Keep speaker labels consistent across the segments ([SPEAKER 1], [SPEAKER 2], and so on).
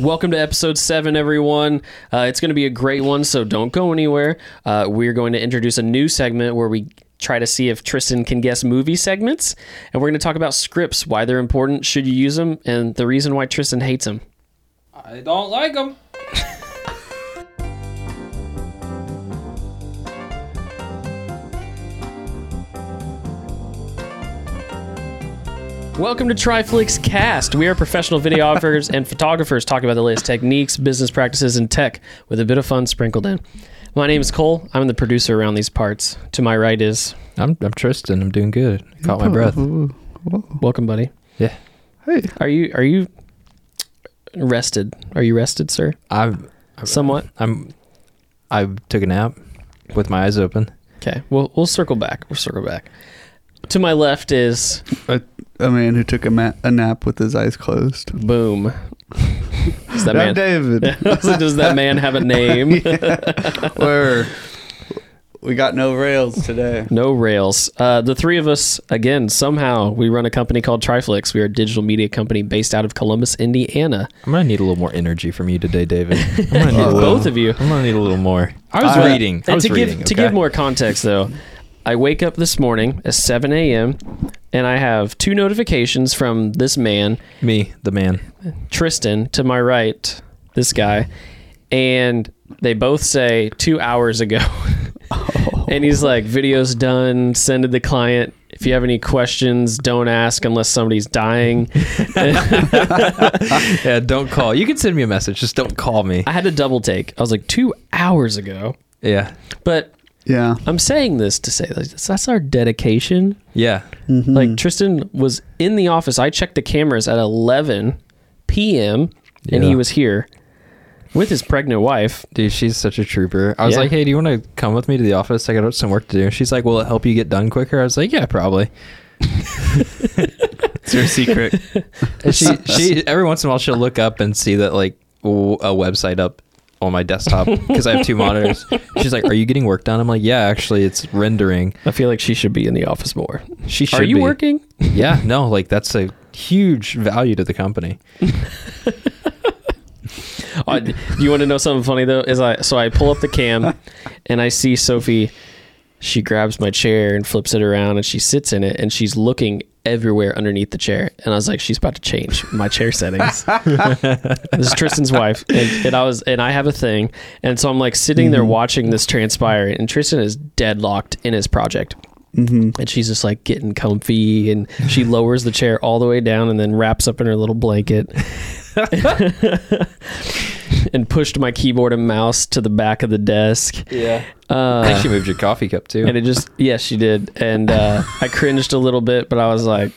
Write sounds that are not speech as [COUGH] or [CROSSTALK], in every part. [SPEAKER 1] Welcome to episode seven, everyone. Uh, it's going to be a great one, so don't go anywhere. Uh, we're going to introduce a new segment where we try to see if Tristan can guess movie segments, and we're going to talk about scripts, why they're important, should you use them, and the reason why Tristan hates them.
[SPEAKER 2] I don't like them.
[SPEAKER 1] Welcome to TriFlix Cast. We are professional videographers and photographers talking about the latest techniques, business practices, and tech with a bit of fun sprinkled in. My name is Cole. I'm the producer around these parts. To my right is
[SPEAKER 3] I'm I'm Tristan. I'm doing good. Caught my breath.
[SPEAKER 1] welcome, buddy.
[SPEAKER 3] Yeah.
[SPEAKER 1] Hey. Are you are you rested? Are you rested, sir?
[SPEAKER 3] I've
[SPEAKER 1] Somewhat.
[SPEAKER 3] I'm I took a nap with my eyes open.
[SPEAKER 1] Okay. We'll we'll circle back. We'll circle back. To my left is
[SPEAKER 4] A, a man who took a, ma- a nap with his eyes closed.
[SPEAKER 1] Boom. Does that
[SPEAKER 4] Now,
[SPEAKER 1] man? [LAUGHS]
[SPEAKER 4] David,
[SPEAKER 1] So Does that man have a
[SPEAKER 3] [LAUGHS]
[SPEAKER 1] name?
[SPEAKER 4] where we got no rails today.
[SPEAKER 1] No rails. Uh, the three of us, again, somehow we run a company called Triflix. We are a digital media company based out of Columbus, Indiana.
[SPEAKER 3] I'm gonna need a little more energy from you today, [LAUGHS] David. I'm gonna need a little,
[SPEAKER 1] Both of you.
[SPEAKER 3] I'm gonna need a little more. I was
[SPEAKER 4] Uh,
[SPEAKER 3] reading. I
[SPEAKER 1] And
[SPEAKER 3] was
[SPEAKER 1] to
[SPEAKER 3] reading.
[SPEAKER 1] give to
[SPEAKER 3] okay?
[SPEAKER 1] give more context though, I wake up this morning at 7 a.m. and I have two notifications from this man,
[SPEAKER 3] me, the man.
[SPEAKER 1] Tristan, to my right, this guy, and they both say two hours ago. [LAUGHS]
[SPEAKER 3] Oh.
[SPEAKER 1] and he's like, "Video's done. Send to the client." If you have any questions, don't ask unless somebody's dying.
[SPEAKER 3] Yeah, don't call. You can send me a message. Just don't call me.
[SPEAKER 1] I had to double take. I was like, two hours ago.
[SPEAKER 3] Yeah.
[SPEAKER 1] But
[SPEAKER 4] Yeah.
[SPEAKER 1] I'm saying this to say like, that's that's our dedication.
[SPEAKER 3] Yeah.
[SPEAKER 1] Like Tristan was in the office. I checked the cameras at 11 p.m. and
[SPEAKER 3] Yeah.
[SPEAKER 1] he was here with his pregnant wife.
[SPEAKER 3] Dude, she's such a trooper. I was
[SPEAKER 1] Yeah.
[SPEAKER 3] like, hey, do you want to come with me to the office? I got some work to do. And she's like, will it help you get done quicker? I was like, yeah, probably.
[SPEAKER 4] It's your secret.
[SPEAKER 3] And [LAUGHS] she she every once in a while she'll look up and see that like w- a website up on my desktop because I have [LAUGHS] two monitors. She's like, "Are you getting work done?" I'm like, "Yeah, actually, it's rendering."
[SPEAKER 1] I feel like she should be in the office more.
[SPEAKER 3] She should
[SPEAKER 1] Are you
[SPEAKER 3] be.
[SPEAKER 1] working?
[SPEAKER 3] [LAUGHS] Yeah, no, like that's a huge value to the company.
[SPEAKER 1] [LAUGHS] Uh, d- you want to know something funny though? Is I so I pull up the [LAUGHS] cam and I see Sophie. She grabs my chair and flips it around, and she sits in it, and she's looking everywhere underneath the chair. And I was like, she's about to change my chair settings. this is Tristan's wife, and, and I was, and I have a thing, and so I'm like sitting there watching this transpire, and Tristan is deadlocked in his project. And she's just like getting comfy, and she lowers the chair all the way down, and then wraps up in her little blanket, [LAUGHS] and pushed my keyboard and mouse to the back of the desk.
[SPEAKER 3] Yeah, I
[SPEAKER 1] Uh,
[SPEAKER 3] think she moved your coffee cup too.
[SPEAKER 1] and it just, yes, she did. And uh, I cringed a little bit, but I was like,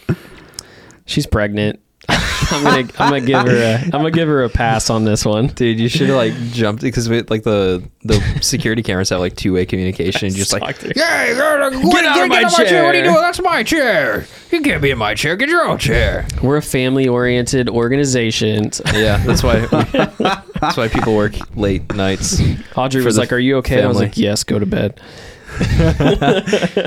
[SPEAKER 1] she's pregnant. [LAUGHS] I'm gonna, I'm gonna give her, a, I'm gonna give her a pass on this one.
[SPEAKER 3] Dude, you should have [LAUGHS] like jumped because we like the the security cameras have like two way communication. You're just like,
[SPEAKER 1] Doctor.
[SPEAKER 3] yeah, get, get,
[SPEAKER 1] out of my
[SPEAKER 3] What are you
[SPEAKER 1] chair."
[SPEAKER 3] doing? That's my chair. You can't be in my chair. Get your own chair.
[SPEAKER 1] We're a family-oriented organization. So
[SPEAKER 3] Yeah, that's why [LAUGHS] that's why people work late nights.
[SPEAKER 1] Audrey
[SPEAKER 3] For
[SPEAKER 1] was
[SPEAKER 3] the
[SPEAKER 1] like, "Are you okay?" I was
[SPEAKER 3] family.
[SPEAKER 1] like, "Yes, go to bed."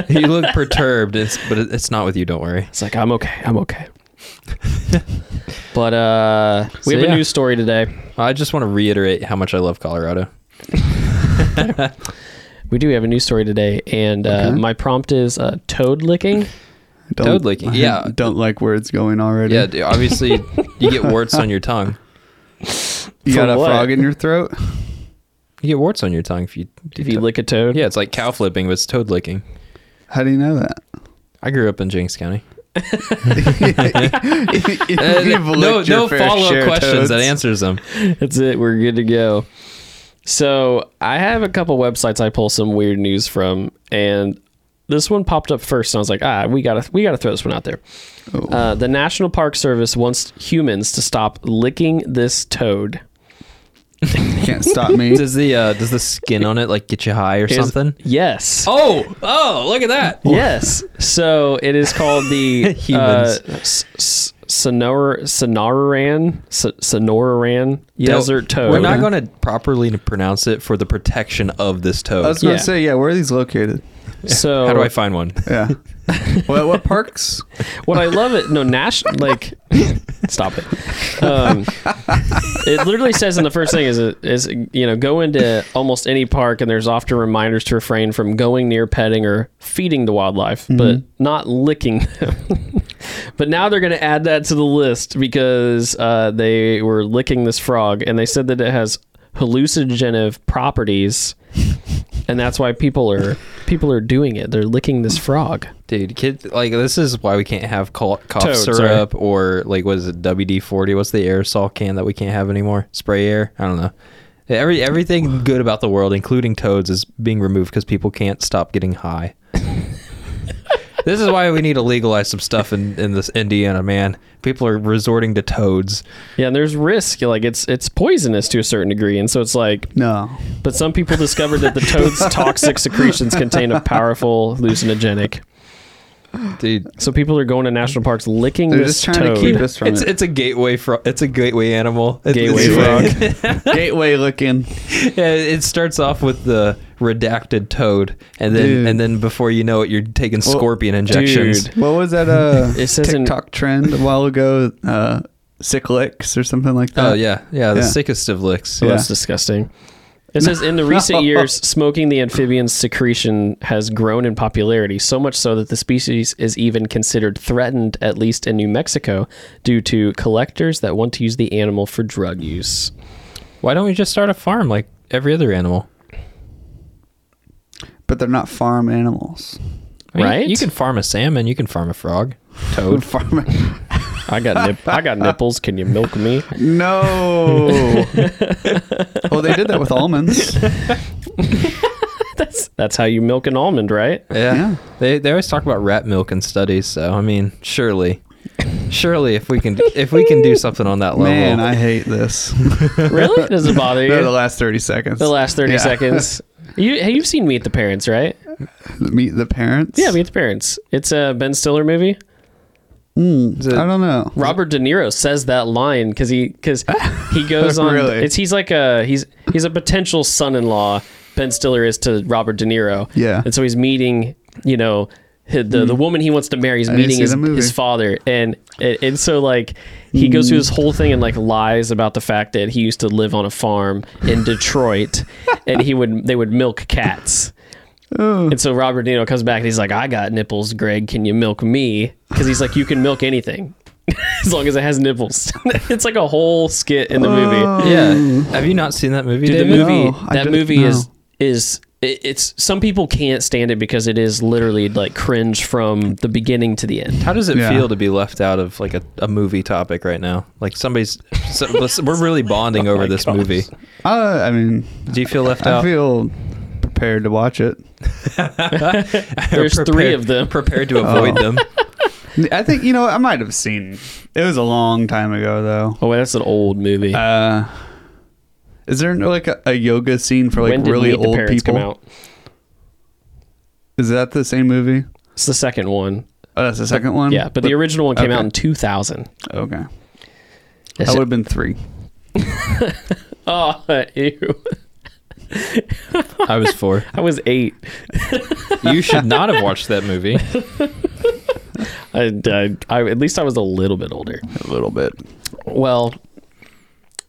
[SPEAKER 3] You look perturbed, it's, but it- it's not with you. Don't worry.
[SPEAKER 1] It's like, "I'm okay, I'm
[SPEAKER 3] [LAUGHS]
[SPEAKER 1] okay." but uh, we
[SPEAKER 3] So,
[SPEAKER 1] have a
[SPEAKER 3] yeah.
[SPEAKER 1] news story today.
[SPEAKER 3] I just want to reiterate how much I love Colorado.
[SPEAKER 1] We do have a news story today, and uh,
[SPEAKER 4] Okay.
[SPEAKER 1] my prompt is uh, toad licking.
[SPEAKER 4] Don't,
[SPEAKER 3] Toad licking.
[SPEAKER 4] I
[SPEAKER 3] Yeah.
[SPEAKER 4] Don't like where it's going already.
[SPEAKER 3] Yeah, dude, obviously [LAUGHS] you get warts on your tongue.
[SPEAKER 4] You
[SPEAKER 1] for
[SPEAKER 4] got a
[SPEAKER 1] what?
[SPEAKER 4] frog in your throat?
[SPEAKER 3] You get warts on your tongue if you
[SPEAKER 1] If you lick a toad,
[SPEAKER 3] Yeah, it's like cow flipping, but it's toad licking.
[SPEAKER 4] How do you know that?
[SPEAKER 3] I grew up in Jenks [LAUGHS] County.
[SPEAKER 4] You've
[SPEAKER 3] Uh, no,
[SPEAKER 4] licked your
[SPEAKER 3] no
[SPEAKER 4] fair
[SPEAKER 3] follow
[SPEAKER 4] share
[SPEAKER 3] up
[SPEAKER 4] of
[SPEAKER 3] questions that
[SPEAKER 4] toads.
[SPEAKER 3] answers them.
[SPEAKER 1] That's it. We're good to go. So I have a couple websites I pull some weird news from, and this one popped up first, and I was like, ah, we gotta we gotta throw this one out there.
[SPEAKER 3] Oh.
[SPEAKER 1] Uh, the National Park Service wants humans to stop licking this toad.
[SPEAKER 4] Can't
[SPEAKER 3] [LAUGHS]
[SPEAKER 4] stop
[SPEAKER 3] [LAUGHS]
[SPEAKER 4] me.
[SPEAKER 3] Does the uh, does the skin on it like get you high or
[SPEAKER 1] Here's-
[SPEAKER 3] something?
[SPEAKER 1] Yes.
[SPEAKER 3] Oh, oh, look at that.
[SPEAKER 1] Yes. So it is called
[SPEAKER 3] [LAUGHS]
[SPEAKER 1] the
[SPEAKER 3] Humans.
[SPEAKER 1] uh, S- S- Sonora Sonoran S- Sonoran
[SPEAKER 3] You know,
[SPEAKER 1] desert toad.
[SPEAKER 3] We're not going to properly pronounce it for the protection of this
[SPEAKER 4] I
[SPEAKER 3] toad.
[SPEAKER 4] was going to
[SPEAKER 1] Yeah.
[SPEAKER 3] Oh.
[SPEAKER 4] say, yeah, where are these located?
[SPEAKER 1] so
[SPEAKER 3] How do I find one?
[SPEAKER 4] Yeah. what, what parks?
[SPEAKER 1] What I love it, no, Nash, like, stop it. Um, it literally says in the first thing is is you know go into almost any park and there's often reminders to refrain from going near petting or feeding the wildlife, but not licking them. [LAUGHS] but now they're going to add that to the list because uh, they were licking this frog and they said that it has hallucinogen properties. And that's why people are people are doing it. They're licking this frog.
[SPEAKER 3] Dude, kid, like this is why we can't have col- cough
[SPEAKER 1] Toad, sorry.
[SPEAKER 3] syrup or like what is it WD forty? What's the aerosol can that we can't have anymore? Spray air? I don't know. Every everything good about the world, including toads, is being removed because people can't stop getting [LAUGHS] high. this is why we need to legalize some stuff in in this Indiana, man. People are resorting to toads.
[SPEAKER 1] Yeah, and there's risk. Like it's it's poisonous to a certain degree, and so it's like.
[SPEAKER 4] No.
[SPEAKER 1] But some people discovered that the
[SPEAKER 4] [LAUGHS]
[SPEAKER 1] toad's toxic secretions contain a powerful hallucinogenic.
[SPEAKER 3] Dude,
[SPEAKER 1] So people are going to national parks licking
[SPEAKER 4] They're
[SPEAKER 1] this
[SPEAKER 4] just
[SPEAKER 1] toad.
[SPEAKER 4] trying to keep us from
[SPEAKER 3] it's
[SPEAKER 4] it.
[SPEAKER 3] it's a gateway fro- It's a gateway animal. It's-
[SPEAKER 1] Gateway
[SPEAKER 3] it's-
[SPEAKER 1] frog.
[SPEAKER 4] Gateway looking.
[SPEAKER 3] Yeah, it starts off with the redacted toad, and then
[SPEAKER 4] Dude.
[SPEAKER 3] and then before you know it, you're taking
[SPEAKER 4] Well,
[SPEAKER 3] scorpion injections.
[SPEAKER 1] dude.
[SPEAKER 4] What was that uh
[SPEAKER 1] It says in-
[SPEAKER 4] TikTok trend a while ago? Uh, sick licks or something like that.
[SPEAKER 3] Oh yeah, yeah, the
[SPEAKER 4] Yeah.
[SPEAKER 3] sickest of licks.
[SPEAKER 1] So
[SPEAKER 4] Yeah.
[SPEAKER 1] that's disgusting. It says
[SPEAKER 4] [LAUGHS]
[SPEAKER 1] in the recent years, smoking the amphibian's secretion has grown in popularity, so much so that the species is even considered threatened, at least in New Mexico, due to collectors that want to use the animal for drug use.
[SPEAKER 3] Why don't we just start a farm like every other animal?
[SPEAKER 4] But they're not farm animals.
[SPEAKER 3] I mean,
[SPEAKER 1] Right?
[SPEAKER 3] You can farm a salmon. You can farm a frog,
[SPEAKER 1] Oh.
[SPEAKER 3] toad.
[SPEAKER 4] [LAUGHS] Farm.
[SPEAKER 1] I got nip- I
[SPEAKER 4] [LAUGHS]
[SPEAKER 1] got nipples. Can you milk me? [LAUGHS]
[SPEAKER 4] no. well, they did that with almonds.
[SPEAKER 1] That's that's how you milk an almond, right?
[SPEAKER 3] yeah.
[SPEAKER 4] Yeah.
[SPEAKER 3] They they always talk about rat milk in studies. So I mean, surely, surely if we can if we can do something on that level.
[SPEAKER 4] Man, I hate
[SPEAKER 1] [LAUGHS]
[SPEAKER 4] this. [LAUGHS]
[SPEAKER 1] Really? Does it bother you?
[SPEAKER 4] They're the last thirty seconds.
[SPEAKER 1] the last 30
[SPEAKER 4] Yeah.
[SPEAKER 1] seconds. You, hey, you've seen Meet the Parents, right?
[SPEAKER 4] [LAUGHS] Meet the parents.
[SPEAKER 1] Yeah, Meet the Parents. It's a Ben Stiller movie.
[SPEAKER 4] Mm,
[SPEAKER 3] Is it-
[SPEAKER 4] I don't know.
[SPEAKER 1] Robert De Niro says that line because he because
[SPEAKER 4] [LAUGHS]
[SPEAKER 1] he goes on.
[SPEAKER 4] Really?
[SPEAKER 1] It's he's like a he's he's a potential son-in-law. Ben Stiller is to Robert De Niro.
[SPEAKER 4] Yeah. Mm.
[SPEAKER 1] and so he's meeting. You know, hi- the the woman he wants to marry is
[SPEAKER 4] I didn't
[SPEAKER 1] meeting
[SPEAKER 4] see
[SPEAKER 1] his,
[SPEAKER 4] the movie.
[SPEAKER 1] his father, and and and so like he goes
[SPEAKER 4] Mm.
[SPEAKER 1] through this whole thing and like lies about the fact that he used to live on a farm in
[SPEAKER 4] [LAUGHS]
[SPEAKER 1] Detroit, and he would they would milk cats.
[SPEAKER 4] Oh,
[SPEAKER 1] And so Robert De Niro comes back and he's like, I got nipples, Greg. Can you milk me? Because he's like, you can milk anything [LAUGHS] as long as it has nipples. [LAUGHS] it's like a whole skit in the movie.
[SPEAKER 3] yeah.
[SPEAKER 4] Hmm.
[SPEAKER 3] Have you not seen that movie?
[SPEAKER 1] Dude, the
[SPEAKER 3] David?
[SPEAKER 1] movie,
[SPEAKER 4] Oh. No, I
[SPEAKER 1] that
[SPEAKER 4] didn't
[SPEAKER 1] movie is,
[SPEAKER 4] know.
[SPEAKER 1] is, it, it's, some people can't stand it because it is literally like cringe from the beginning to the end.
[SPEAKER 3] How does it
[SPEAKER 4] Yeah.
[SPEAKER 3] feel to be left out of like a, a movie topic right now? Like somebody's, so, let's- we're really
[SPEAKER 1] [LAUGHS]
[SPEAKER 3] bonding
[SPEAKER 1] Oh
[SPEAKER 3] over
[SPEAKER 1] my
[SPEAKER 3] this
[SPEAKER 1] gosh.
[SPEAKER 3] movie.
[SPEAKER 4] Uh, I mean,
[SPEAKER 3] Do you feel left
[SPEAKER 4] I
[SPEAKER 3] out? [LAUGHS]
[SPEAKER 4] feel prepared to watch it.
[SPEAKER 1] There's
[SPEAKER 3] Prepared-
[SPEAKER 1] three of them.
[SPEAKER 3] Prepared to avoid
[SPEAKER 4] Oh.
[SPEAKER 3] them.
[SPEAKER 4] I think you know I might have seen. It was a long time ago though.
[SPEAKER 1] Oh, wait, that's an old movie.
[SPEAKER 4] Uh, is there like a, a yoga scene for like
[SPEAKER 1] when did
[SPEAKER 4] really
[SPEAKER 1] Meet the
[SPEAKER 4] old
[SPEAKER 1] Parents
[SPEAKER 4] people?
[SPEAKER 1] come out?
[SPEAKER 4] Is that the same movie?
[SPEAKER 1] It's the second one.
[SPEAKER 4] Oh, that's the second one.
[SPEAKER 1] Yeah, but the original one came
[SPEAKER 4] okay.
[SPEAKER 1] out in 2000.
[SPEAKER 4] okay, that
[SPEAKER 1] It's-
[SPEAKER 4] would have been three.
[SPEAKER 1] [LAUGHS] Oh, [LAUGHS] ew.
[SPEAKER 3] I was four.
[SPEAKER 1] I was eight.
[SPEAKER 3] You should not have watched that [LAUGHS] movie.
[SPEAKER 1] I, I, I, at least I was a little bit older.
[SPEAKER 4] A little bit.
[SPEAKER 1] Well,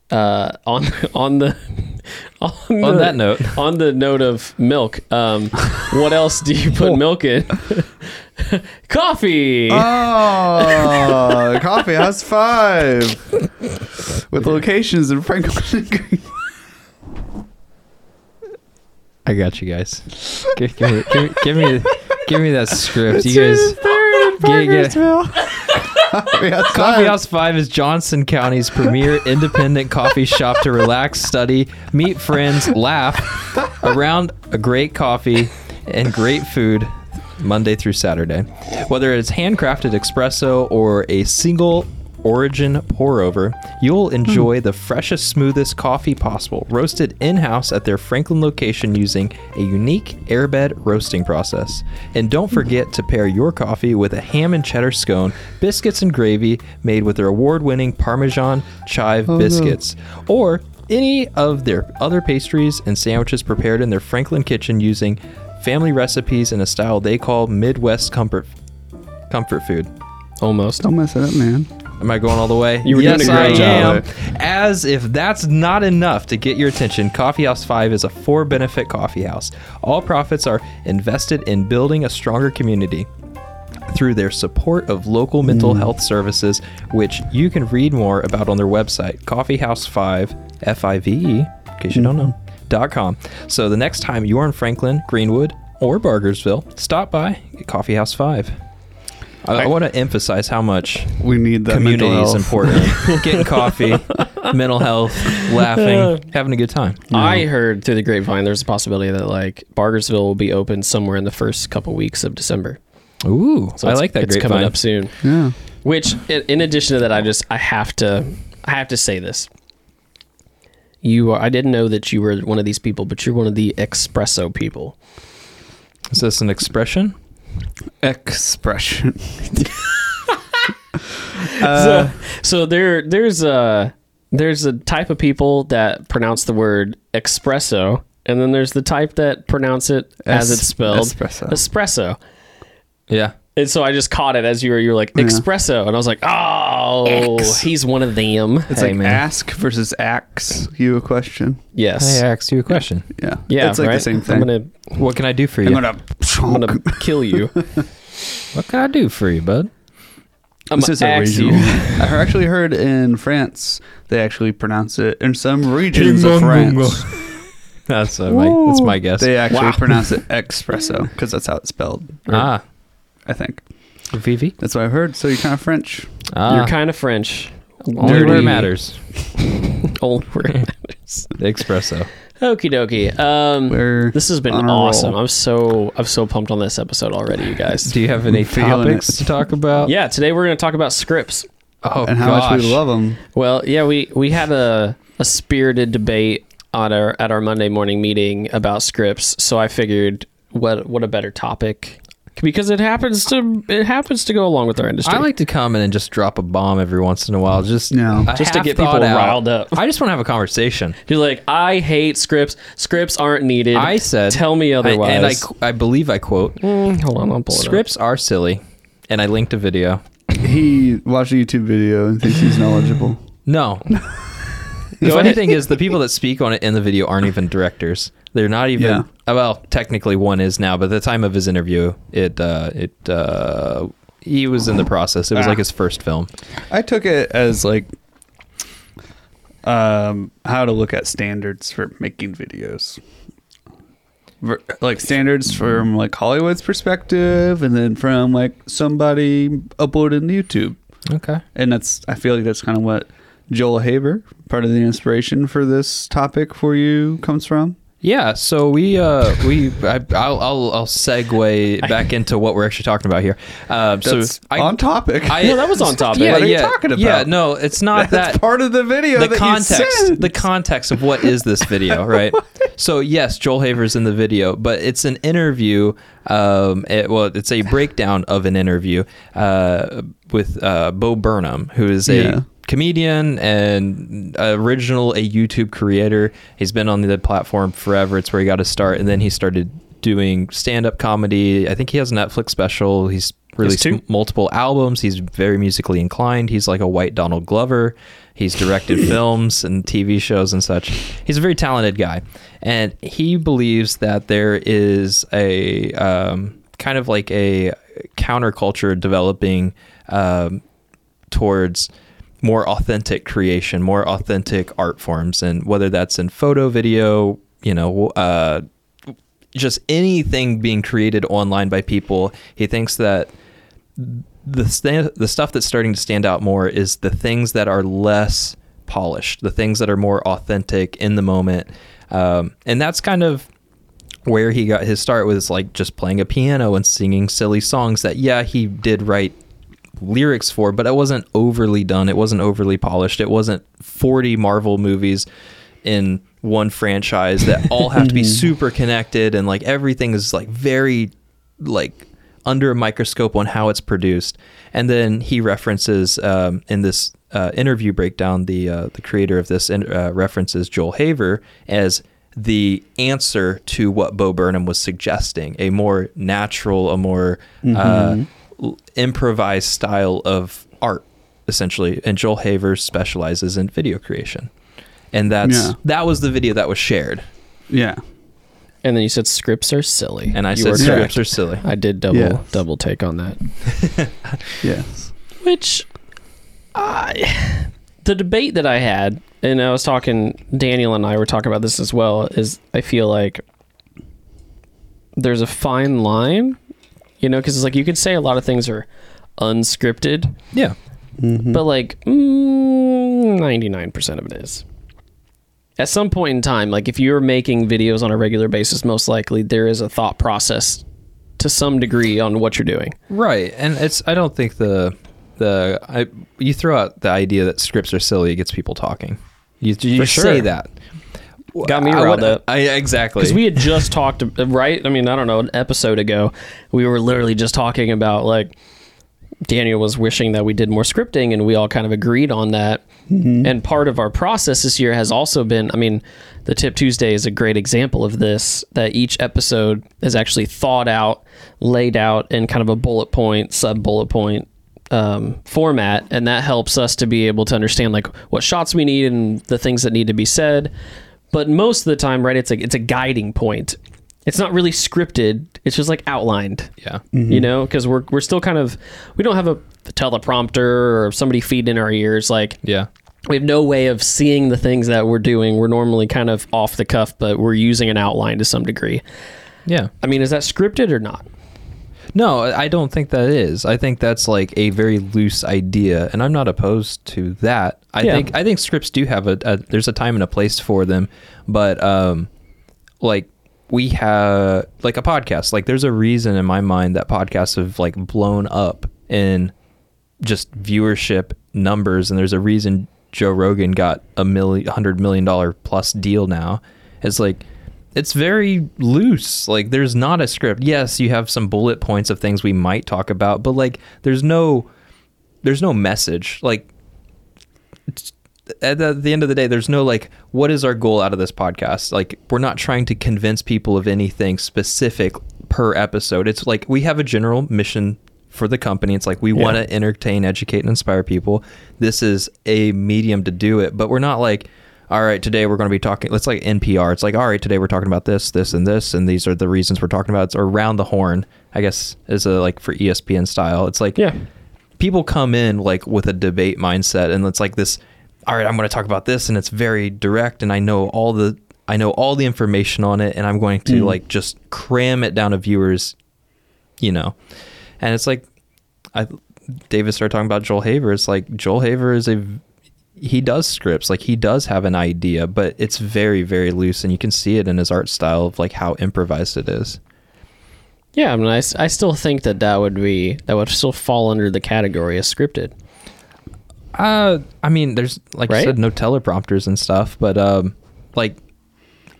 [SPEAKER 1] uh, on on the on,
[SPEAKER 3] On
[SPEAKER 1] the-
[SPEAKER 3] that note,
[SPEAKER 1] on the note of milk, um, what else do you
[SPEAKER 3] [LAUGHS]
[SPEAKER 1] put milk in? [LAUGHS] Coffee.
[SPEAKER 3] Uh,
[SPEAKER 4] [LAUGHS] Oh, Coffee House Five with locations in Franklin. and Green-
[SPEAKER 3] I got you guys. Give, give me, give, me- give me, give me that script. You guys.
[SPEAKER 4] Third in
[SPEAKER 3] Get- get-
[SPEAKER 4] Parkersville. [LAUGHS] Coffee House
[SPEAKER 3] Coffee
[SPEAKER 4] Five.
[SPEAKER 3] House 5 is Johnson County's premier independent coffee shop to relax, study, meet friends, laugh around a great coffee and great food Monday through Saturday. Whether it's handcrafted espresso or a single origin pour over, you'll enjoy the freshest, smoothest coffee possible, roasted in house at their Franklin location using a unique airbed roasting process. And don't forget to pair your coffee with a ham and cheddar scone, biscuits and gravy made with their award winning Parmesan chive biscuits, or any of their other pastries and sandwiches prepared in their Franklin kitchen using family recipes in a style they call Midwest comfort Comfort food.
[SPEAKER 1] Almost.
[SPEAKER 4] Don't mess it up, man.
[SPEAKER 3] Am I going all the way?
[SPEAKER 1] You were doing
[SPEAKER 3] yes,
[SPEAKER 1] a great
[SPEAKER 3] I
[SPEAKER 1] job.
[SPEAKER 3] am. As if that's not enough to get your attention, Coffee House 5 is a for benefit coffee house. All profits are invested in building a stronger community through their support of local
[SPEAKER 1] Mm.
[SPEAKER 3] mental health services, which you can read more about on their website, coffeehouse5, F I V E, in case you don't know, dot com. So the next time you're in Franklin, Greenwood, or Bargersville, stop by Coffee House 5. I, I want to emphasize how much
[SPEAKER 4] We need that
[SPEAKER 3] community
[SPEAKER 4] mental
[SPEAKER 3] is
[SPEAKER 4] health.
[SPEAKER 3] important. Getting coffee, mental health, laughing, having a good time.
[SPEAKER 1] I heard through the grapevine there's a possibility that like Bargersville will be open somewhere in the first couple weeks of December.
[SPEAKER 3] Ooh, I
[SPEAKER 1] it's-
[SPEAKER 3] like that
[SPEAKER 1] It's
[SPEAKER 3] grapevine.
[SPEAKER 1] coming up soon.
[SPEAKER 4] Yeah.
[SPEAKER 1] Which, in, in addition to that, I just I have to I have to say this. You are. I didn't know that you were one of these people, but you're one of the espresso people.
[SPEAKER 3] Is this an expression?
[SPEAKER 4] Expression. Uh,
[SPEAKER 1] so, [LAUGHS] so there there's a there's a type of people that pronounce the word espresso, and then there's the type that pronounce it as
[SPEAKER 4] Es-
[SPEAKER 1] it's spelled
[SPEAKER 4] espresso.
[SPEAKER 1] Espresso.
[SPEAKER 3] Yeah.
[SPEAKER 1] And so I just caught it as you were you were like espresso, and I was like, oh, he's one of them.
[SPEAKER 4] [LAUGHS] It's like ask versus ax you a question.
[SPEAKER 1] yes,
[SPEAKER 3] I asked you a question.
[SPEAKER 4] Yeah.
[SPEAKER 1] yeah,
[SPEAKER 4] It's like
[SPEAKER 1] right?
[SPEAKER 4] the same
[SPEAKER 1] I'm
[SPEAKER 4] thing.
[SPEAKER 1] gonna
[SPEAKER 3] What can I do for you?
[SPEAKER 4] I'm gonna,
[SPEAKER 1] I'm gonna
[SPEAKER 4] [LAUGHS]
[SPEAKER 1] kill you.
[SPEAKER 3] what can I do for you, bud?
[SPEAKER 1] I'm
[SPEAKER 4] this is
[SPEAKER 1] gonna axe
[SPEAKER 4] original.
[SPEAKER 1] you.
[SPEAKER 4] [LAUGHS] I actually heard in France they actually pronounce it in some regions of France.
[SPEAKER 3] That's uh, my that's my guess.
[SPEAKER 4] They actually
[SPEAKER 1] Wow.
[SPEAKER 4] pronounce it espresso because that's how it's spelled. or
[SPEAKER 3] ah,
[SPEAKER 4] I think
[SPEAKER 3] Vivi.
[SPEAKER 4] that's what I heard. So you're kind of French.
[SPEAKER 3] Ah,
[SPEAKER 1] You're kind of French.
[SPEAKER 3] only where
[SPEAKER 1] dirty.
[SPEAKER 3] it matters.
[SPEAKER 1] Old word.
[SPEAKER 3] Espresso.
[SPEAKER 1] [LAUGHS] Okie dokie. Um,
[SPEAKER 4] We're
[SPEAKER 1] this has been
[SPEAKER 4] on a roll.
[SPEAKER 1] awesome. I'm so I'm so pumped on this episode already, you guys.
[SPEAKER 3] Do you have any
[SPEAKER 4] feeling
[SPEAKER 3] topics
[SPEAKER 4] it.
[SPEAKER 3] to talk about?
[SPEAKER 1] yeah, today we're gonna talk about scripts.
[SPEAKER 3] Oh
[SPEAKER 4] and how much we
[SPEAKER 3] gosh.
[SPEAKER 4] love them.
[SPEAKER 1] Well, yeah, we we had a a spirited debate on our at our Monday morning meeting about scripts. So I figured, what what a better topic because it happens to it happens to go along with our industry.
[SPEAKER 3] I like to come in and just drop a bomb every once in a while. Just
[SPEAKER 4] No.
[SPEAKER 3] a
[SPEAKER 1] Just to
[SPEAKER 3] half
[SPEAKER 1] get people
[SPEAKER 3] thought out.
[SPEAKER 1] riled up.
[SPEAKER 3] I just want to have a conversation.
[SPEAKER 1] You're like, I hate scripts. Scripts aren't needed.
[SPEAKER 3] I said,
[SPEAKER 1] tell me
[SPEAKER 3] I-
[SPEAKER 1] otherwise.
[SPEAKER 3] and I, qu- I believe I quote,
[SPEAKER 1] Mm, hold on, I'll pull it up.
[SPEAKER 3] scripts are silly, and I linked a video.
[SPEAKER 4] He watched a YouTube video and thinks he's knowledgeable.
[SPEAKER 1] [LAUGHS]
[SPEAKER 3] No. the funny thing is, the people that speak on it in the video aren't even directors. They're not even.
[SPEAKER 4] Yeah.
[SPEAKER 3] uh, Well, technically one is now, but at the time of his interview, it uh, it uh, he was in the process. It was
[SPEAKER 4] Ah.
[SPEAKER 3] like his first film.
[SPEAKER 4] I took it as like um how to look at standards for making videos. Ver- Like standards from like Hollywood's perspective and then from like somebody uploading to YouTube.
[SPEAKER 3] Okay.
[SPEAKER 4] And that's I feel like that's kind of what Joel Haber, part of the inspiration for this topic for you comes from.
[SPEAKER 3] Yeah, so we uh, we I, I'll, I'll
[SPEAKER 1] [LAUGHS]
[SPEAKER 3] I'll segue back into what we're actually talking about here. Uh, so
[SPEAKER 4] That's
[SPEAKER 3] I,
[SPEAKER 4] on topic. [LAUGHS]
[SPEAKER 3] I
[SPEAKER 1] No, that was on topic.
[SPEAKER 3] Yeah,
[SPEAKER 4] What are you
[SPEAKER 3] yeah,
[SPEAKER 4] talking
[SPEAKER 3] Yeah,
[SPEAKER 4] about?
[SPEAKER 3] no, it's not
[SPEAKER 4] [LAUGHS] that's
[SPEAKER 3] that.
[SPEAKER 4] part of the video
[SPEAKER 3] the
[SPEAKER 4] that you
[SPEAKER 3] context
[SPEAKER 4] sent.
[SPEAKER 3] the context of what is this
[SPEAKER 4] [LAUGHS]
[SPEAKER 3] video right so yes joel haver's in the video but it's an interview um it, well it's a breakdown of an interview uh with uh bo burnham who is a
[SPEAKER 4] Yeah.
[SPEAKER 3] comedian and original a youtube creator he's been on the platform forever it's where he got his start and then he started doing stand-up comedy i think he has a netflix special he's released
[SPEAKER 1] two?
[SPEAKER 3] multiple albums. He's very musically inclined. He's like a white Donald Glover. He's directed films and TV shows and such. He's a very talented guy, and he believes that there is a um, kind of like a counterculture developing um, towards more authentic creation, more authentic art forms, and whether that's in photo, video, you know, uh, just anything being created online by people. He thinks that the sta- the stuff that's starting to stand out more is the things that are less polished, the things that are more authentic in the moment, um, and that's kind of where he got his start was like just playing a piano and singing silly songs that yeah he did write lyrics for, but it wasn't overly done. It wasn't overly polished. It wasn't 40 Marvel movies in one franchise that all have to be super connected and like everything is like very like under a microscope on how it's produced. And then he references um, in this uh, interview breakdown the uh, the creator of this in- uh, references Joel Haver as the answer to what Bo Burnham was suggesting, a more natural, a more uh, l- improvised style of art, essentially. And Joel Haver specializes in video creation, and that's
[SPEAKER 4] Yeah.
[SPEAKER 3] that was the video that was shared.
[SPEAKER 4] Yeah.
[SPEAKER 1] And then you said scripts are silly.
[SPEAKER 3] And I
[SPEAKER 1] You
[SPEAKER 3] said
[SPEAKER 1] were
[SPEAKER 3] scripts
[SPEAKER 1] correct.
[SPEAKER 3] are silly.
[SPEAKER 1] I did double
[SPEAKER 4] Yeah.
[SPEAKER 1] double take on that.
[SPEAKER 4] Yes.
[SPEAKER 1] Which I the debate that I had, and I was talking Daniel and I were talking about this as well, is I feel like there's a fine line, you know, because it's like you could say a lot of things are unscripted,
[SPEAKER 3] Yeah,
[SPEAKER 1] but like mm, 99% of it is at some point in time like if you're making videos on a regular basis most likely there is a thought process to some degree on what you're doing
[SPEAKER 3] right. And it's I don't think the the I you throw out the idea that scripts are silly it gets people talking. You, you
[SPEAKER 1] For
[SPEAKER 3] say
[SPEAKER 1] sure.
[SPEAKER 3] that
[SPEAKER 1] Got me
[SPEAKER 3] I
[SPEAKER 1] riled
[SPEAKER 3] would-
[SPEAKER 1] up.
[SPEAKER 3] I exactly
[SPEAKER 1] because we had just talked right i mean i don't know an episode ago we were literally just talking about like daniel was wishing that we did more scripting and we all kind of agreed on that and part of our process this year has also been i mean the tip tuesday is a great example of this that each episode is actually thought out laid out in kind of a bullet point sub bullet point um, format and that helps us to be able to understand like what shots we need and the things that need to be said but most of the time right it's like it's a guiding point it's not really scripted it's just like outlined
[SPEAKER 3] yeah.
[SPEAKER 1] you know because we're, we're still kind of we don't have a teleprompter or somebody feeding in our ears like
[SPEAKER 3] Yeah.
[SPEAKER 1] we have no way of seeing the things that we're doing we're normally kind of off the cuff but we're using an outline to some degree
[SPEAKER 3] Yeah.
[SPEAKER 1] i mean is that scripted or not
[SPEAKER 3] No, I I don't think that is. I think that's like a very loose idea, and I'm not opposed to that. I
[SPEAKER 1] Yeah.
[SPEAKER 3] think I think scripts do have a, a there's a time and a place for them, but um, like we have like a podcast. Like there's a reason in my mind that podcasts have like blown up in just viewership numbers, and there's a reason Joe Rogan got a million hundred million dollar plus deal now. It's like it's very loose. Like there's not a script. Yes, you have some bullet points of things we might talk about, but like there's no there's no message. Like it's- at the, at the end of the day, there's no like what is our goal out of this podcast? Like we're not trying to convince people of anything specific per episode. It's like we have a general mission for the company. It's like we want to entertain, educate, and inspire people. This is a medium to do it, but we're not like all right, today we're going to be talking. It's like NPR. It's like, all right, today we're talking about this, this, and this, and these are the reasons we're talking about. It's around the horn, I guess, is a like for E ESPN style. It's like,
[SPEAKER 1] Yeah.
[SPEAKER 3] people come in like with a debate mindset, and it's like this. All right, I'm going to talk about this, and it's very direct, and I know all the I know all the information on it, and I'm going to like just cram it down a viewer's you know. And it's like, I David started talking about Joel Haver. It's like Joel Haver is a he does scripts, like he does have an idea, but it's very very loose, and you can see it in his art style of like how improvised it is.
[SPEAKER 1] yeah i mean i, s- I still think that that would be that would still fall under the category of scripted
[SPEAKER 3] Uh, I mean, there's like I
[SPEAKER 1] Right?
[SPEAKER 3] said, no teleprompters and stuff, but um, like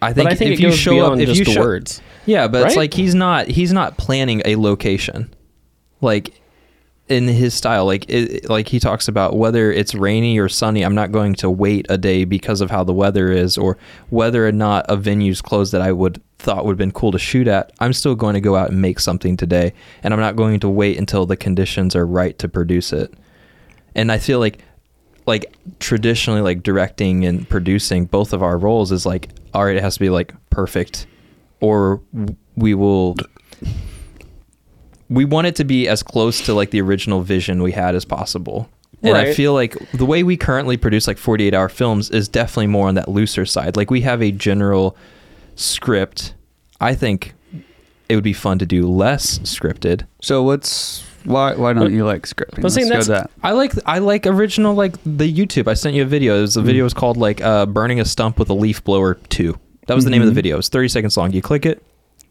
[SPEAKER 3] I think,
[SPEAKER 1] but i think
[SPEAKER 3] if
[SPEAKER 1] it
[SPEAKER 3] you
[SPEAKER 1] goes
[SPEAKER 3] show
[SPEAKER 1] beyond
[SPEAKER 3] up, if
[SPEAKER 1] just
[SPEAKER 3] you
[SPEAKER 1] the
[SPEAKER 3] show,
[SPEAKER 1] words
[SPEAKER 3] Yeah, but it's
[SPEAKER 1] Right?
[SPEAKER 3] like he's not he's not planning a location, like in his style. Like it, like he talks about whether it's rainy or sunny. I'm not going to wait a day because of how the weather is, or whether or not a venue's closed that I would thought would have been cool to shoot at. I'm still going to go out and make something today, and I'm not going to wait until the conditions are right to produce it. And I feel like like traditionally like directing and producing both of our roles is like all right it has to be like perfect or w- we will we want it to be as close to like the original vision we had as possible and i
[SPEAKER 1] Right.
[SPEAKER 3] feel like the way we currently produce like 48 hour films is definitely more on that looser side like we have a general script i think it would be fun to do less scripted
[SPEAKER 4] So what's why why don't you like scripting?
[SPEAKER 1] But
[SPEAKER 4] Let's
[SPEAKER 1] see,
[SPEAKER 4] go
[SPEAKER 1] that's-
[SPEAKER 4] that.
[SPEAKER 3] I like I like original like the YouTube. I sent you a video. It was, the video was called like uh, "Burning a Stump with a Leaf Blower 2." That was the name of the video. It's 30 seconds long. You click it.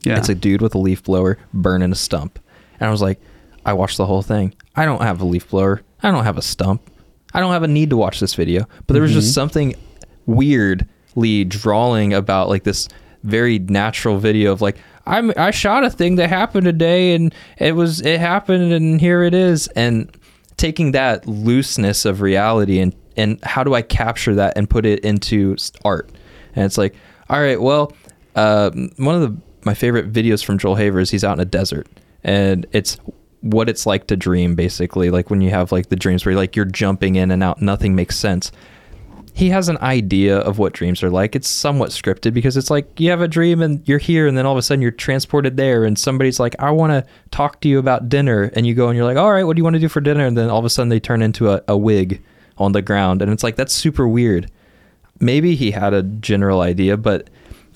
[SPEAKER 4] Yeah.
[SPEAKER 3] It's a dude with a leaf blower burning a stump. And I was like, I watched the whole thing. I don't have a leaf blower. I don't have a stump. I don't have a need to watch this video. But there was just something weirdly drawing about like this very natural video of like I'm I shot a thing that happened today and it was it happened and here it is and taking that looseness of reality and and how do I capture that and put it into s- art and it's like all right well uh, um, one of the my favorite videos from Joel Haver is he's out in a desert and it's what it's like to dream basically like when you have like the dreams where like you're jumping in and out nothing makes sense he has an idea of what dreams are like it's somewhat scripted because it's like you have a dream and you're here and then all of a sudden you're transported there and somebody's like i want to talk to you about dinner and you go and you're like all right what do you want to do for dinner and then all of a sudden they turn into a, a wig on the ground and it's like that's super weird maybe he had a general idea but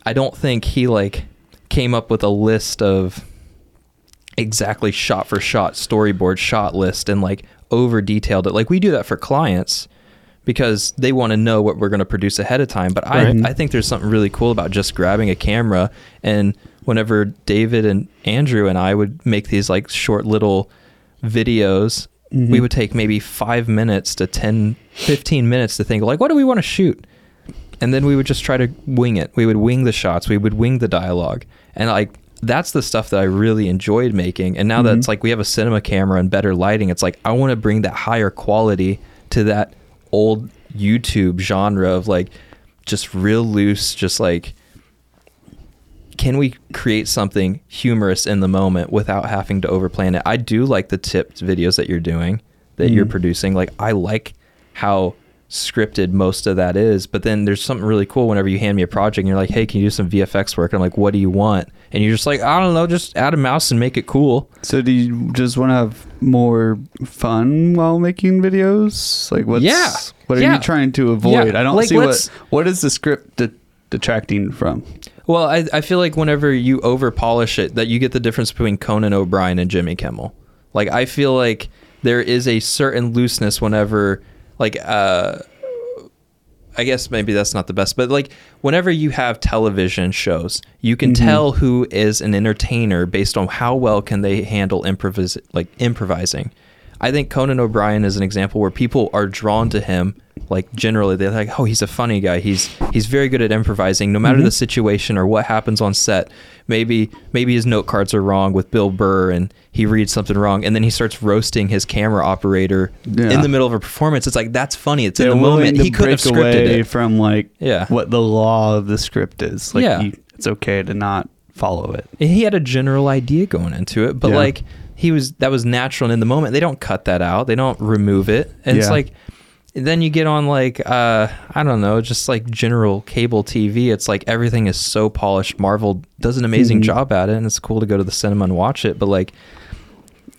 [SPEAKER 3] i don't think he like came up with a list of exactly shot for shot storyboard shot list and like over detailed it like we do that for clients because they want to know what we're going to produce ahead of time but
[SPEAKER 1] Right.
[SPEAKER 3] I, I think there's something really cool about just grabbing a camera and whenever david and andrew and i would make these like short little videos we would take maybe five minutes to 10 15 minutes to think like what do we want to shoot and then we would just try to wing it. We would wing the shots. We would wing the dialogue, and like that's the stuff that I really enjoyed making. And now that it's like we have a cinema camera and better lighting, it's like I want to bring that higher quality to that old YouTube genre of like just real loose, just like can we create something humorous in the moment without having to overplan it? I do like the tipped videos that you're doing, that you're producing. Like I like how scripted most of that is, but then there's something really cool whenever you hand me a project and you're like, "Hey, can you do some VFX work?" And I'm like, "What do you want?" And you're just like, "I don't know, just add a mouse and make it cool."
[SPEAKER 4] So do you just want to have more fun while making videos? Like what's
[SPEAKER 3] Yeah.
[SPEAKER 4] what are
[SPEAKER 3] Yeah.
[SPEAKER 4] you trying to avoid?
[SPEAKER 3] Yeah.
[SPEAKER 4] I don't
[SPEAKER 3] Like,
[SPEAKER 4] see what
[SPEAKER 3] let's-
[SPEAKER 4] what is the script de- detracting from?
[SPEAKER 3] Well, I, I feel like whenever you over polish it, that you get the difference between Conan O'Brien and Jimmy Kimmel. Like I feel like there is a certain looseness whenever, like, uh, I guess maybe that's not the best, but like whenever you have television shows, you can tell who is an entertainer based on how well can they handle improvis like improvising. I think Conan O'Brien is an example where people are drawn to him. Like generally, they're like, "Oh, he's a funny guy. He's he's very good at improvising, no matter the situation or what happens on set. Maybe maybe his note cards are wrong with Bill Burr, and he reads something wrong, and then he starts roasting his camera operator
[SPEAKER 4] Yeah.
[SPEAKER 3] in the middle of a performance. It's like that's funny. It's in
[SPEAKER 4] They're
[SPEAKER 3] the
[SPEAKER 4] willing
[SPEAKER 3] moment.
[SPEAKER 4] to
[SPEAKER 3] He could have
[SPEAKER 4] break
[SPEAKER 3] scripted
[SPEAKER 4] away
[SPEAKER 3] it.
[SPEAKER 4] from like
[SPEAKER 3] Yeah.
[SPEAKER 4] what the law of the script is. Like
[SPEAKER 3] Yeah.
[SPEAKER 4] you- it's okay to not follow it.
[SPEAKER 3] And he had a general idea going into it, but
[SPEAKER 4] Yeah.
[SPEAKER 3] like he was that was natural and in the moment. They don't cut that out. They don't remove it. And it's
[SPEAKER 4] Yeah.
[SPEAKER 3] like then you get on like uh I don't know, just like general cable TV. It's like everything is so polished. Marvel does an
[SPEAKER 4] Hmm.
[SPEAKER 3] amazing job at it and it's cool to go to the cinema and watch it, but like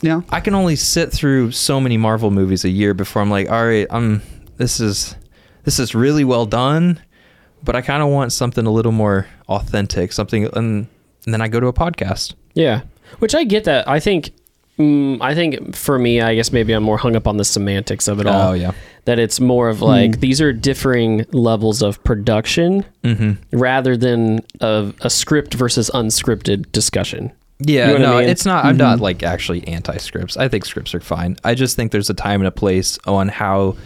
[SPEAKER 4] Yeah.
[SPEAKER 3] I can only sit through so many Marvel movies a year before I'm like, all right, I'm this is this is really well done, but I kind of want something a little more authentic, something, and, and then I go to a podcast.
[SPEAKER 1] Yeah, which I get that. I think, mm, I think for me, I guess maybe I'm more hung up on the semantics of it all.
[SPEAKER 3] Oh, yeah. Hmm.
[SPEAKER 1] that it's more of like these are differing levels of production
[SPEAKER 3] Mm-hmm.
[SPEAKER 1] rather than a, a script versus unscripted discussion.
[SPEAKER 3] Yeah,
[SPEAKER 1] You know what I
[SPEAKER 3] no,
[SPEAKER 1] mean?
[SPEAKER 3] it's not. I'm not like actually anti scripts. I think scripts are fine. I just think there's a time and a place on how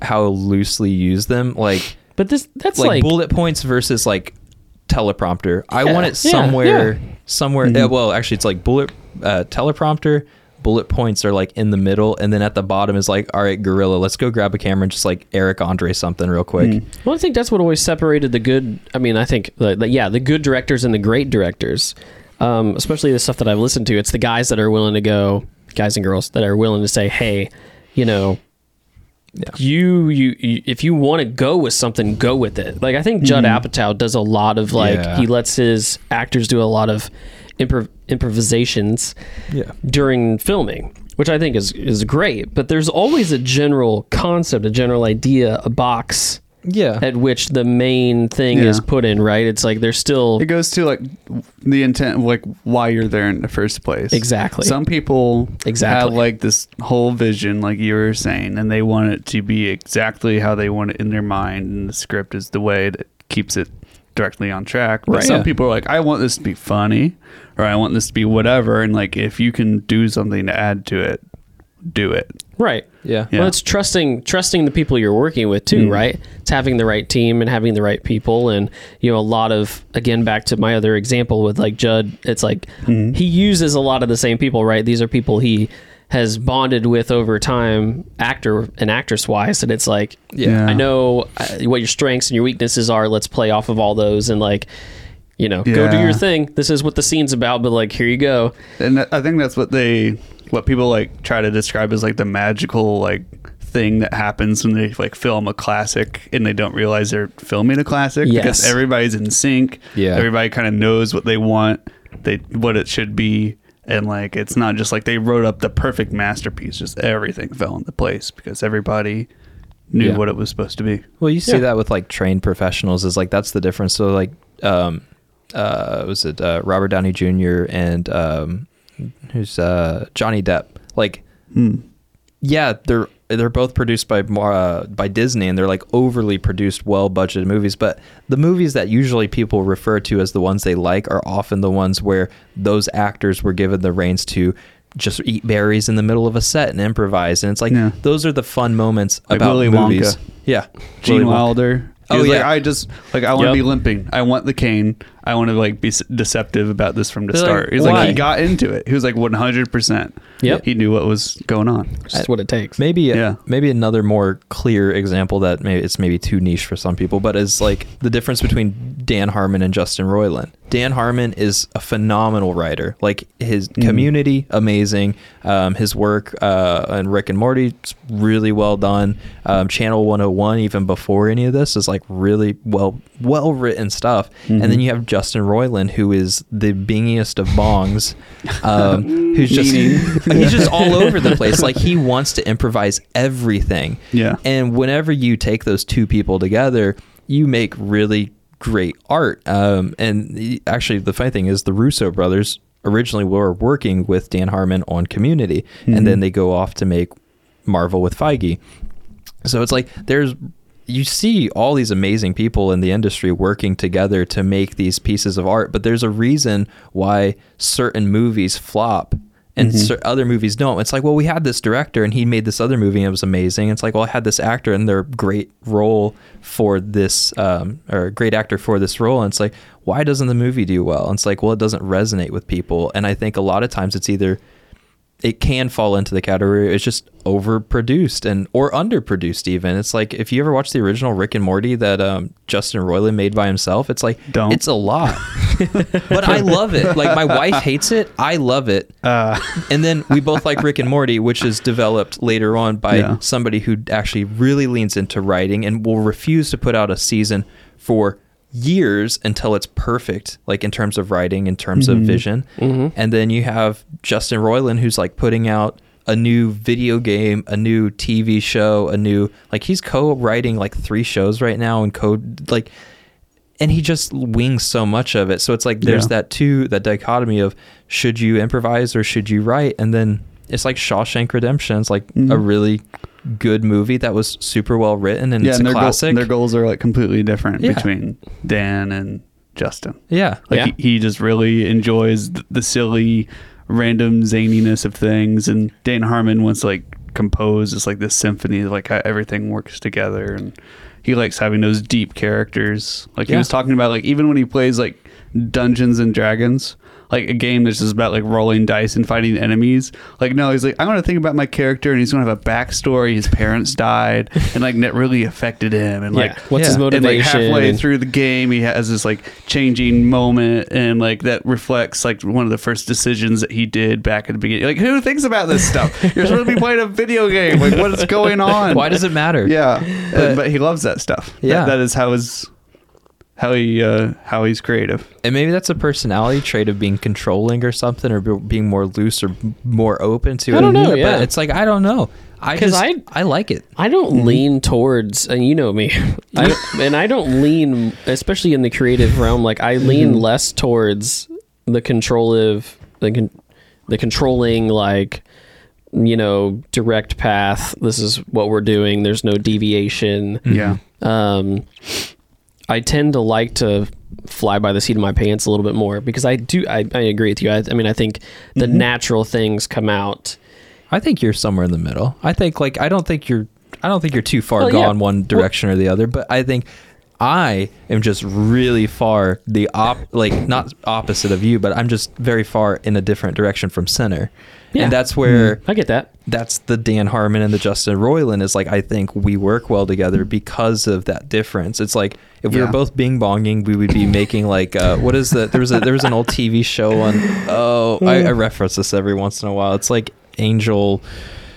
[SPEAKER 3] how loosely use them, like
[SPEAKER 1] But this that's
[SPEAKER 3] like,
[SPEAKER 1] like,
[SPEAKER 3] bullet points versus like teleprompter. I
[SPEAKER 1] Yeah,
[SPEAKER 3] want it
[SPEAKER 1] yeah,
[SPEAKER 3] somewhere,
[SPEAKER 1] yeah. Mm-hmm.
[SPEAKER 3] somewhere. yeah, well, actually, it's like bullet uh, teleprompter. Bullet points are like in the middle, and then at the bottom is like, all right, gorilla, let's go grab a camera and just like Eric Andre something real quick.
[SPEAKER 1] Well, I think that's what always separated the good. I mean, I think the, the, yeah, the good directors and the great directors, um, especially the stuff that I've listened to. It's the guys that are willing to go, guys and girls that are willing to say, hey, you know, you, you you if you want to go with something, go with it. Like I think Judd Apatow does a lot of like
[SPEAKER 3] Mm-hmm. Yeah.
[SPEAKER 1] he lets his actors do a lot of improv- improvisations
[SPEAKER 3] Yeah.
[SPEAKER 1] during filming, which I think is is great. But there's always a general concept, a general idea, a box
[SPEAKER 3] Yeah.
[SPEAKER 1] at which the main thing
[SPEAKER 4] Yeah.
[SPEAKER 1] is put in, right? It's like they're still
[SPEAKER 4] It goes to like the intent, of, like why you're there in the first place.
[SPEAKER 1] Exactly.
[SPEAKER 4] Some people
[SPEAKER 1] Exactly.
[SPEAKER 4] have like this whole vision, like you were saying, and they want it to be exactly how they want it in their mind, and the script is the way that keeps it directly on track. But
[SPEAKER 3] Right.
[SPEAKER 4] some
[SPEAKER 3] Yeah.
[SPEAKER 4] people are like, I want this to be funny, or I want this to be whatever, and like if you can do something to add to it, do it.
[SPEAKER 1] right.
[SPEAKER 3] yeah.
[SPEAKER 4] Yeah. Mm.
[SPEAKER 1] Well, it's trusting trusting the people you're working with too, right? It's having the right team and having the right people, and you know a lot of again back to my other example with like Judd. It's like
[SPEAKER 4] Mm-hmm.
[SPEAKER 1] he uses a lot of the same people, right? These are people he has bonded with over time, actor and actress wise, and it's like
[SPEAKER 3] Yeah.
[SPEAKER 1] I know uh, what your strengths and your weaknesses are. Let's play off of all those and like You know, go do
[SPEAKER 4] Yeah.
[SPEAKER 1] your thing. This is what the scene's about, but like, here you go.
[SPEAKER 4] And that- I think that's what they, what people like try to describe as like the magical like thing that happens when they like film a classic and they don't realize they're filming a classic because
[SPEAKER 1] Yes.
[SPEAKER 4] everybody's in sync.
[SPEAKER 3] Yeah.
[SPEAKER 4] Everybody kind of knows what they want, they what it should be. And like, it's not just like they wrote up the perfect masterpiece, just everything fell into place because everybody knew
[SPEAKER 3] Yeah.
[SPEAKER 4] what it was supposed to be.
[SPEAKER 3] Well, you see
[SPEAKER 1] Yeah.
[SPEAKER 3] that with like trained professionals is like that's the difference. So like, um, uh, was it uh, Robert Downey Jr. and um, who's uh Johnny Depp? Like, yeah, they're they're both produced by more, uh, by Disney, and they're like overly produced, well budgeted movies. But the movies that usually people refer to as the ones they like are often the ones where those actors were given the reins to just eat berries in the middle of a set and improvise. And it's like
[SPEAKER 4] Yeah.
[SPEAKER 3] those are the fun moments
[SPEAKER 4] Like
[SPEAKER 3] about
[SPEAKER 4] Willy
[SPEAKER 3] movies.
[SPEAKER 4] Wonka.
[SPEAKER 3] Yeah,
[SPEAKER 4] Gene
[SPEAKER 3] Willy Wonka.
[SPEAKER 4] Wilder.
[SPEAKER 3] Oh,
[SPEAKER 4] Oh yeah, like,
[SPEAKER 3] yeah.
[SPEAKER 4] I just like I want to
[SPEAKER 1] Yep.
[SPEAKER 4] be limping. I want the cane. I want to like be s- deceptive about this from the
[SPEAKER 3] They're like,
[SPEAKER 4] start. He's
[SPEAKER 3] why?
[SPEAKER 4] like he got into it. He was like one hundred percent.
[SPEAKER 1] Yep.
[SPEAKER 4] he knew what was going on.
[SPEAKER 3] [LAUGHS]
[SPEAKER 1] That's what it takes.
[SPEAKER 3] Maybe
[SPEAKER 4] Yeah.
[SPEAKER 3] maybe another more clear example that maybe it's maybe too niche for some people, but is like the difference between Dan Harmon and Justin Roiland. Dan Harmon is a phenomenal writer. Like his community, amazing. Um, his work uh, and Rick and Morty, it's really well done. Um, Channel 101, even before any of this, is like really well well written stuff. And then you have Justin Roiland, who is the bingiest of bongs, um, who's just [LAUGHS] he's just all over the place. Like he wants to improvise everything.
[SPEAKER 4] Yeah.
[SPEAKER 3] And whenever you take those two people together, you make really great art. Um, and the- actually, the funny thing is, the Russo brothers originally were working with Dan Harmon on Community, and then they go off to make Marvel with Feige. So it's like there's you see all these amazing people in the industry working together to make these pieces of art, but there's a reason why certain movies flop and cer- other movies don't. It's like, well, we had this director and he made this other movie and it was amazing. It's like, well, I had this actor and their great role for this um, or great actor for this role, and it's like, why doesn't the movie do well? And it's like, well, it doesn't resonate with people, and I think a lot of times it's either it can fall into the category it's just overproduced and or underproduced even it's like if you ever watch the original rick and morty that um, justin roiland made by himself it's like
[SPEAKER 4] Don't.
[SPEAKER 3] it's a lot [LAUGHS] but i love it like my wife hates it i love it
[SPEAKER 4] uh,
[SPEAKER 3] and then we both like rick and morty which is developed later on by
[SPEAKER 4] Yeah.
[SPEAKER 3] somebody who actually really leans into writing and will refuse to put out a season for years until it's perfect, like in terms of writing, in terms of vision. And then you have Justin Roiland, who's like putting out a new video game, a new TV show, a new, like he's co writing like three shows right now and co like, and he just wings so much of it. So it's like there's
[SPEAKER 4] Yeah.
[SPEAKER 3] that two that dichotomy of should you improvise or should you write? And then it's like Shawshank Redemption. It's like
[SPEAKER 4] Mm-hmm.
[SPEAKER 3] a really good movie that was super well written and
[SPEAKER 4] Yeah,
[SPEAKER 3] it's
[SPEAKER 4] and
[SPEAKER 3] a
[SPEAKER 4] their, goal-
[SPEAKER 3] classic.
[SPEAKER 4] their goals are like completely different
[SPEAKER 3] Yeah.
[SPEAKER 4] between Dan and Justin.
[SPEAKER 3] yeah.
[SPEAKER 4] Like
[SPEAKER 1] Yeah.
[SPEAKER 4] he, he just really enjoys th- the silly, random zaniness of things, and Dan Harmon wants to like compose. It's like this symphony, of, like how everything works together, and he likes having those deep characters. Like he
[SPEAKER 3] Yeah.
[SPEAKER 4] was talking about, like even when he plays like Dungeons and Dragons. Like a game that's just about like rolling dice and fighting enemies. Like no, he's like I'm gonna think about my character and he's gonna have a backstory. His parents died and like that really affected him. And like
[SPEAKER 1] yeah. What's his
[SPEAKER 3] yeah.
[SPEAKER 4] and like
[SPEAKER 1] motivation?
[SPEAKER 4] halfway
[SPEAKER 1] and-
[SPEAKER 4] through the game he has this like changing moment and like that reflects like one of the first decisions that he did back at the beginning like who thinks about this
[SPEAKER 1] [LAUGHS]
[SPEAKER 4] stuff you're supposed to be playing a video game like what is going on
[SPEAKER 3] Why does it matter?
[SPEAKER 4] yeah And- but, he loves that stuff That-
[SPEAKER 3] Yeah.
[SPEAKER 4] that is how his how he uh how he's creative
[SPEAKER 3] And maybe that's a personality trait of being controlling or something, or be- being more loose or m- more open to it.
[SPEAKER 1] I don't know,
[SPEAKER 3] But
[SPEAKER 1] yeah.
[SPEAKER 3] it's like I don't know. I
[SPEAKER 1] 'Cause
[SPEAKER 3] just I,
[SPEAKER 1] I-
[SPEAKER 3] like it.
[SPEAKER 1] I don't lean towards, and you know me, I, [LAUGHS] and I don't lean, especially in the creative realm. Like I lean less towards the controllive, the con, the controlling, like you know, direct path. This is what we're doing. There's no deviation.
[SPEAKER 4] yeah
[SPEAKER 1] Um, I tend to like to fly by the seat of my pants a little bit more because I do. I, I agree with you. I, I mean, I think the natural things come out.
[SPEAKER 3] I think you're somewhere in the middle. I think like I don't think you're I don't think you're too far
[SPEAKER 1] Well, yeah.
[SPEAKER 3] gone one direction or the other, but I think I am just really far the op like not opposite of you, but I'm just very far in a different direction from center.
[SPEAKER 1] Yeah. Mm-hmm.
[SPEAKER 3] And that's where
[SPEAKER 1] I get that.
[SPEAKER 3] that's the Dan Harmon and the Justin Roiland is like I think we work well together because of that difference. It's like if we
[SPEAKER 4] Mm-hmm. Yeah.
[SPEAKER 3] were both bing bonging, we would
[SPEAKER 4] [LAUGHS]
[SPEAKER 3] be making like uh, what is the there was a there was an old TV show on oh I,
[SPEAKER 4] Mm.
[SPEAKER 3] I reference this every once in a while. It's like Angel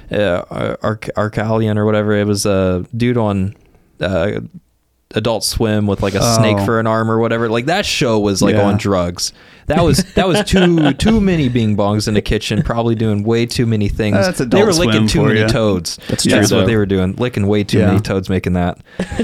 [SPEAKER 3] uh, Arc Arcalian or whatever. It was a dude on. Uh, Adult Swim with like a snake
[SPEAKER 4] Oh.
[SPEAKER 3] for an arm or whatever. Like that show was like
[SPEAKER 4] Yeah.
[SPEAKER 3] on drugs. That was that was
[SPEAKER 4] [LAUGHS]
[SPEAKER 3] too too many bing bongs in the kitchen, probably doing way too many things.
[SPEAKER 4] Uh, that's
[SPEAKER 3] they
[SPEAKER 4] Adult
[SPEAKER 3] were licking
[SPEAKER 4] Swim
[SPEAKER 3] too
[SPEAKER 4] for
[SPEAKER 3] many
[SPEAKER 4] ya.
[SPEAKER 3] toads.
[SPEAKER 1] That's
[SPEAKER 3] That's,
[SPEAKER 1] true,
[SPEAKER 3] what
[SPEAKER 1] though.
[SPEAKER 3] they were doing, licking way too
[SPEAKER 4] Yeah.
[SPEAKER 3] many toads making [LAUGHS] that.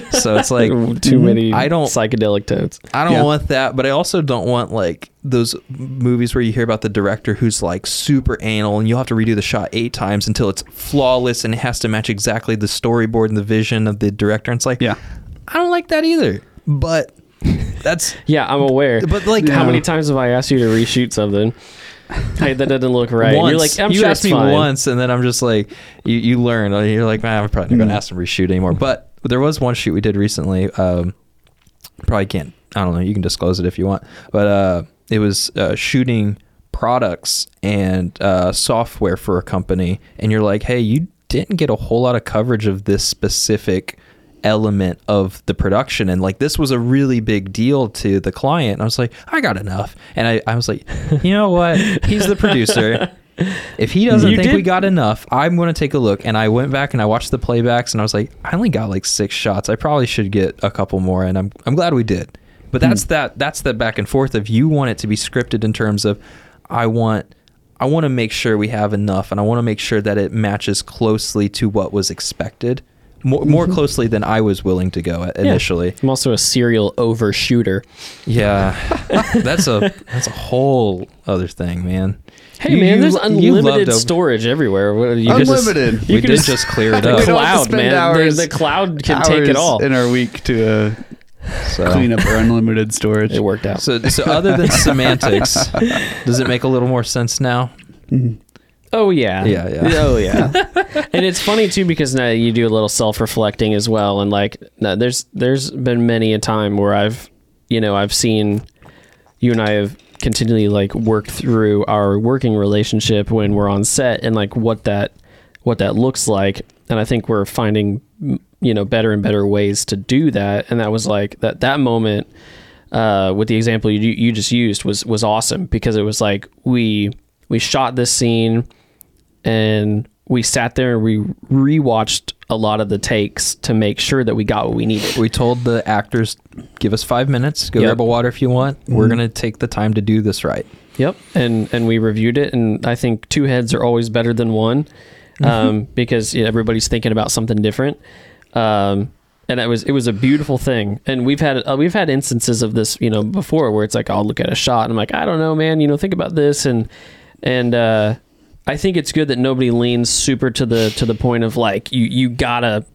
[SPEAKER 3] So it's like
[SPEAKER 1] Too many
[SPEAKER 3] I don't
[SPEAKER 1] psychedelic toads.
[SPEAKER 3] I don't
[SPEAKER 4] Yeah.
[SPEAKER 3] want that, but I also don't want like those movies where you hear about the director who's like super anal and you'll have to redo the shot eight times until it's flawless and it has to match exactly the storyboard and the vision of the director. And it's like,
[SPEAKER 4] Yeah.
[SPEAKER 3] I don't like that either. But that's
[SPEAKER 1] Yeah, I'm aware.
[SPEAKER 3] but like
[SPEAKER 1] How
[SPEAKER 4] Yeah.
[SPEAKER 1] many times have I asked you to reshoot something? Hey, that doesn't look right.
[SPEAKER 3] once
[SPEAKER 1] You're like, I'm
[SPEAKER 3] you
[SPEAKER 1] sure
[SPEAKER 3] asked
[SPEAKER 1] it's
[SPEAKER 3] me
[SPEAKER 1] fine.
[SPEAKER 3] once and then I'm just like you, you learn and you're like man I'm probably not
[SPEAKER 1] Mm-hmm.
[SPEAKER 3] gonna ask them to reshoot anymore but there was one shoot we did recently um probably can't I don't know you can disclose it if you want but uh it was uh, shooting products and uh, software for a company and you're like hey you didn't get a whole lot of coverage of this specific element of the production and like this was a really big deal to the client and i was like i got enough and i, I was like you know what he's
[SPEAKER 1] [LAUGHS]
[SPEAKER 3] the producer if he doesn't
[SPEAKER 1] You
[SPEAKER 3] think we
[SPEAKER 1] did-
[SPEAKER 3] got enough i'm going to take a look and i went back and i watched the playbacks and i was like i only got like six shots i probably should get a couple more and i'm, I'm glad we did but that's
[SPEAKER 1] Hmm.
[SPEAKER 3] that that's the back and forth of you want it to be scripted in terms of i want I want to make sure we have enough, and I want to make sure that it matches closely to what was expected, more, more closely than I was willing to go at
[SPEAKER 1] Mm-hmm. Yeah.
[SPEAKER 3] initially.
[SPEAKER 1] I'm also a serial overshooter.
[SPEAKER 3] Yeah, [LAUGHS] that's a that's a whole other thing, man.
[SPEAKER 1] Hey
[SPEAKER 3] You-
[SPEAKER 1] man,
[SPEAKER 3] you-
[SPEAKER 1] there's
[SPEAKER 3] you
[SPEAKER 1] unlimited
[SPEAKER 3] loved a-
[SPEAKER 1] storage everywhere. What- You could just-
[SPEAKER 4] Unlimited.
[SPEAKER 1] you
[SPEAKER 3] we
[SPEAKER 1] could
[SPEAKER 3] did just,
[SPEAKER 1] [LAUGHS]
[SPEAKER 3] clear it
[SPEAKER 1] the
[SPEAKER 4] We don't
[SPEAKER 3] up.
[SPEAKER 4] have
[SPEAKER 1] cloud,
[SPEAKER 4] to spend
[SPEAKER 1] man. The-
[SPEAKER 4] hours-
[SPEAKER 1] The, cloud can take it
[SPEAKER 4] Hours
[SPEAKER 1] all.
[SPEAKER 4] in our week to uh,
[SPEAKER 3] So.
[SPEAKER 4] clean up our unlimited storage.
[SPEAKER 1] It worked out.
[SPEAKER 3] So, so other than semantics, does it make a little more sense now?
[SPEAKER 1] Oh yeah.
[SPEAKER 3] Yeah, yeah.
[SPEAKER 1] [LAUGHS] Oh yeah. and it's funny too because now you do a little self-reflecting as well and like no, there's there's been many a time where I've you know, I've seen you and I have continually like worked through our working relationship when we're on set and like what that what that looks like and I think we're finding m- you know better and better ways to do that and that was like that that moment uh, with the example you you just used was was awesome because it was like we we shot this scene and we sat there and we rewatched a lot of the takes to make sure that we got what we needed.
[SPEAKER 3] We told the actors, give us five minutes, go
[SPEAKER 1] Yep.
[SPEAKER 3] grab a water if you want.
[SPEAKER 4] Mm-hmm.
[SPEAKER 3] We're gonna take the time to do this right.
[SPEAKER 1] Yep, and and we reviewed it, and I think two heads are always better than one, um, because yeah, everybody's thinking about something different. Um, and it was it was a beautiful thing, and we've had uh, we've had instances of this, you know, before where it's like I'll look at a shot and I'm like, I don't know, man, you know, think about this, and and uh, I think it's good that nobody leans super to the to the point of like you you gotta.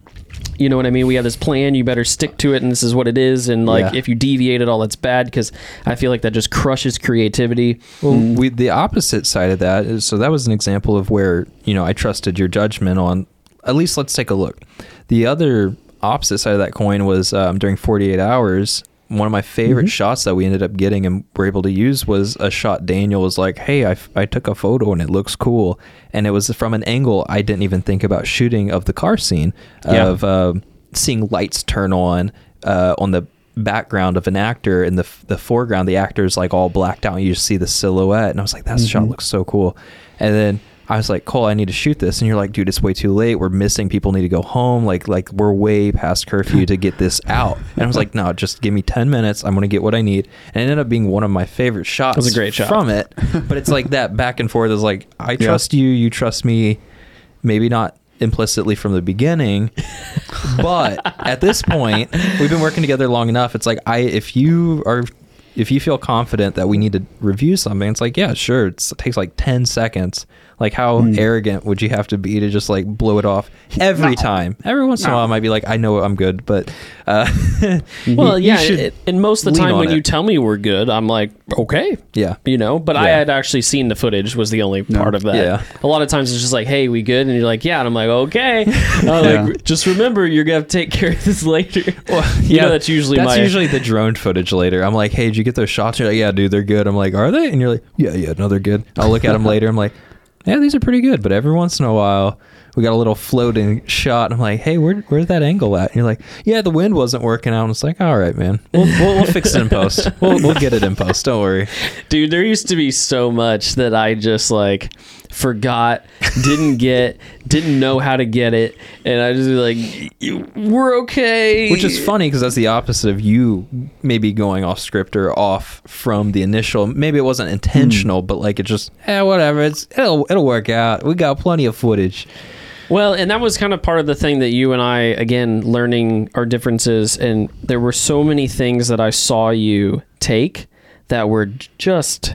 [SPEAKER 1] You know what I mean? We have this plan. You better stick to it, and this is what it is. And like,
[SPEAKER 3] Yeah.
[SPEAKER 1] if you deviate at all, that's bad because I feel like that just crushes creativity.
[SPEAKER 3] Well, we the opposite side of that is so that was an example of where you know I trusted your judgment on at least let's take a look. The other opposite side of that coin was um, during 48 hours. One of my favorite shots that we ended up getting and were able to use was a shot. Daniel was like, "Hey, I, f- I took a photo and it looks cool," and it was from an angle I didn't even think about shooting of the car scene
[SPEAKER 1] Yeah.
[SPEAKER 3] of uh, seeing lights turn on uh, on the background of an actor in the f- the foreground the actor's like all blacked out and you just see the silhouette and I was like that
[SPEAKER 1] Mm-hmm.
[SPEAKER 3] shot looks so cool and then I was like Cole I need to shoot this and you're like dude it's way too late we're missing people need to go home like like we're way past curfew to get
[SPEAKER 1] [LAUGHS]
[SPEAKER 3] this out and I was like no just give me 10 minutes I'm gonna get what I need and it ended up being one of my favorite shots
[SPEAKER 1] was a great shot. [LAUGHS]
[SPEAKER 3] from it but it's like that back and forth is like I trust you you trust me maybe not implicitly from the beginning but at this point we've been working together long enough it's like i if you are if you feel confident that we need to review something it's like yeah sure it's, it takes like 10 seconds Like, how arrogant would you have to be to just like blow it off every time? Every once in a
[SPEAKER 4] No.
[SPEAKER 3] while, I might be like, I know I'm good, but uh, [LAUGHS]
[SPEAKER 1] Well,
[SPEAKER 3] you
[SPEAKER 1] yeah,
[SPEAKER 3] should
[SPEAKER 1] it- and most of the
[SPEAKER 3] lean
[SPEAKER 1] time
[SPEAKER 3] on
[SPEAKER 1] when
[SPEAKER 3] it.
[SPEAKER 1] you tell me we're good, I'm like, okay,
[SPEAKER 3] yeah,
[SPEAKER 1] you know. But I
[SPEAKER 3] Yeah.
[SPEAKER 1] had actually seen the footage was the only part of that.
[SPEAKER 3] Yeah.
[SPEAKER 1] A lot of times it's just like, hey, we good, and you're like, yeah, and I'm like,
[SPEAKER 3] [LAUGHS]
[SPEAKER 1] okay. I'm
[SPEAKER 4] Yeah.
[SPEAKER 1] like, just remember, you're gonna have to take care of this later.
[SPEAKER 3] Well,
[SPEAKER 1] [LAUGHS] You know, that's usually
[SPEAKER 3] that's
[SPEAKER 1] my-
[SPEAKER 3] usually the drone footage later. I'm like, hey, did you get those shots? You're like, yeah, dude, they're good. I'm like, are they? And you're like, yeah, yeah, no, they're good. I'll look
[SPEAKER 1] [LAUGHS]
[SPEAKER 3] at them later. I'm like, yeah, these are pretty good. But every once in a while, we got a little floating shot. I'm like, hey, where where's that angle at? And you're like, yeah, the wind wasn't working out. And it's like, all right, man, we'll we'll, we'll fix it in post. We'll we'll get it in post. Don't worry.
[SPEAKER 1] Dude, there used to be so much that I just like forgot, didn't get, didn't know how to get it, and I just be like, we're okay.
[SPEAKER 3] Which is funny because that's the opposite of you maybe going off script or off from the initial. Maybe it wasn't
[SPEAKER 1] Hmm.
[SPEAKER 3] intentional, but like it just eh, whatever. It's it'll it'll work out. We got plenty of footage.
[SPEAKER 1] Well, and that was kind of part of the thing that you and I, again, learning our differences. And there were so many things that I saw you take that were just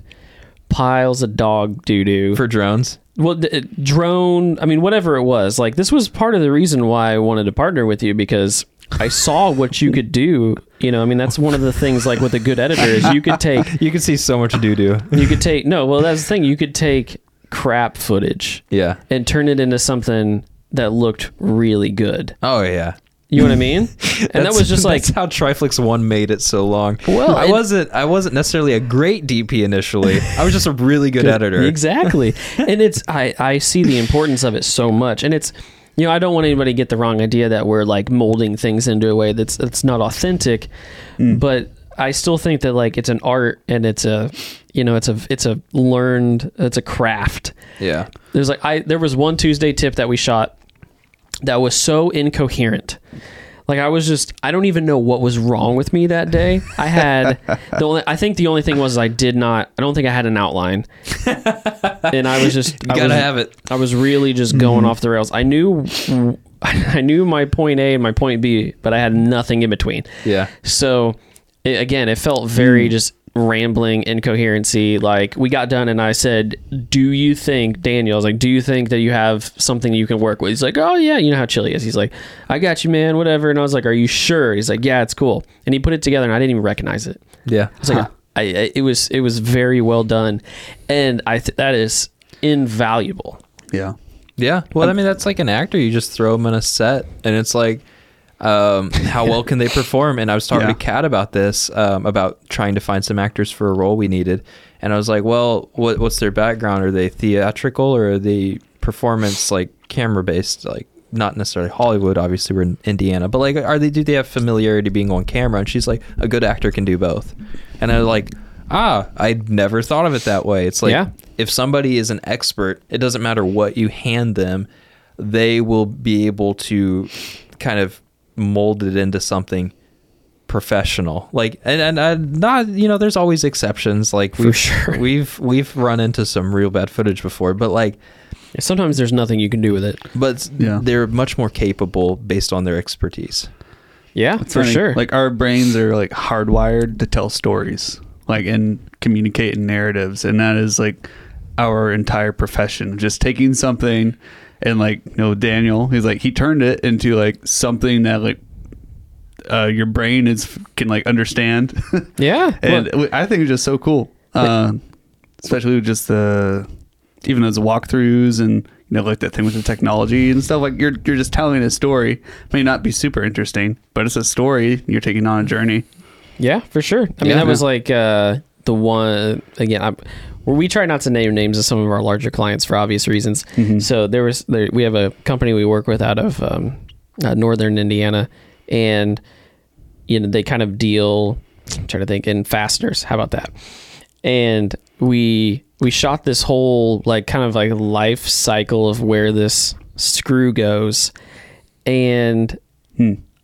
[SPEAKER 1] piles of dog doo doo.
[SPEAKER 3] for drones.
[SPEAKER 1] Well, d- drone, I mean, whatever it was. Like, this was part of the reason why I wanted to partner with you because I saw what you could do. You know, I mean, that's one of the things, like, with a good editor is you could take,
[SPEAKER 3] You can see so much doo doo.
[SPEAKER 1] you could take, no, well, that's the thing. You could take crap footage
[SPEAKER 3] [LAUGHS] Yeah.
[SPEAKER 1] and turn it into something that looked really good.
[SPEAKER 3] Oh yeah.
[SPEAKER 1] You know what I
[SPEAKER 3] [LAUGHS]
[SPEAKER 1] mean? And that
[SPEAKER 3] That's-
[SPEAKER 1] was just like
[SPEAKER 3] [LAUGHS] that's how Triflix One made it so long.
[SPEAKER 1] Well,
[SPEAKER 3] I
[SPEAKER 1] it-
[SPEAKER 3] wasn't I wasn't necessarily a great DP initially. I was just a
[SPEAKER 1] [LAUGHS]
[SPEAKER 3] really good editor.
[SPEAKER 1] exactly.
[SPEAKER 3] [LAUGHS]
[SPEAKER 1] and it's I I see the importance of it so much, and it's you know I don't want anybody to get the wrong idea that we're like molding things into a way that's that's not authentic,
[SPEAKER 3] Hmm.
[SPEAKER 1] but I still think that like it's an art and it's a you know it's a it's a learned it's a craft.
[SPEAKER 3] Yeah.
[SPEAKER 1] There's like I there was one Tuesday tip that we shot that was so incoherent. Like I was just I don't even know what was wrong with me that day. I had the only I think the only thing was I did not I don't think I had an outline. and I was just
[SPEAKER 3] [LAUGHS] You
[SPEAKER 1] I
[SPEAKER 3] gotta
[SPEAKER 1] was,
[SPEAKER 3] have Mm-hmm. it.
[SPEAKER 1] I was really just going off the rails. I knew [LAUGHS] I knew my point A and my point B, but I had nothing in between.
[SPEAKER 3] Yeah.
[SPEAKER 1] So it, again, it felt
[SPEAKER 4] Hmm.
[SPEAKER 1] very just rambling incoherency. Like we got done, and I said, "Do you think Daniel?" I was like, "Do you think that you have something you can work with?" He's like, "Oh yeah, you know how chill he is." He's like, "I got you, man. Whatever." And I was like, "Are you sure?" He's like, "Yeah, it's cool." And he put it together, and I didn't even recognize it.
[SPEAKER 3] Yeah.
[SPEAKER 1] I was like, I, I, "It was it was very well done," and I th- that is invaluable.
[SPEAKER 4] Yeah.
[SPEAKER 3] Yeah. Well, I mean, that's like an actor. You just throw them in a set, and it's like, um, how well can they perform? And I was talking
[SPEAKER 4] Yeah.
[SPEAKER 3] to Kat about this, um, about trying to find some actors for a role we needed. And I was like, well, what, what's their background? Are they theatrical or are they performance, like camera based? Like, not necessarily Hollywood, obviously, we're in Indiana, but like, are they, do they have familiarity being on camera? And she's like, a good actor can do both. And I was like, ah, I'd never thought of it that way. It's like,
[SPEAKER 1] Yeah.
[SPEAKER 3] if somebody is an expert, it doesn't matter what you hand them, they will be able to kind of mold it into something professional. Like and and uh, not you know, there's always exceptions. Like we've
[SPEAKER 1] sure.
[SPEAKER 3] [LAUGHS] we've we've run into some real bad footage before, but like
[SPEAKER 1] Sometimes there's nothing you can do with it.
[SPEAKER 3] but s-
[SPEAKER 4] Yeah.
[SPEAKER 3] they're much more capable based on their expertise.
[SPEAKER 1] Yeah, for
[SPEAKER 4] Funny,
[SPEAKER 1] sure.
[SPEAKER 4] Like our brains are like hardwired to tell stories, like and communicate in narratives, and that is like our entire profession. Just taking something and like you know Daniel, he's like he turned it into like something that like uh, your brain is can like understand, [LAUGHS]
[SPEAKER 1] yeah. Well,
[SPEAKER 4] and w I I think it's just so cool, uh, especially with just the even those walkthroughs and. You know, like that thing with the technology and stuff. Like you're you're just telling a story. May not be super interesting, but it's a story. You're taking on a journey.
[SPEAKER 1] Yeah, for sure. I mean,
[SPEAKER 4] Yeah.
[SPEAKER 1] that was like uh, the one again. I, where we try not to name names of some of our larger clients for obvious reasons.
[SPEAKER 4] Mm-hmm.
[SPEAKER 1] So there was there, we have a company we work with out of um, uh, northern Indiana, and you know they kind of deal. I'm trying to think in fasteners. How about that? And we we shot this whole like kind of like life cycle of where this screw goes, and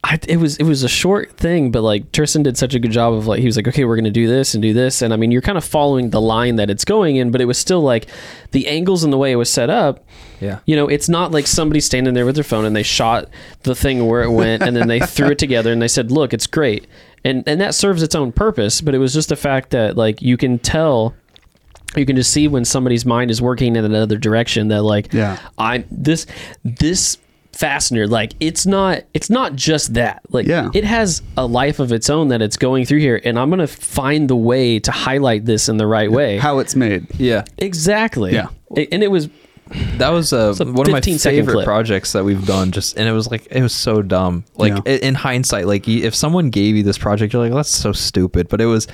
[SPEAKER 1] I, it was it was a short thing, but like Tristan did such a good job of like he was like, okay, we're gonna do this and do this, and I mean you're kind of following the line that it's going in, but it was still like the angles and the way it was set up.
[SPEAKER 3] Yeah.
[SPEAKER 1] You know, it's not like somebody standing there with their phone and they shot the thing where it went and then they threw it together and they said, look, it's great, and and that serves its own purpose, but it was just the fact that like you can tell you can just see when somebody's mind is working in another direction that like
[SPEAKER 4] Yeah.
[SPEAKER 1] i this this fastener like it's not it's not just that like
[SPEAKER 4] Yeah.
[SPEAKER 1] it has a life of its own that it's going through here and i'm gonna find the way to highlight this in the right way
[SPEAKER 4] How it's made.
[SPEAKER 3] Yeah,
[SPEAKER 1] exactly
[SPEAKER 4] Yeah.
[SPEAKER 1] A- and it was
[SPEAKER 3] that was uh,
[SPEAKER 1] a
[SPEAKER 3] one of my
[SPEAKER 1] 15 second
[SPEAKER 3] favorite
[SPEAKER 1] clip.
[SPEAKER 3] projects that we've done. Just and it was like it was so dumb. Like
[SPEAKER 4] Yeah.
[SPEAKER 3] i- in hindsight, like y- if someone gave you this project, you're like, that's so stupid. But it was,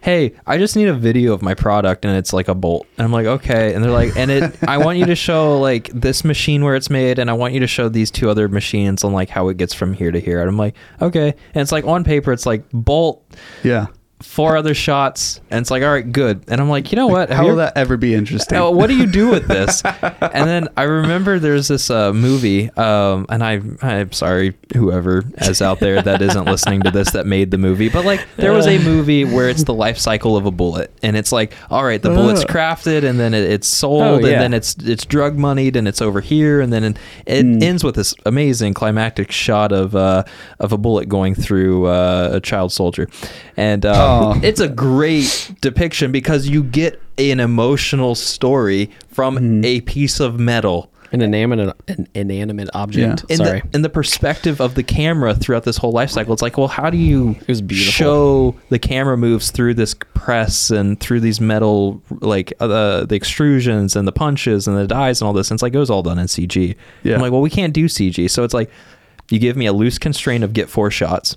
[SPEAKER 3] hey, I just need a video of my product, and it's like a bolt, and I'm like, okay. And they're like, and
[SPEAKER 4] [LAUGHS]
[SPEAKER 3] it, I want you to show like this machine where it's made, and I want you to show these two other machines on like how it gets from here to here. And I'm like, okay. And it's like on paper, it's like bolt.
[SPEAKER 4] Yeah.
[SPEAKER 3] Four other shots, and it's like, all right, good. And I'm like, you know what? Have
[SPEAKER 4] How
[SPEAKER 3] you
[SPEAKER 4] will
[SPEAKER 3] ever-
[SPEAKER 4] that ever be interesting?
[SPEAKER 3] now, Oh, what do you do with this? and then I remember there's this uh, movie, um, and I I'm sorry whoever is out there that isn't listening to this that made the movie, but like there was a movie where it's the life cycle of a bullet, and it's like all right, the bullet's
[SPEAKER 4] Ugh.
[SPEAKER 3] crafted, and then it, it's sold,
[SPEAKER 1] Oh, yeah.
[SPEAKER 3] and then it's it's drug moneyed, and it's over here, and then it ends with this amazing climactic shot of uh, of a bullet going through uh, a child soldier, and um,
[SPEAKER 4] Oh.
[SPEAKER 3] it's a great depiction because you get an emotional story from a piece of metal
[SPEAKER 1] an inanimate an inanimate object
[SPEAKER 4] Yeah.
[SPEAKER 3] in
[SPEAKER 1] sorry
[SPEAKER 3] the in the perspective of the camera throughout this whole life cycle. It's like, well, how do you
[SPEAKER 1] was beautiful.
[SPEAKER 3] show the camera moves through this press and through these metal like uh, the extrusions and the punches and the dies and all this? And it's like it was all done in CG.
[SPEAKER 4] Yeah.
[SPEAKER 3] I'm like, well, we can't do CG, so it's like you give me a loose constraint of get four shots.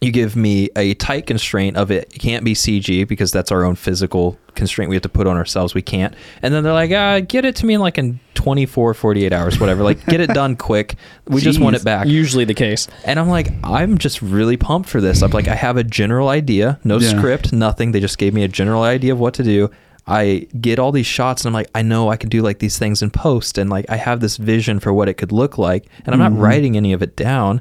[SPEAKER 3] You give me a tight constraint of it. It can't be CG because that's our own physical constraint we have to put on ourselves. We can't. And then they're like, uh, get it to me in like in 24, 48 hours, whatever. Like, get it
[SPEAKER 1] [LAUGHS]
[SPEAKER 3] done quick. We just want it back.
[SPEAKER 1] usually the case [LAUGHS]
[SPEAKER 3] And I'm like, I'm just really pumped for this. I'm like, I have a general idea, no
[SPEAKER 4] Yeah.
[SPEAKER 3] script, nothing. They just gave me a general idea of what to do. I get all these shots and I'm like, I know I can do like these things in post and like I have this vision for what it could look like and I'm
[SPEAKER 4] Mm-hmm.
[SPEAKER 3] not writing any of it down.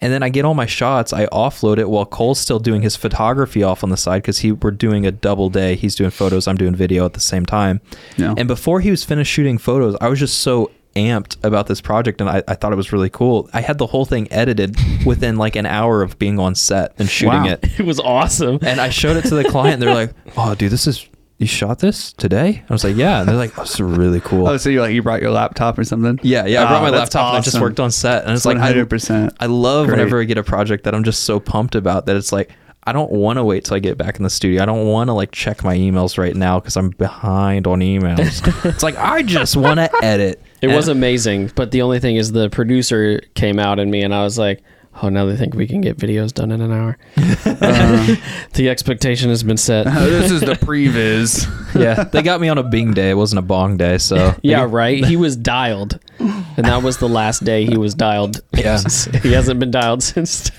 [SPEAKER 3] And then I get all my shots, I offload it while Cole's still doing his photography off on the side because he we're doing a double day. He's doing photos, I'm doing video at the same time.
[SPEAKER 4] Yeah.
[SPEAKER 3] And before he was finished shooting photos, I was just so amped about this project and I, I thought it was really cool. I had the whole thing
[SPEAKER 4] [LAUGHS]
[SPEAKER 3] edited within like an hour of being on set and shooting
[SPEAKER 4] Wow.
[SPEAKER 3] it.
[SPEAKER 1] it was awesome
[SPEAKER 3] And I showed it to the client and they're like, Oh dude, this is you shot this today? I was like, Yeah. And they're like, Oh, this is really cool.
[SPEAKER 4] [LAUGHS] Oh, so you like you brought your laptop or something?
[SPEAKER 3] yeah, yeah. I brought
[SPEAKER 4] Oh,
[SPEAKER 3] my
[SPEAKER 4] that's
[SPEAKER 3] laptop and I just
[SPEAKER 4] awesome.
[SPEAKER 3] worked on set. And it's like I,
[SPEAKER 4] 100%.
[SPEAKER 3] I love
[SPEAKER 4] Great.
[SPEAKER 3] whenever I get a project that I'm just so pumped about that it's like I don't want to wait till I get back in the studio. I don't want to like check my emails right now because I'm behind on
[SPEAKER 4] [LAUGHS]
[SPEAKER 3] emails. it's like I just want to edit.
[SPEAKER 1] [LAUGHS] It
[SPEAKER 3] And-
[SPEAKER 1] was amazing, but the only thing is the producer came out in me and I was like, "Oh, now they think we can get videos done in an
[SPEAKER 3] [LAUGHS]
[SPEAKER 1] hour." Uh, the expectation has been set.
[SPEAKER 4] [LAUGHS] this is the
[SPEAKER 3] [LAUGHS]
[SPEAKER 4] previs.
[SPEAKER 3] [LAUGHS] yeah, they got me on a Bing day. It wasn't a Bong day, so
[SPEAKER 1] [LAUGHS] Yeah, right. He was dialed, and that was the last day he was dialed.
[SPEAKER 3] Yeah.
[SPEAKER 1] [LAUGHS] he hasn't been dialed since.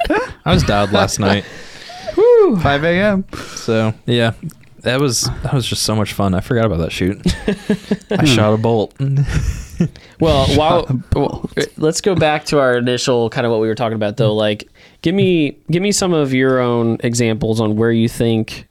[SPEAKER 3] I was
[SPEAKER 1] [LAUGHS]
[SPEAKER 3] dialed last night.
[SPEAKER 4] 5 a.m.
[SPEAKER 3] So yeah, that was that was just so much fun. I forgot about that shoot. I shot a bolt. [LAUGHS]
[SPEAKER 1] Well, while well, let's go back to our initial kind of what we were talking about though. Like, give me give me some of your own examples on where you think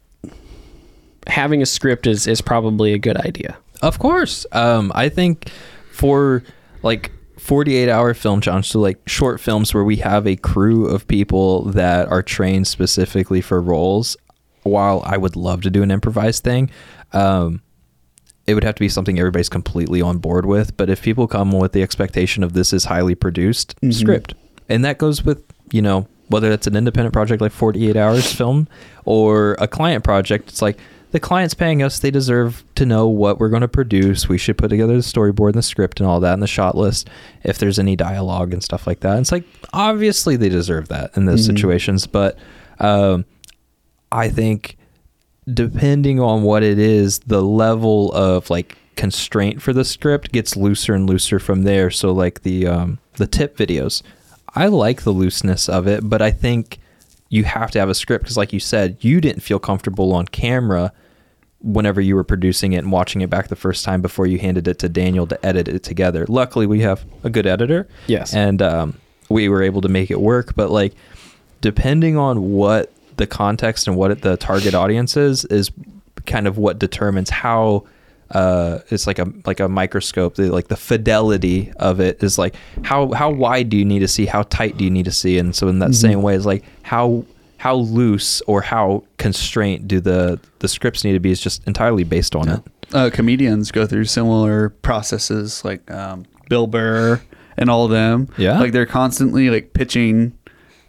[SPEAKER 1] having a script is is probably a good idea.
[SPEAKER 3] Of course. Um, I think for like 48 hour film challenge, so like short films where we have a crew of people that are trained specifically for roles, while I would love to do an improvised thing, um, it would have to be something everybody's completely on board with. But if people come with the expectation of this is highly produced script, and that goes with, you know, whether that's an independent project like 48 hours film or a client project, it's like the client's paying us. They deserve to know what we're going to produce. We should put together the storyboard and the script and all that and the shot list if there's any dialogue and stuff like that. It's like, obviously, they deserve that in those situations. But, um, I think depending on what it is, the level of like constraint for the script gets looser and looser from there. So like the um, the tip videos, I like the looseness of it, but I think you have to have a script because, like you said, you didn't feel comfortable on camera whenever you were producing it and watching it back the first time before you handed it to Daniel to edit it together. Luckily, we have a good editor.
[SPEAKER 1] Yes.
[SPEAKER 3] And um, we were able to make it work. But like, depending on what the context and what the target audience is, is kind of what determines how. Uh, it's like a like a microscope. The, like the fidelity of it is like how how wide do you need to see? How tight do you need to see? And so in that same way, it's like how how loose or how constraint do the the scripts need to be is just entirely based on it.
[SPEAKER 4] uh, comedians go through similar processes, like um, Bill Burr and all them.
[SPEAKER 3] Yeah.
[SPEAKER 4] like they're constantly like pitching.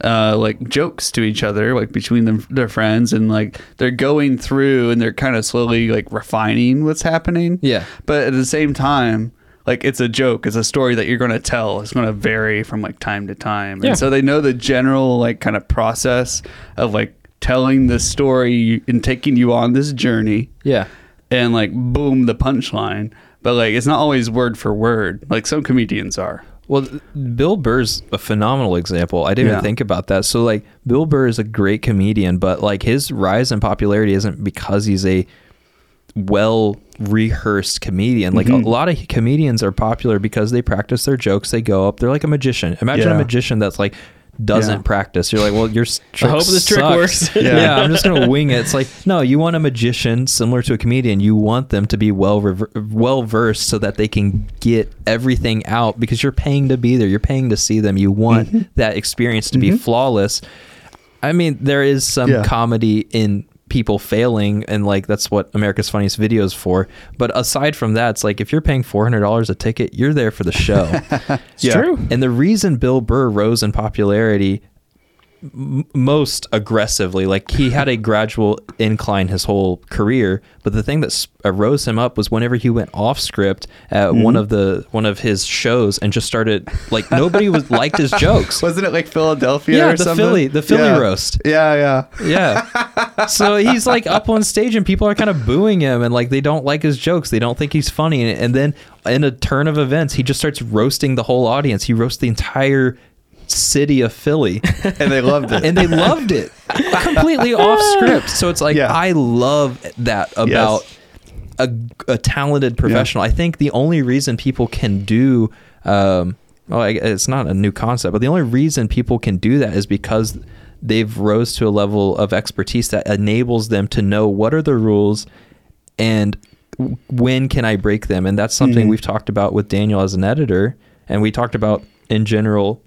[SPEAKER 4] Uh, like jokes to each other, like between them, their friends, and like they're going through and they're kind of slowly like refining what's happening.
[SPEAKER 3] Yeah.
[SPEAKER 4] But at the same time, like it's a joke, it's a story that you're going to tell. It's going to vary from like time to time.
[SPEAKER 1] Yeah.
[SPEAKER 4] And so they know the general like kind of process of like telling the story and taking you on this journey
[SPEAKER 3] Yeah.
[SPEAKER 4] and like boom the punchline. But like it's not always word for word. Like some comedians are.
[SPEAKER 3] Well, th- Bill Burr's a phenomenal example. I didn't
[SPEAKER 4] Yeah.
[SPEAKER 3] even think about that. So, like, Bill Burr is a great comedian, but like his rise in popularity isn't because he's a well rehearsed comedian. Like,
[SPEAKER 4] Mm-hmm.
[SPEAKER 3] a lot of comedians are popular because they practice their jokes. They go up. They're like a magician. Imagine
[SPEAKER 4] Yeah.
[SPEAKER 3] a magician that's like doesn't
[SPEAKER 4] Yeah.
[SPEAKER 3] practice. You're like, well,
[SPEAKER 1] [LAUGHS]
[SPEAKER 3] your s- trick
[SPEAKER 1] hope this trick
[SPEAKER 3] sucks."
[SPEAKER 1] works.
[SPEAKER 3] [LAUGHS] yeah.
[SPEAKER 4] Yeah.
[SPEAKER 3] I'm just gonna wing it. It's like, no, you want a magician similar to a comedian. You want them to be well rever- well versed so that they can get everything out because you're paying to be there. You're paying to see them. You want
[SPEAKER 1] Mm-hmm.
[SPEAKER 3] that experience to be flawless. I mean, there is some
[SPEAKER 4] Yeah.
[SPEAKER 3] comedy in people failing and like that's what America's Funniest Videos for. But aside from that, it's like if you're paying four hundred dollars a ticket, you're there for the show.
[SPEAKER 1] [LAUGHS] It's true.
[SPEAKER 3] And the reason Bill Burr rose in popularity m- most aggressively, like he had a gradual incline his whole career, but the thing that s- uh, rose him up was whenever he went off script at one of the one of his shows and just started like nobody was liked his
[SPEAKER 4] [LAUGHS]
[SPEAKER 3] jokes.
[SPEAKER 4] Wasn't it like Philadelphia
[SPEAKER 3] Yeah,
[SPEAKER 4] or
[SPEAKER 3] the
[SPEAKER 4] something?
[SPEAKER 3] Philly- the Philly
[SPEAKER 4] Yeah.
[SPEAKER 3] roast.
[SPEAKER 4] Yeah, yeah.
[SPEAKER 3] Yeah. So he's like up on stage and people are kind of booing him and like they don't like his jokes. They don't think he's funny. And, and then in a turn of events, he just starts roasting the whole audience. He roasts the entire city of Philly
[SPEAKER 4] And they loved it.
[SPEAKER 3] [LAUGHS] and they loved it completely off script. So it's like,
[SPEAKER 4] Yeah.
[SPEAKER 3] I love that about a, a talented professional. I think the only reason people can do, um, well, I, it's not a new concept, but the only reason people can do that is because they've rose to a level of expertise that enables them to know what are the rules and w- when can I break them. And that's something we've talked about with Daniel as an editor, and we talked about in general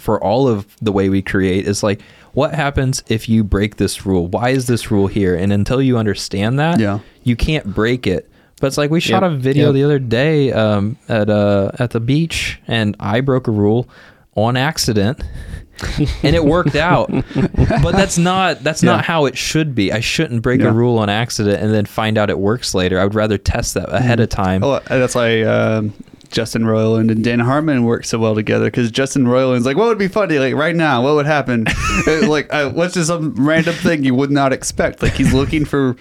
[SPEAKER 3] for all of the way we create is like what happens if you break this rule why is this rule here and until you understand [LAUGHS] that
[SPEAKER 4] Yeah.
[SPEAKER 3] you can't break it but it's like we shot
[SPEAKER 1] Yep.
[SPEAKER 3] a video
[SPEAKER 1] Yep.
[SPEAKER 3] the other day um, at uh, at the beach and i broke a rule on accident [LAUGHS] and it worked
[SPEAKER 4] [LAUGHS]
[SPEAKER 3] out but that's not that's
[SPEAKER 4] Yeah.
[SPEAKER 3] not how it should be i shouldn't break
[SPEAKER 4] Yeah.
[SPEAKER 3] a rule on accident and then find out it works later i would rather test that ahead of time
[SPEAKER 4] Oh, and that's why um, Justin Roiland and Dan Harmon work so well together because Justin Roiland's like, what would be funny? Like right now, what would happen?
[SPEAKER 3] [LAUGHS]
[SPEAKER 4] Uh, like, uh, what's just some random thing you would not expect? Like he's looking for,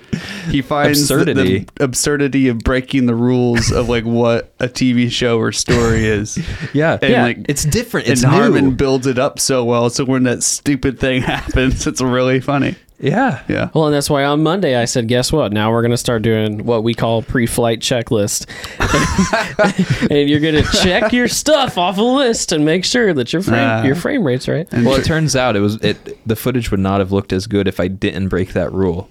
[SPEAKER 4] he finds the-
[SPEAKER 3] Absurdity.
[SPEAKER 4] the absurdity of breaking the rules of like what a TV show or story is.
[SPEAKER 3] [LAUGHS] yeah
[SPEAKER 4] And
[SPEAKER 1] Yeah.
[SPEAKER 4] like
[SPEAKER 3] it's different
[SPEAKER 4] and
[SPEAKER 3] it's
[SPEAKER 4] Harmon
[SPEAKER 3] new
[SPEAKER 4] builds it up so well. So when that stupid thing [LAUGHS] happens, it's really funny.
[SPEAKER 3] yeah
[SPEAKER 4] Yeah.
[SPEAKER 1] Well, and that's why on Monday I said, guess what? Now we're going to start doing what we call pre flight checklist. [LAUGHS] and you're going to check your stuff off a list and make sure that your frame,
[SPEAKER 4] Ah.
[SPEAKER 1] your frame rate's right.
[SPEAKER 4] And
[SPEAKER 3] Well, it
[SPEAKER 4] tr-
[SPEAKER 3] turns out it was it. The footage would not have looked as good if I didn't break that rule.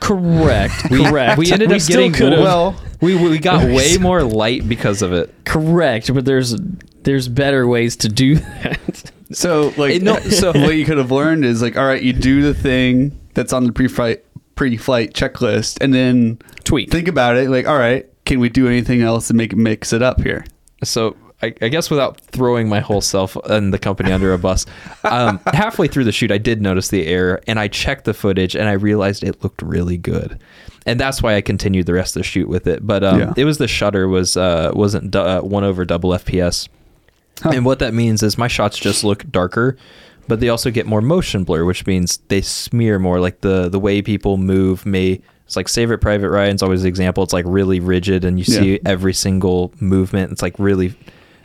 [SPEAKER 1] Correct. correct.
[SPEAKER 3] We ended up
[SPEAKER 1] still
[SPEAKER 3] getting
[SPEAKER 1] could've-
[SPEAKER 3] well. We we got way more light because of it.
[SPEAKER 1] correct, but there's there's better ways to do [LAUGHS] that.
[SPEAKER 4] So like
[SPEAKER 3] It- no, so-
[SPEAKER 4] [LAUGHS] what you could have learned is like all right, you do the thing that's on the pre-flight pre-flight checklist and then
[SPEAKER 1] Tweak.
[SPEAKER 4] Think about it like all right, can we do anything else to make mix it up here?
[SPEAKER 3] So I, I guess without throwing my whole self and the company under a bus,
[SPEAKER 4] [LAUGHS]
[SPEAKER 3] um, halfway through the shoot, I did notice the error and I checked the footage and I realized it looked really good. And that's why I continued the rest of the shoot with it. But um,
[SPEAKER 4] Yeah.
[SPEAKER 3] it was the shutter was uh, wasn't du- uh, one over double FPS, and what that means is my shots just look darker, but they also get more motion blur, which means they smear more. Like the the way people move may it's like Save It Private Ryan's always the example. It's like really rigid, and you
[SPEAKER 4] Yeah.
[SPEAKER 3] see every single movement. It's like really,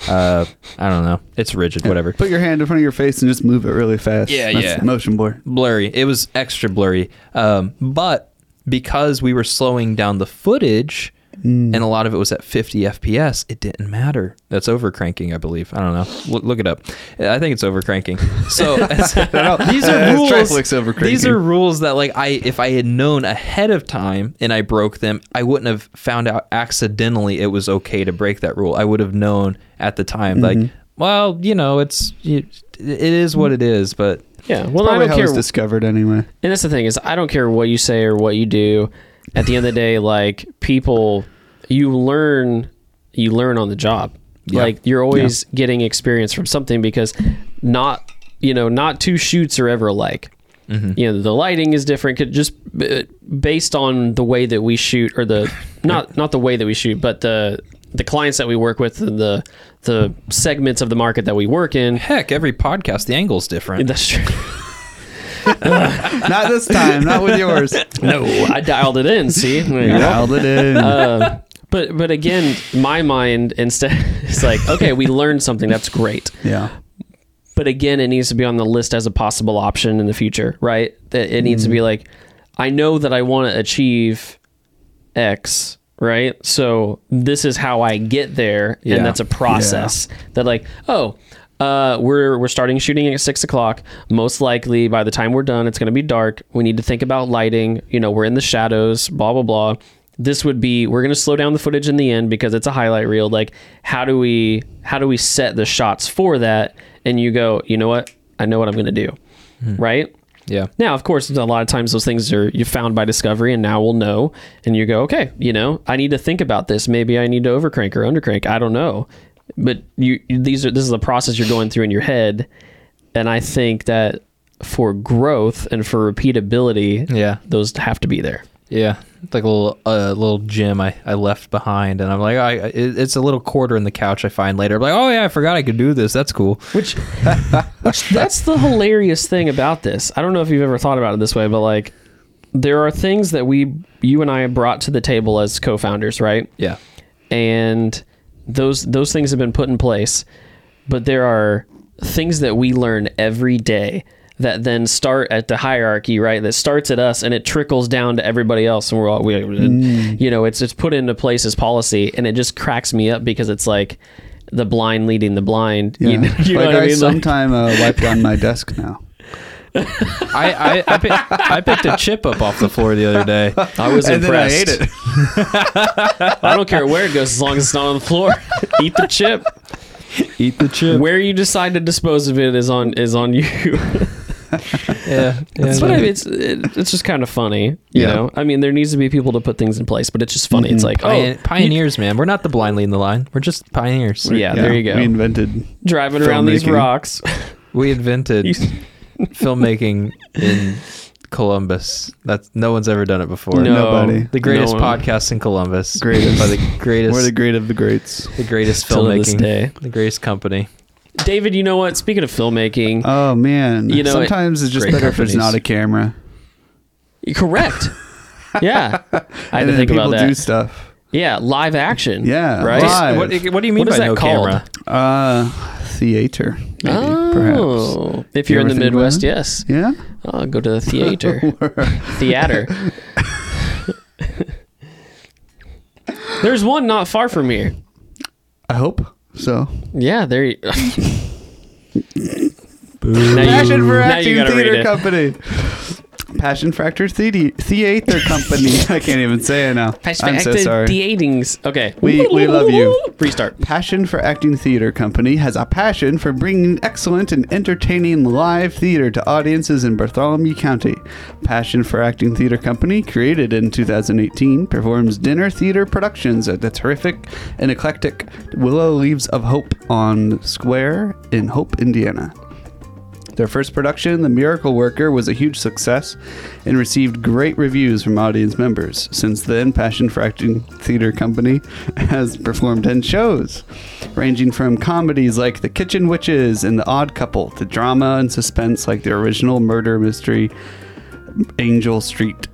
[SPEAKER 3] uh, I don't know. It's rigid, whatever.
[SPEAKER 4] Put your hand in front of your face and just move it really fast.
[SPEAKER 3] Yeah,
[SPEAKER 4] That's
[SPEAKER 3] yeah.
[SPEAKER 4] Motion blur.
[SPEAKER 3] blurry. It was extra blurry. Um, but because we were slowing down the footage and a lot of it was at 50 FPS, it didn't matter. That's over cranking, I believe. I don't know. Look, look it up. I think it's over cranking. So [LAUGHS] these are
[SPEAKER 4] Uh,
[SPEAKER 3] rules.
[SPEAKER 4] Triplex over cranking.
[SPEAKER 3] These are rules that like I if I had known ahead of time and I broke them, I wouldn't have found out accidentally it was okay to break that rule. I would have known at the time like well, you know, it's it is what it is, but
[SPEAKER 1] Yeah. Well, I
[SPEAKER 4] Probably
[SPEAKER 1] don't
[SPEAKER 4] how it
[SPEAKER 1] care.
[SPEAKER 4] was discovered anyway.
[SPEAKER 1] and that's the thing is, I don't care what you say or what you do. at the end of the day, like people, you learn, you learn on the job.
[SPEAKER 3] Yeah.
[SPEAKER 1] Like you're always getting experience from something because not, you know, not two shoots are ever alike.
[SPEAKER 3] Mm-hmm.
[SPEAKER 1] You know, the lighting is different. Could just uh, based on the way that we shoot, or
[SPEAKER 3] [LAUGHS]
[SPEAKER 1] the not not the way that we shoot, but the the clients that we work with, and the the segments of the market that we work in. [LAUGHS]
[SPEAKER 3] Heck, every podcast the angle's different.
[SPEAKER 1] That's true.
[SPEAKER 4] not
[SPEAKER 1] [LAUGHS]
[SPEAKER 4] this time, not with yours.
[SPEAKER 1] No, I dialed it in.
[SPEAKER 3] [LAUGHS]
[SPEAKER 1] See, There you go.
[SPEAKER 4] Dialed it in.
[SPEAKER 1] Um, but but again, my mind instead [LAUGHS] is like, okay, we learned something. That's great.
[SPEAKER 4] yeah.
[SPEAKER 1] But again, it needs to be on the list as a possible option in the future, right? That it needs to be like, I know that I want to achieve X, right? So this is how I get there,
[SPEAKER 3] Yeah.
[SPEAKER 1] and that's a process. That like, oh. Uh, we're we're starting shooting at six o'clock. Most likely, by the time we're done, it's going to be dark. We need to think about lighting. You know, we're in the shadows. Blah blah blah. This would be we're going to slow down the footage in the end because it's a highlight reel. Like, how do we how do we set the shots for that? And you go, you know what? I know what I'm going to do, right?
[SPEAKER 3] Yeah.
[SPEAKER 1] Now, of course, a lot of times those things are you found by discovery, and now we'll know. And you go, okay, you know, I need to think about this. Maybe I need to overcrank or undercrank. I don't know, but you these are this is a process you're going through in your head, and I think that for growth and for repeatability,
[SPEAKER 3] Yeah.
[SPEAKER 1] those have to be there.
[SPEAKER 3] Yeah, it's like a little uh, little gem I, I left behind, and I'm like, I, I- it, it's a little quarter in the couch I find later. I'm like, oh yeah, I forgot I could do this. That's cool.
[SPEAKER 1] Which, [LAUGHS] which that's the hilarious thing about this. I don't know if you've ever thought about it this way, but like, there are things that we you and I brought to the table as co-founders, right?
[SPEAKER 3] [LAUGHS] Yeah,
[SPEAKER 1] and those those things have been put in place but there are things that we learn every day that then start at the hierarchy right that starts at us and it trickles down to everybody else and we're all we,
[SPEAKER 4] Mm.
[SPEAKER 1] you know it's it's put into place as policy and it just cracks me up because it's like the blind leading the blind
[SPEAKER 4] Yeah.
[SPEAKER 1] you know, [LAUGHS] you know what
[SPEAKER 4] like I,
[SPEAKER 1] i mean Like-
[SPEAKER 4] sometime uh, wipe down my desk now.
[SPEAKER 3] I I, I, pick, I picked a chip up off the floor the other [LAUGHS] day.
[SPEAKER 1] I was
[SPEAKER 4] And then I
[SPEAKER 1] impressed.
[SPEAKER 4] ate it. [LAUGHS]
[SPEAKER 1] I don't care where it goes as long as it's not on the
[SPEAKER 4] [LAUGHS]
[SPEAKER 1] floor. Eat the chip.
[SPEAKER 3] Eat the chip.
[SPEAKER 1] Where you decide to dispose of it is on is on you.
[SPEAKER 3] Yeah, yeah,
[SPEAKER 1] It's, but I
[SPEAKER 3] yeah.
[SPEAKER 1] mean, it's it, it's just kind of funny, you
[SPEAKER 4] Yeah. Mm-hmm.
[SPEAKER 1] know. I mean, there needs to be people to put things in place, but it's just funny. It's like, oh,
[SPEAKER 3] Pioneer- pioneers, man. We're not the blind leading the line. We're just pioneers.
[SPEAKER 1] yeah, there you go.
[SPEAKER 4] We invented.
[SPEAKER 1] Driving around these
[SPEAKER 4] filmmaking. [LAUGHS]
[SPEAKER 1] rocks.
[SPEAKER 3] We invented filmmaking in Columbus. That's no one's ever done it before.
[SPEAKER 1] No,
[SPEAKER 4] Nobody.
[SPEAKER 3] The greatest
[SPEAKER 1] no one.
[SPEAKER 3] podcast in Columbus.
[SPEAKER 4] Greatest.
[SPEAKER 3] By the greatest.
[SPEAKER 4] We're the great of the greats.
[SPEAKER 3] the greatest
[SPEAKER 1] Till this
[SPEAKER 3] filmmaking.
[SPEAKER 1] day.
[SPEAKER 3] The greatest company.
[SPEAKER 1] David, you know what? Speaking of filmmaking,
[SPEAKER 4] Oh man.
[SPEAKER 1] You know,
[SPEAKER 4] sometimes it's just
[SPEAKER 3] great
[SPEAKER 4] better if
[SPEAKER 3] companies.
[SPEAKER 4] there's not a camera. [LAUGHS]
[SPEAKER 1] correct. yeah, I had
[SPEAKER 4] and
[SPEAKER 1] to
[SPEAKER 4] then
[SPEAKER 1] think
[SPEAKER 4] people
[SPEAKER 1] about
[SPEAKER 4] do
[SPEAKER 1] that.
[SPEAKER 4] stuff.
[SPEAKER 1] Yeah, live action.
[SPEAKER 4] Yeah,
[SPEAKER 1] right.
[SPEAKER 4] live. Five.
[SPEAKER 3] What, what do you mean
[SPEAKER 1] What is that
[SPEAKER 3] by no
[SPEAKER 1] called?
[SPEAKER 3] camera?
[SPEAKER 4] Uh, theater. Maybe, Perhaps.
[SPEAKER 1] oh, if you're
[SPEAKER 4] You
[SPEAKER 1] in
[SPEAKER 4] ever
[SPEAKER 1] the
[SPEAKER 4] think about
[SPEAKER 1] Midwest,
[SPEAKER 4] that?
[SPEAKER 1] yes,
[SPEAKER 4] Yeah. [LAUGHS]
[SPEAKER 1] oh, go to the theater. theater. There's one not far from here.
[SPEAKER 4] I hope so.
[SPEAKER 1] Yeah, there. You, [LAUGHS] Now you-
[SPEAKER 4] Passion for
[SPEAKER 1] now you
[SPEAKER 4] Acting
[SPEAKER 1] gotta read
[SPEAKER 4] Theater
[SPEAKER 1] it.
[SPEAKER 4] Company. Passion for Actor Theater Theater Company.
[SPEAKER 1] [LAUGHS]
[SPEAKER 4] I can't even say it now.
[SPEAKER 1] Passion for
[SPEAKER 4] I'm so
[SPEAKER 1] acting
[SPEAKER 4] sorry.
[SPEAKER 1] theatings. Okay,
[SPEAKER 4] We- we love you.
[SPEAKER 1] Restart.
[SPEAKER 4] Passion for Acting Theater Company has a passion for bringing excellent and entertaining live theater to audiences in Bartholomew County. Passion for Acting Theater Company, created in 2018, performs dinner theater productions at the terrific and eclectic Willow Leaves of Hope on Square in Hope, Indiana. Their first production, The Miracle Worker, was a huge success and received great reviews from audience members. Since then, Passion for Acting Theater Company [LAUGHS] has performed 10 shows, ranging from comedies like The Kitchen Witches and The Odd Couple to drama and suspense like the original murder mystery Angel Street.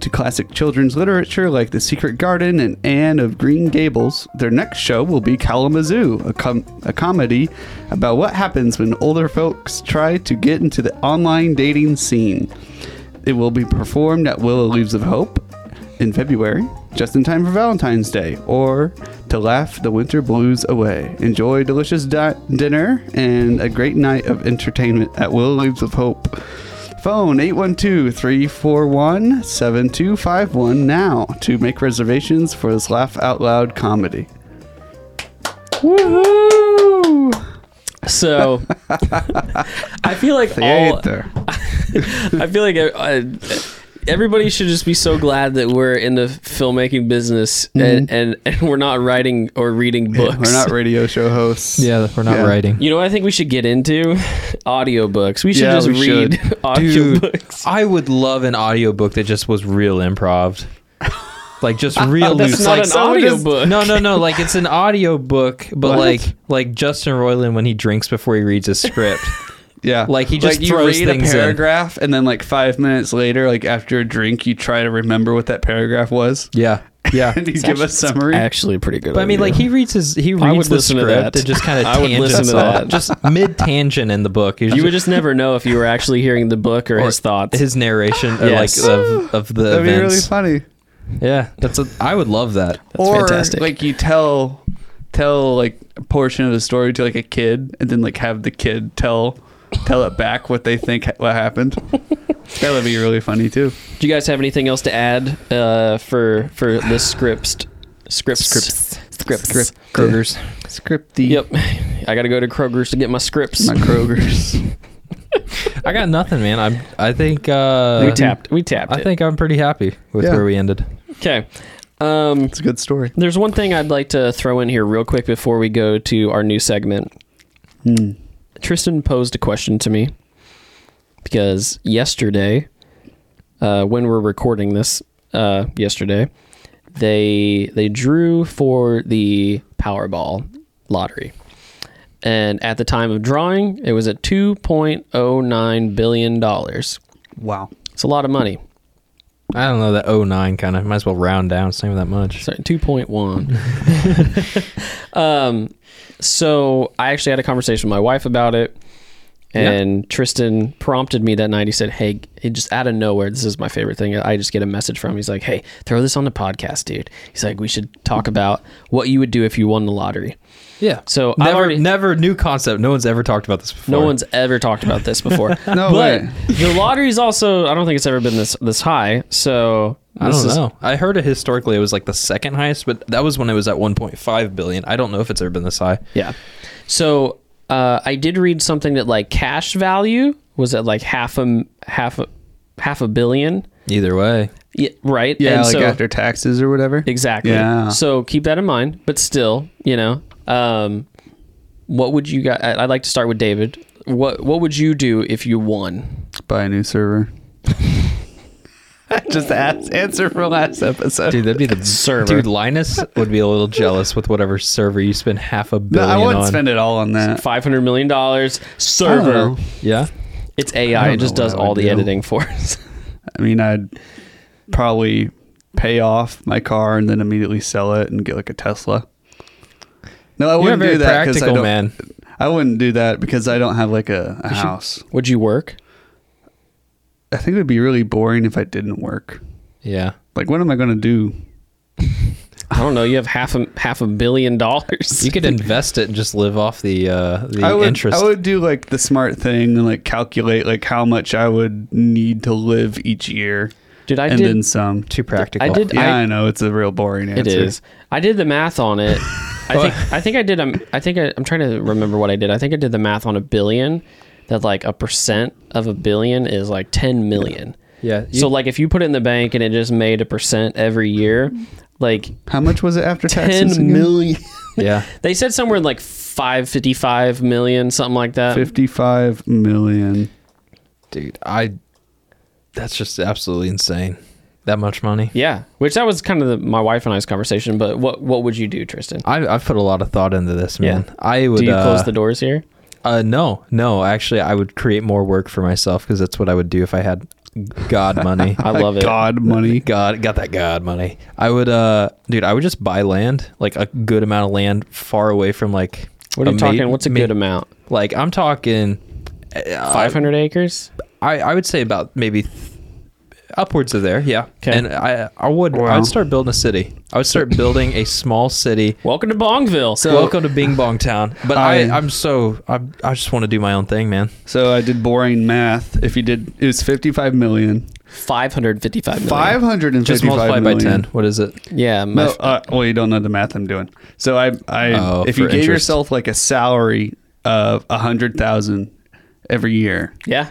[SPEAKER 4] To classic children's literature like The Secret Garden and Anne of Green Gables, their next show will be Kalamazoo, a, com- a comedy about what happens when older folks try to get into the online dating scene. It will be performed at Willow Leaves of Hope in February, just in time for Valentine's Day, or to laugh the winter blues away. Enjoy delicious di- dinner and a great night of entertainment at Willow Leaves of Hope. Phone 812-341-7251 now to make reservations for this laugh out loud comedy. Woohoo!
[SPEAKER 1] So, I feel like all,
[SPEAKER 4] Theater.
[SPEAKER 1] I feel like uh, uh, everybody should just be so glad that we're in the filmmaking business and, and, and we're not writing or reading books.
[SPEAKER 4] We're not radio show hosts.
[SPEAKER 3] [LAUGHS] Yeah, we're not
[SPEAKER 4] Yeah.
[SPEAKER 3] writing.
[SPEAKER 1] You know what I think we should get into? Audiobooks. We should
[SPEAKER 4] Yeah,
[SPEAKER 1] just
[SPEAKER 4] we should.
[SPEAKER 1] read
[SPEAKER 3] Dude,
[SPEAKER 1] [LAUGHS] audiobooks.
[SPEAKER 3] I would love an audiobook that just was real improv. Like [LAUGHS] just real
[SPEAKER 1] That's
[SPEAKER 3] loose.
[SPEAKER 1] not
[SPEAKER 3] like
[SPEAKER 1] an
[SPEAKER 3] someone just-
[SPEAKER 1] audiobook.
[SPEAKER 3] No, no, no. Like it's an audiobook, but like like Justin Roiland when he drinks before he reads
[SPEAKER 1] [LAUGHS]
[SPEAKER 3] his script.
[SPEAKER 4] Yeah.
[SPEAKER 3] Like, he just
[SPEAKER 4] you
[SPEAKER 3] throws
[SPEAKER 4] read
[SPEAKER 3] things
[SPEAKER 4] a
[SPEAKER 3] in.
[SPEAKER 4] paragraph and then like five minutes later, like after a drink, you try to remember what that paragraph was.
[SPEAKER 3] yeah. Yeah.
[SPEAKER 4] [LAUGHS] and you give a summary.
[SPEAKER 1] Actually, pretty good.
[SPEAKER 3] But I mean, like he reads his he reads
[SPEAKER 1] would
[SPEAKER 3] the
[SPEAKER 1] listen to
[SPEAKER 3] script
[SPEAKER 1] that.
[SPEAKER 3] and just kind of
[SPEAKER 1] I would listen to that.
[SPEAKER 3] just mid tangent in the book. He's
[SPEAKER 1] you
[SPEAKER 3] just-
[SPEAKER 1] would just never know if you were actually hearing the book or,
[SPEAKER 3] or
[SPEAKER 1] his thoughts.
[SPEAKER 3] his narration, or
[SPEAKER 1] Yes.
[SPEAKER 3] like of, of the
[SPEAKER 4] That'd be really
[SPEAKER 3] events.
[SPEAKER 4] funny.
[SPEAKER 3] yeah, that's a, I would love that.
[SPEAKER 1] That's
[SPEAKER 4] or
[SPEAKER 1] fantastic.
[SPEAKER 4] like you tell tell like a portion of the story to like a kid and then like have the kid tell tell it back what they think ha- what [LAUGHS] happened. that would be really funny too.
[SPEAKER 1] Do you guys have anything else to add uh, for for the scripts? Scripts. Scripts. Scripts.
[SPEAKER 3] Kroger's.
[SPEAKER 4] Scripty.
[SPEAKER 1] Yep. I got to go to Kroger's to get my scripts.
[SPEAKER 4] My Kroger's.
[SPEAKER 3] I got nothing, man. I'm. I think. Uh,
[SPEAKER 1] we tapped. We tapped.
[SPEAKER 3] I think I'm pretty happy with
[SPEAKER 4] Yeah.
[SPEAKER 3] where we ended.
[SPEAKER 1] Okay. Um,
[SPEAKER 4] It's a good story.
[SPEAKER 1] there's one thing I'd like to throw in here real quick before we go to our new segment. Tristan posed a question to me because yesterday, uh, when we're recording this, uh, yesterday, they they drew for the Powerball lottery, and at the time of drawing, it was at two point oh nine billion dollars.
[SPEAKER 4] Wow.
[SPEAKER 1] It's a lot of money.
[SPEAKER 3] I don't know that 09 kind of might as well round down. It's not even that much.
[SPEAKER 1] Sorry, two point one. [LAUGHS] um, so I actually had a conversation with my wife about it, and Tristan prompted me that night. He said, "Hey, it just out of nowhere, this is my favorite thing. I just get a message from. him. He's like, "Hey, throw this on the podcast, dude." He's like, "We should talk about what you would do if you won the lottery."
[SPEAKER 3] Yeah.
[SPEAKER 1] So I
[SPEAKER 3] never,
[SPEAKER 1] already-
[SPEAKER 3] never new concept. No one's ever talked about this before.
[SPEAKER 1] No one's ever talked about this
[SPEAKER 3] [LAUGHS]
[SPEAKER 1] before.
[SPEAKER 4] No
[SPEAKER 1] but
[SPEAKER 4] way.
[SPEAKER 1] the lottery's also I don't think it's ever been this this high. So
[SPEAKER 3] I
[SPEAKER 1] this
[SPEAKER 3] don't
[SPEAKER 1] is-
[SPEAKER 3] know. I heard it historically. It was like the second highest, but that was when it was at 1.5 billion. I don't know if it's ever been this high.
[SPEAKER 1] Yeah. So uh, I did read something that like cash value was at like half a m- half a, half a billion.
[SPEAKER 3] Either way,
[SPEAKER 1] Yeah, right.
[SPEAKER 4] Yeah,
[SPEAKER 1] And
[SPEAKER 4] like
[SPEAKER 1] so-
[SPEAKER 4] after taxes or whatever.
[SPEAKER 1] Exactly.
[SPEAKER 4] Yeah.
[SPEAKER 1] So keep that in mind. But still, you know, um, what would you guys? I'd like to start with David. What What would you do if you won?
[SPEAKER 4] Buy a
[SPEAKER 1] [LAUGHS]
[SPEAKER 4] new server. [LAUGHS] Just ask, answer for last episode.
[SPEAKER 3] dude, that'd be
[SPEAKER 1] [LAUGHS]
[SPEAKER 3] the
[SPEAKER 1] Server.
[SPEAKER 3] Dude, Linus would be a little jealous with whatever server you spend half a
[SPEAKER 4] No,
[SPEAKER 3] billion
[SPEAKER 4] I wouldn't
[SPEAKER 3] on.
[SPEAKER 4] spend it all on that.
[SPEAKER 1] Five hundred million dollars
[SPEAKER 4] Uh, I
[SPEAKER 1] server.
[SPEAKER 4] don't know.
[SPEAKER 3] yeah,
[SPEAKER 1] It's
[SPEAKER 4] I
[SPEAKER 1] AI.
[SPEAKER 4] don't
[SPEAKER 1] It just
[SPEAKER 4] know what
[SPEAKER 1] does
[SPEAKER 4] I
[SPEAKER 1] all
[SPEAKER 4] would
[SPEAKER 1] the
[SPEAKER 4] do.
[SPEAKER 1] editing for us. [LAUGHS]
[SPEAKER 4] I mean, I'd probably pay off my car and then immediately sell it and get like a Tesla. No, I
[SPEAKER 3] you're a
[SPEAKER 4] wouldn't
[SPEAKER 3] very
[SPEAKER 4] do that because I
[SPEAKER 3] practical
[SPEAKER 4] don't.
[SPEAKER 3] man.
[SPEAKER 4] I wouldn't do that because I don't have like a, a house.
[SPEAKER 1] would you work?
[SPEAKER 4] I think it would be really boring if I didn't work.
[SPEAKER 3] Yeah,
[SPEAKER 4] Like, what am I going to do?
[SPEAKER 1] I don't know. You have half a half a billion dollars.
[SPEAKER 3] [LAUGHS]
[SPEAKER 4] [LAUGHS]
[SPEAKER 3] you could invest it and just live off the uh, the
[SPEAKER 4] I would.
[SPEAKER 3] interest.
[SPEAKER 4] I would do like the smart thing and like calculate like how much I would need to live each year,
[SPEAKER 1] Dude, I
[SPEAKER 4] and
[SPEAKER 1] did.
[SPEAKER 4] then some.
[SPEAKER 3] Too practical.
[SPEAKER 1] I did.
[SPEAKER 4] Yeah,
[SPEAKER 1] I,
[SPEAKER 4] I, know it's a real boring answer.
[SPEAKER 1] It is. I did the math on
[SPEAKER 3] [LAUGHS]
[SPEAKER 1] it. I think I think I did. Um, I think I, I'm trying to remember what I did. I think I did the math on a billion. That like a percent of a billion is like 10 million.
[SPEAKER 3] Yeah.
[SPEAKER 1] So like if you put it in the bank and it just made a percent every year, like
[SPEAKER 4] How much was it after taxes?
[SPEAKER 1] 10 million.
[SPEAKER 3] [LAUGHS] yeah.
[SPEAKER 1] They said somewhere in like 555 million, something like that.
[SPEAKER 4] Fifty-five million.
[SPEAKER 3] Dude, I. That's just absolutely insane. That much money.
[SPEAKER 1] Yeah, which that was kind of the, my wife and I's conversation. But what what would you do, Tristan?
[SPEAKER 3] I, I've put a lot of thought into this, man.
[SPEAKER 1] Yeah.
[SPEAKER 3] I would.
[SPEAKER 1] Do you
[SPEAKER 3] uh,
[SPEAKER 1] close the doors here?
[SPEAKER 3] Uh, no, no. Actually, I would create more work for myself because that's what I would do if I had [LAUGHS] God money.
[SPEAKER 1] I love it.
[SPEAKER 4] God money.
[SPEAKER 3] God, got that God money. I would, uh, dude. I would just buy land, like a good amount of land, far away from like.
[SPEAKER 1] What are you
[SPEAKER 3] ma-
[SPEAKER 1] talking? What's a
[SPEAKER 3] ma-
[SPEAKER 1] good amount?
[SPEAKER 3] Like I'm talking. uh,
[SPEAKER 1] 500 acres?
[SPEAKER 3] I I would say about maybe th- upwards of there. Yeah.
[SPEAKER 1] 'Kay.
[SPEAKER 3] And I I would I
[SPEAKER 4] Wow.
[SPEAKER 3] would start building a city. I would start building a small city
[SPEAKER 1] Welcome to Bongville.
[SPEAKER 3] Welcome to Bing Bong Town. But I,
[SPEAKER 4] I-
[SPEAKER 3] I, am so I, I just want to do my own thing, man.
[SPEAKER 4] So I did boring math. If you did, it was 55 million.
[SPEAKER 1] 555 million.
[SPEAKER 4] 555
[SPEAKER 3] Just multiply by
[SPEAKER 4] million.
[SPEAKER 3] ten. What is it?
[SPEAKER 1] Yeah. My,
[SPEAKER 4] No, uh, well, you don't know the math I'm doing. So I, I,
[SPEAKER 3] Oh,
[SPEAKER 4] if you
[SPEAKER 3] for
[SPEAKER 4] gave
[SPEAKER 3] interest.
[SPEAKER 4] yourself like a salary of a hundred thousand every year,
[SPEAKER 1] yeah.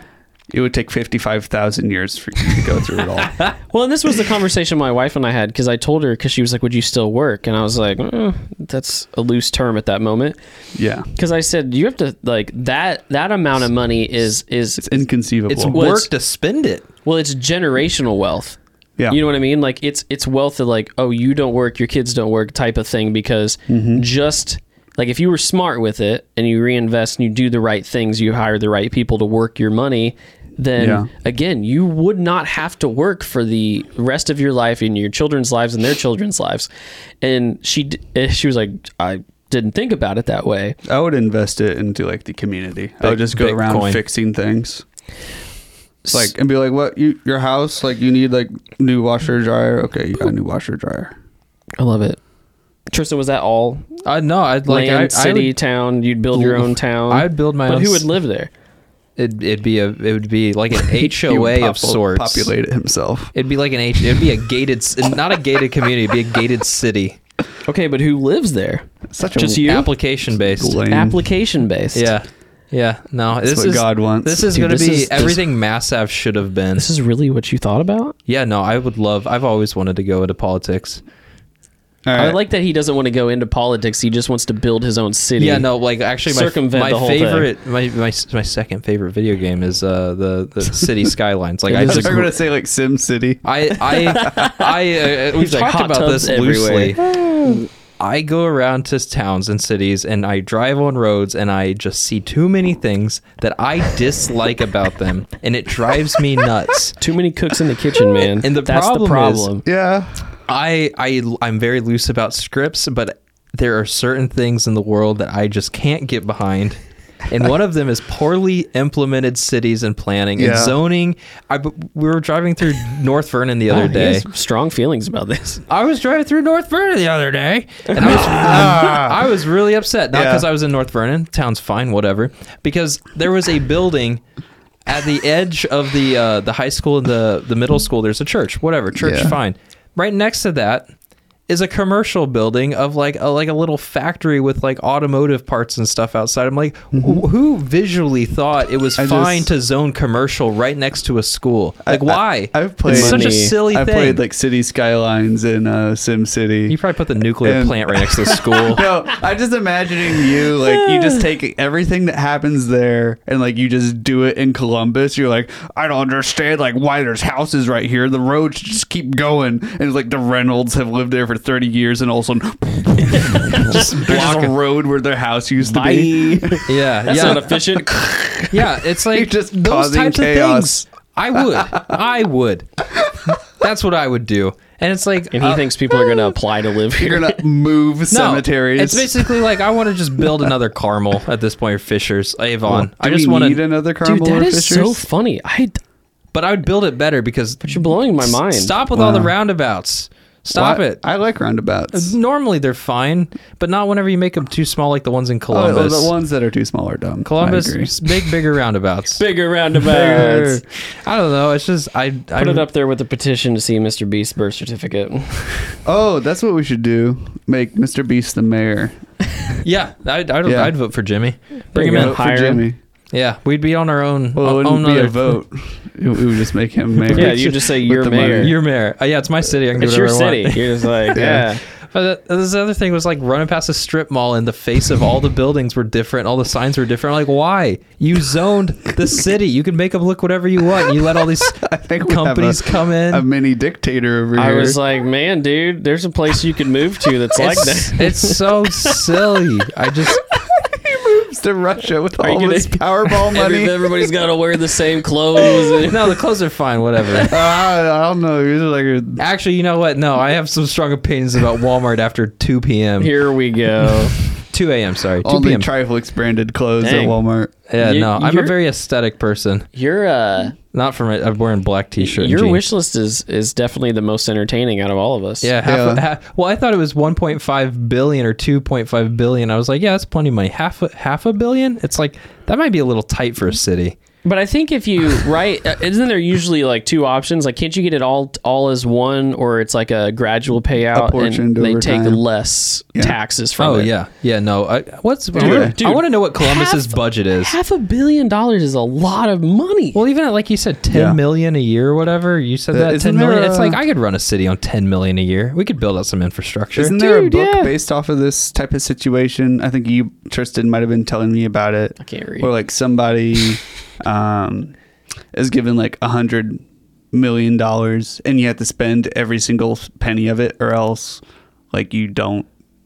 [SPEAKER 4] It would take 55,000 years for you to go through it
[SPEAKER 3] [LAUGHS]
[SPEAKER 4] all.
[SPEAKER 1] Well, and this
[SPEAKER 4] [LAUGHS]
[SPEAKER 1] was the conversation my wife and I had because I told her because she was like, "Would you still work?" And I was like, "Eh, "That's a loose term at that moment."
[SPEAKER 4] yeah.
[SPEAKER 1] Because I said, "You have to like that that amount of money is is
[SPEAKER 4] It's inconceivable.
[SPEAKER 3] It's
[SPEAKER 1] Well,
[SPEAKER 3] work
[SPEAKER 1] it's-
[SPEAKER 3] to spend it.
[SPEAKER 1] well, it's generational wealth."
[SPEAKER 4] yeah.
[SPEAKER 1] You know what I mean? Like it's it's wealth of like, oh, you don't work, your kids don't work type of thing because
[SPEAKER 4] Mm-hmm.
[SPEAKER 1] just like if you were smart with it and you reinvest and you do the right things, you hire the right people to work your money, then
[SPEAKER 4] Yeah.
[SPEAKER 1] again, you would not have to work for the rest of your life and your children's lives and their children's lives. And she d- eh, she was like, I didn't think about it that way.
[SPEAKER 4] I would invest it into like the community. I would just go
[SPEAKER 3] Bitcoin.
[SPEAKER 4] around fixing things. Like and be like, what you your house? Like you need like new washer dryer. Okay, you got a new washer dryer.
[SPEAKER 1] I love it. Tristan, was that all
[SPEAKER 3] I no, I'd like
[SPEAKER 1] land,
[SPEAKER 3] I,
[SPEAKER 1] city, town? You'd build your own town.
[SPEAKER 3] I'd build my
[SPEAKER 1] but
[SPEAKER 3] own
[SPEAKER 1] who
[SPEAKER 3] s-
[SPEAKER 1] would live there?
[SPEAKER 3] It'd, it'd be a it would be
[SPEAKER 4] [LAUGHS]
[SPEAKER 3] like an
[SPEAKER 4] He would
[SPEAKER 3] HOA of
[SPEAKER 4] popu-
[SPEAKER 3] sorts.
[SPEAKER 4] Populate it himself.
[SPEAKER 3] It'd be like an H. It'd be a gated, s- not a gated community. It'd be a gated city,
[SPEAKER 1] Okay, but who lives there?
[SPEAKER 4] Such a
[SPEAKER 1] Just you?
[SPEAKER 3] application based.
[SPEAKER 4] lame.
[SPEAKER 1] application based.
[SPEAKER 3] Yeah, yeah. No, this
[SPEAKER 4] what
[SPEAKER 3] is
[SPEAKER 4] God wants.
[SPEAKER 3] This is
[SPEAKER 1] Dude,
[SPEAKER 3] going to
[SPEAKER 1] this
[SPEAKER 3] be
[SPEAKER 1] is- this-
[SPEAKER 3] everything Massav should have been.
[SPEAKER 1] This is really what you thought about?
[SPEAKER 3] Yeah, no, I would love. I've always wanted to go into politics.
[SPEAKER 4] All
[SPEAKER 1] I like that he doesn't want to go into politics. He just wants to build his own city.
[SPEAKER 3] Yeah, no, like actually, my
[SPEAKER 1] Circumvent
[SPEAKER 3] my
[SPEAKER 1] the whole thing.
[SPEAKER 3] favorite, my, my my second favorite video game is uh the
[SPEAKER 1] [LAUGHS]
[SPEAKER 3] the City Skylines. Like
[SPEAKER 1] It
[SPEAKER 3] I
[SPEAKER 1] is
[SPEAKER 4] I'm
[SPEAKER 1] a
[SPEAKER 3] just.
[SPEAKER 1] gr-
[SPEAKER 4] gonna say like Sim City.
[SPEAKER 3] I
[SPEAKER 1] [LAUGHS]
[SPEAKER 3] I I uh, we've
[SPEAKER 1] He's like,
[SPEAKER 3] talked
[SPEAKER 1] "Hot
[SPEAKER 3] about
[SPEAKER 1] tubs
[SPEAKER 3] this loosely.
[SPEAKER 1] [LAUGHS]
[SPEAKER 3] I go around to towns and cities and I drive on roads and I just see too many things that I dislike about them and it drives me nuts.
[SPEAKER 1] Too many cooks in the
[SPEAKER 3] [LAUGHS]
[SPEAKER 1] kitchen, man.
[SPEAKER 3] And the
[SPEAKER 1] That's the
[SPEAKER 3] problem is-
[SPEAKER 1] problem.
[SPEAKER 4] Yeah.
[SPEAKER 3] I I I'm very loose about scripts, but there are certain things in the world that I just can't get behind. And one of them is poorly implemented cities and planning and
[SPEAKER 4] Yeah.
[SPEAKER 3] zoning. I b- we were driving through North Vernon the
[SPEAKER 1] Wow,
[SPEAKER 3] other
[SPEAKER 1] Ah, he
[SPEAKER 3] day.
[SPEAKER 1] has strong feelings about this.
[SPEAKER 3] I was driving through North Vernon the other day, and I
[SPEAKER 4] [LAUGHS]
[SPEAKER 3] was, I was really upset. Not
[SPEAKER 4] Yeah.
[SPEAKER 3] because I was in North Vernon, town's fine, whatever. Because there was a building at the edge of the uh, the high school and the the middle school. There's a church, whatever, church
[SPEAKER 4] Yeah.
[SPEAKER 3] fine. Right next to that is a commercial building of like a like a little factory with like automotive parts and stuff outside. I'm like, wh- who visually thought it was
[SPEAKER 4] Mm-hmm. I just-
[SPEAKER 3] fine to zone commercial right next to a school? Like,
[SPEAKER 4] I-
[SPEAKER 3] why?
[SPEAKER 4] I, have played
[SPEAKER 3] it's such a
[SPEAKER 1] Money.
[SPEAKER 3] silly
[SPEAKER 4] I
[SPEAKER 3] thing.
[SPEAKER 4] played like City Skylines in uh, Sim City.
[SPEAKER 3] You probably put the nuclear
[SPEAKER 4] And-
[SPEAKER 3] plant right next
[SPEAKER 4] [LAUGHS]
[SPEAKER 3] to the school.
[SPEAKER 4] no, I'm just imagining you like you just take everything that happens there and like you just do it in Columbus. You're like, I don't understand like why there's houses right here. The roads just keep going, and it's like the Reynolds have lived there for 30 years, and all of a sudden, just there's just a road where their house used to be.
[SPEAKER 3] yeah,
[SPEAKER 1] That's
[SPEAKER 3] yeah,
[SPEAKER 1] not efficient.
[SPEAKER 3] yeah. It's
[SPEAKER 4] You're
[SPEAKER 3] like
[SPEAKER 4] just
[SPEAKER 3] those
[SPEAKER 4] causing
[SPEAKER 3] types
[SPEAKER 4] chaos.
[SPEAKER 3] of things. I would, I would. That's what I would do. And it's like
[SPEAKER 1] and he
[SPEAKER 3] [LAUGHS] uh,
[SPEAKER 1] thinks people are going to apply to live here.
[SPEAKER 4] You're gonna [LAUGHS] move
[SPEAKER 3] no,
[SPEAKER 4] cemeteries.
[SPEAKER 3] It's basically like I want to just build another Carmel at this point, or Fishers, Avon.
[SPEAKER 4] Do
[SPEAKER 3] I just
[SPEAKER 4] we
[SPEAKER 3] want
[SPEAKER 4] need
[SPEAKER 3] to,
[SPEAKER 4] another Carmel
[SPEAKER 1] Dude, that
[SPEAKER 4] or
[SPEAKER 1] is so
[SPEAKER 4] Fishers?
[SPEAKER 1] funny. I,
[SPEAKER 3] but I would build it better because
[SPEAKER 1] you're blowing my mind.
[SPEAKER 3] stop with all the roundabouts. Stop
[SPEAKER 4] Why-
[SPEAKER 3] it.
[SPEAKER 4] I like roundabouts.
[SPEAKER 3] Normally they're fine, but not whenever you make them too small, like the ones in
[SPEAKER 4] Oh,
[SPEAKER 3] Columbus.
[SPEAKER 4] the ones that are too small are dumb. I
[SPEAKER 3] Columbus,
[SPEAKER 4] agree.
[SPEAKER 3] s- big bigger roundabouts.
[SPEAKER 1] Bigger roundabouts.
[SPEAKER 3] I don't know. It's just I. I
[SPEAKER 1] Put it up there with a petition to see Mr. Beast's birth certificate.
[SPEAKER 4] Oh, that's what we should do. Make Mr. Beast the mayor.
[SPEAKER 3] Yeah, I'd, I'd,
[SPEAKER 4] Yeah.
[SPEAKER 3] I'd vote for Jimmy.
[SPEAKER 1] Bring him
[SPEAKER 4] Vote
[SPEAKER 1] in. Oh, Hire
[SPEAKER 4] for
[SPEAKER 1] him.
[SPEAKER 4] Jimmy.
[SPEAKER 3] Yeah, we'd be on our own.
[SPEAKER 4] Well, it
[SPEAKER 3] own
[SPEAKER 4] wouldn't be
[SPEAKER 3] other-
[SPEAKER 4] a vote. It- we would just make
[SPEAKER 1] [LAUGHS]
[SPEAKER 4] him mayor.
[SPEAKER 1] Yeah, you just say
[SPEAKER 4] With
[SPEAKER 1] you're
[SPEAKER 4] the money.
[SPEAKER 1] mayor.
[SPEAKER 3] You're mayor. Uh, yeah, it's my city. I can do
[SPEAKER 1] it's your
[SPEAKER 3] whatever I
[SPEAKER 1] city.
[SPEAKER 3] want.
[SPEAKER 1] You're just
[SPEAKER 3] [LAUGHS]
[SPEAKER 1] like,
[SPEAKER 4] Yeah.
[SPEAKER 1] yeah.
[SPEAKER 3] But th- this other thing was like running past a strip mall, and the face of all the buildings were different. All the signs were different. I'm like, why? You zoned the city. You can make them look whatever you want. and You let all
[SPEAKER 4] [LAUGHS]
[SPEAKER 3] these
[SPEAKER 4] think we have
[SPEAKER 3] companies
[SPEAKER 4] a-
[SPEAKER 3] come in.
[SPEAKER 4] a mini dictator over
[SPEAKER 1] I
[SPEAKER 4] here.
[SPEAKER 1] was like, man, dude, there's a place you could move to that's like
[SPEAKER 3] it's, [LAUGHS]
[SPEAKER 1] that.
[SPEAKER 3] it's so silly.
[SPEAKER 1] [LAUGHS]
[SPEAKER 3] I just
[SPEAKER 4] It's to Russia with
[SPEAKER 1] you
[SPEAKER 4] all
[SPEAKER 1] gonna-
[SPEAKER 4] this
[SPEAKER 1] [LAUGHS]
[SPEAKER 4] Powerball
[SPEAKER 1] Every-
[SPEAKER 4] money.
[SPEAKER 1] everybody's got to wear the same clothes.
[SPEAKER 3] no. The clothes are fine. Whatever.
[SPEAKER 4] Ah, I don't know. These are like
[SPEAKER 3] Actually, you know what? No, I have some strong opinions about Walmart after 2
[SPEAKER 1] [LAUGHS]
[SPEAKER 3] p.m.
[SPEAKER 1] Here we go.
[SPEAKER 3] 2 a.m. Sorry, 2
[SPEAKER 4] only
[SPEAKER 3] p.m.
[SPEAKER 4] Triflex branded clothes
[SPEAKER 1] Dang.
[SPEAKER 4] at Walmart.
[SPEAKER 3] yeah,
[SPEAKER 1] You-
[SPEAKER 3] no, I'm a
[SPEAKER 1] you're-
[SPEAKER 3] very aesthetic person.
[SPEAKER 1] Your uh,
[SPEAKER 3] Not from it. I'm wearing black t-shirt. and
[SPEAKER 1] your
[SPEAKER 3] jeans.
[SPEAKER 1] wish list is is definitely the most entertaining out of all of us.
[SPEAKER 3] Yeah, half,
[SPEAKER 4] Yeah.
[SPEAKER 3] half- well, I thought it was 1.5 billion or 2.5 billion. I was like, yeah, that's plenty of money. Half a, half a billion. It's like that might be a little tight for a city.
[SPEAKER 1] But I think if
[SPEAKER 3] [LAUGHS]
[SPEAKER 1] you right, uh, isn't there usually like two options? Like, can't you get it all all as one, or it's like a gradual payout and
[SPEAKER 4] Apportioned
[SPEAKER 1] they
[SPEAKER 4] over
[SPEAKER 1] take
[SPEAKER 4] time.
[SPEAKER 1] less
[SPEAKER 4] Yeah.
[SPEAKER 1] taxes from
[SPEAKER 3] Oh
[SPEAKER 1] it?
[SPEAKER 3] yeah, yeah. No, I, what's I
[SPEAKER 4] Dude,
[SPEAKER 3] wanna-
[SPEAKER 4] dude,
[SPEAKER 3] I want to know what Columbus's
[SPEAKER 1] half-
[SPEAKER 3] budget is.
[SPEAKER 1] Half a billion dollars is a lot of money.
[SPEAKER 3] Well, even at, like you said, ten million
[SPEAKER 4] Yeah.
[SPEAKER 3] a year or whatever. You said
[SPEAKER 4] Uh,
[SPEAKER 3] that
[SPEAKER 4] isn't
[SPEAKER 3] ten million.
[SPEAKER 4] there
[SPEAKER 3] It's
[SPEAKER 4] a-
[SPEAKER 3] like I could run a city on ten million a year. We could build out some infrastructure.
[SPEAKER 4] Isn't there
[SPEAKER 1] Dude,
[SPEAKER 4] a book
[SPEAKER 1] yeah.
[SPEAKER 4] based off of this type of situation? I think you, Tristan, might have been telling me about it. I
[SPEAKER 1] can't read.
[SPEAKER 4] Or like somebody
[SPEAKER 1] [LAUGHS]
[SPEAKER 4] um, is given like a hundred million dollars, and you have to spend every single penny of it, or else like you don't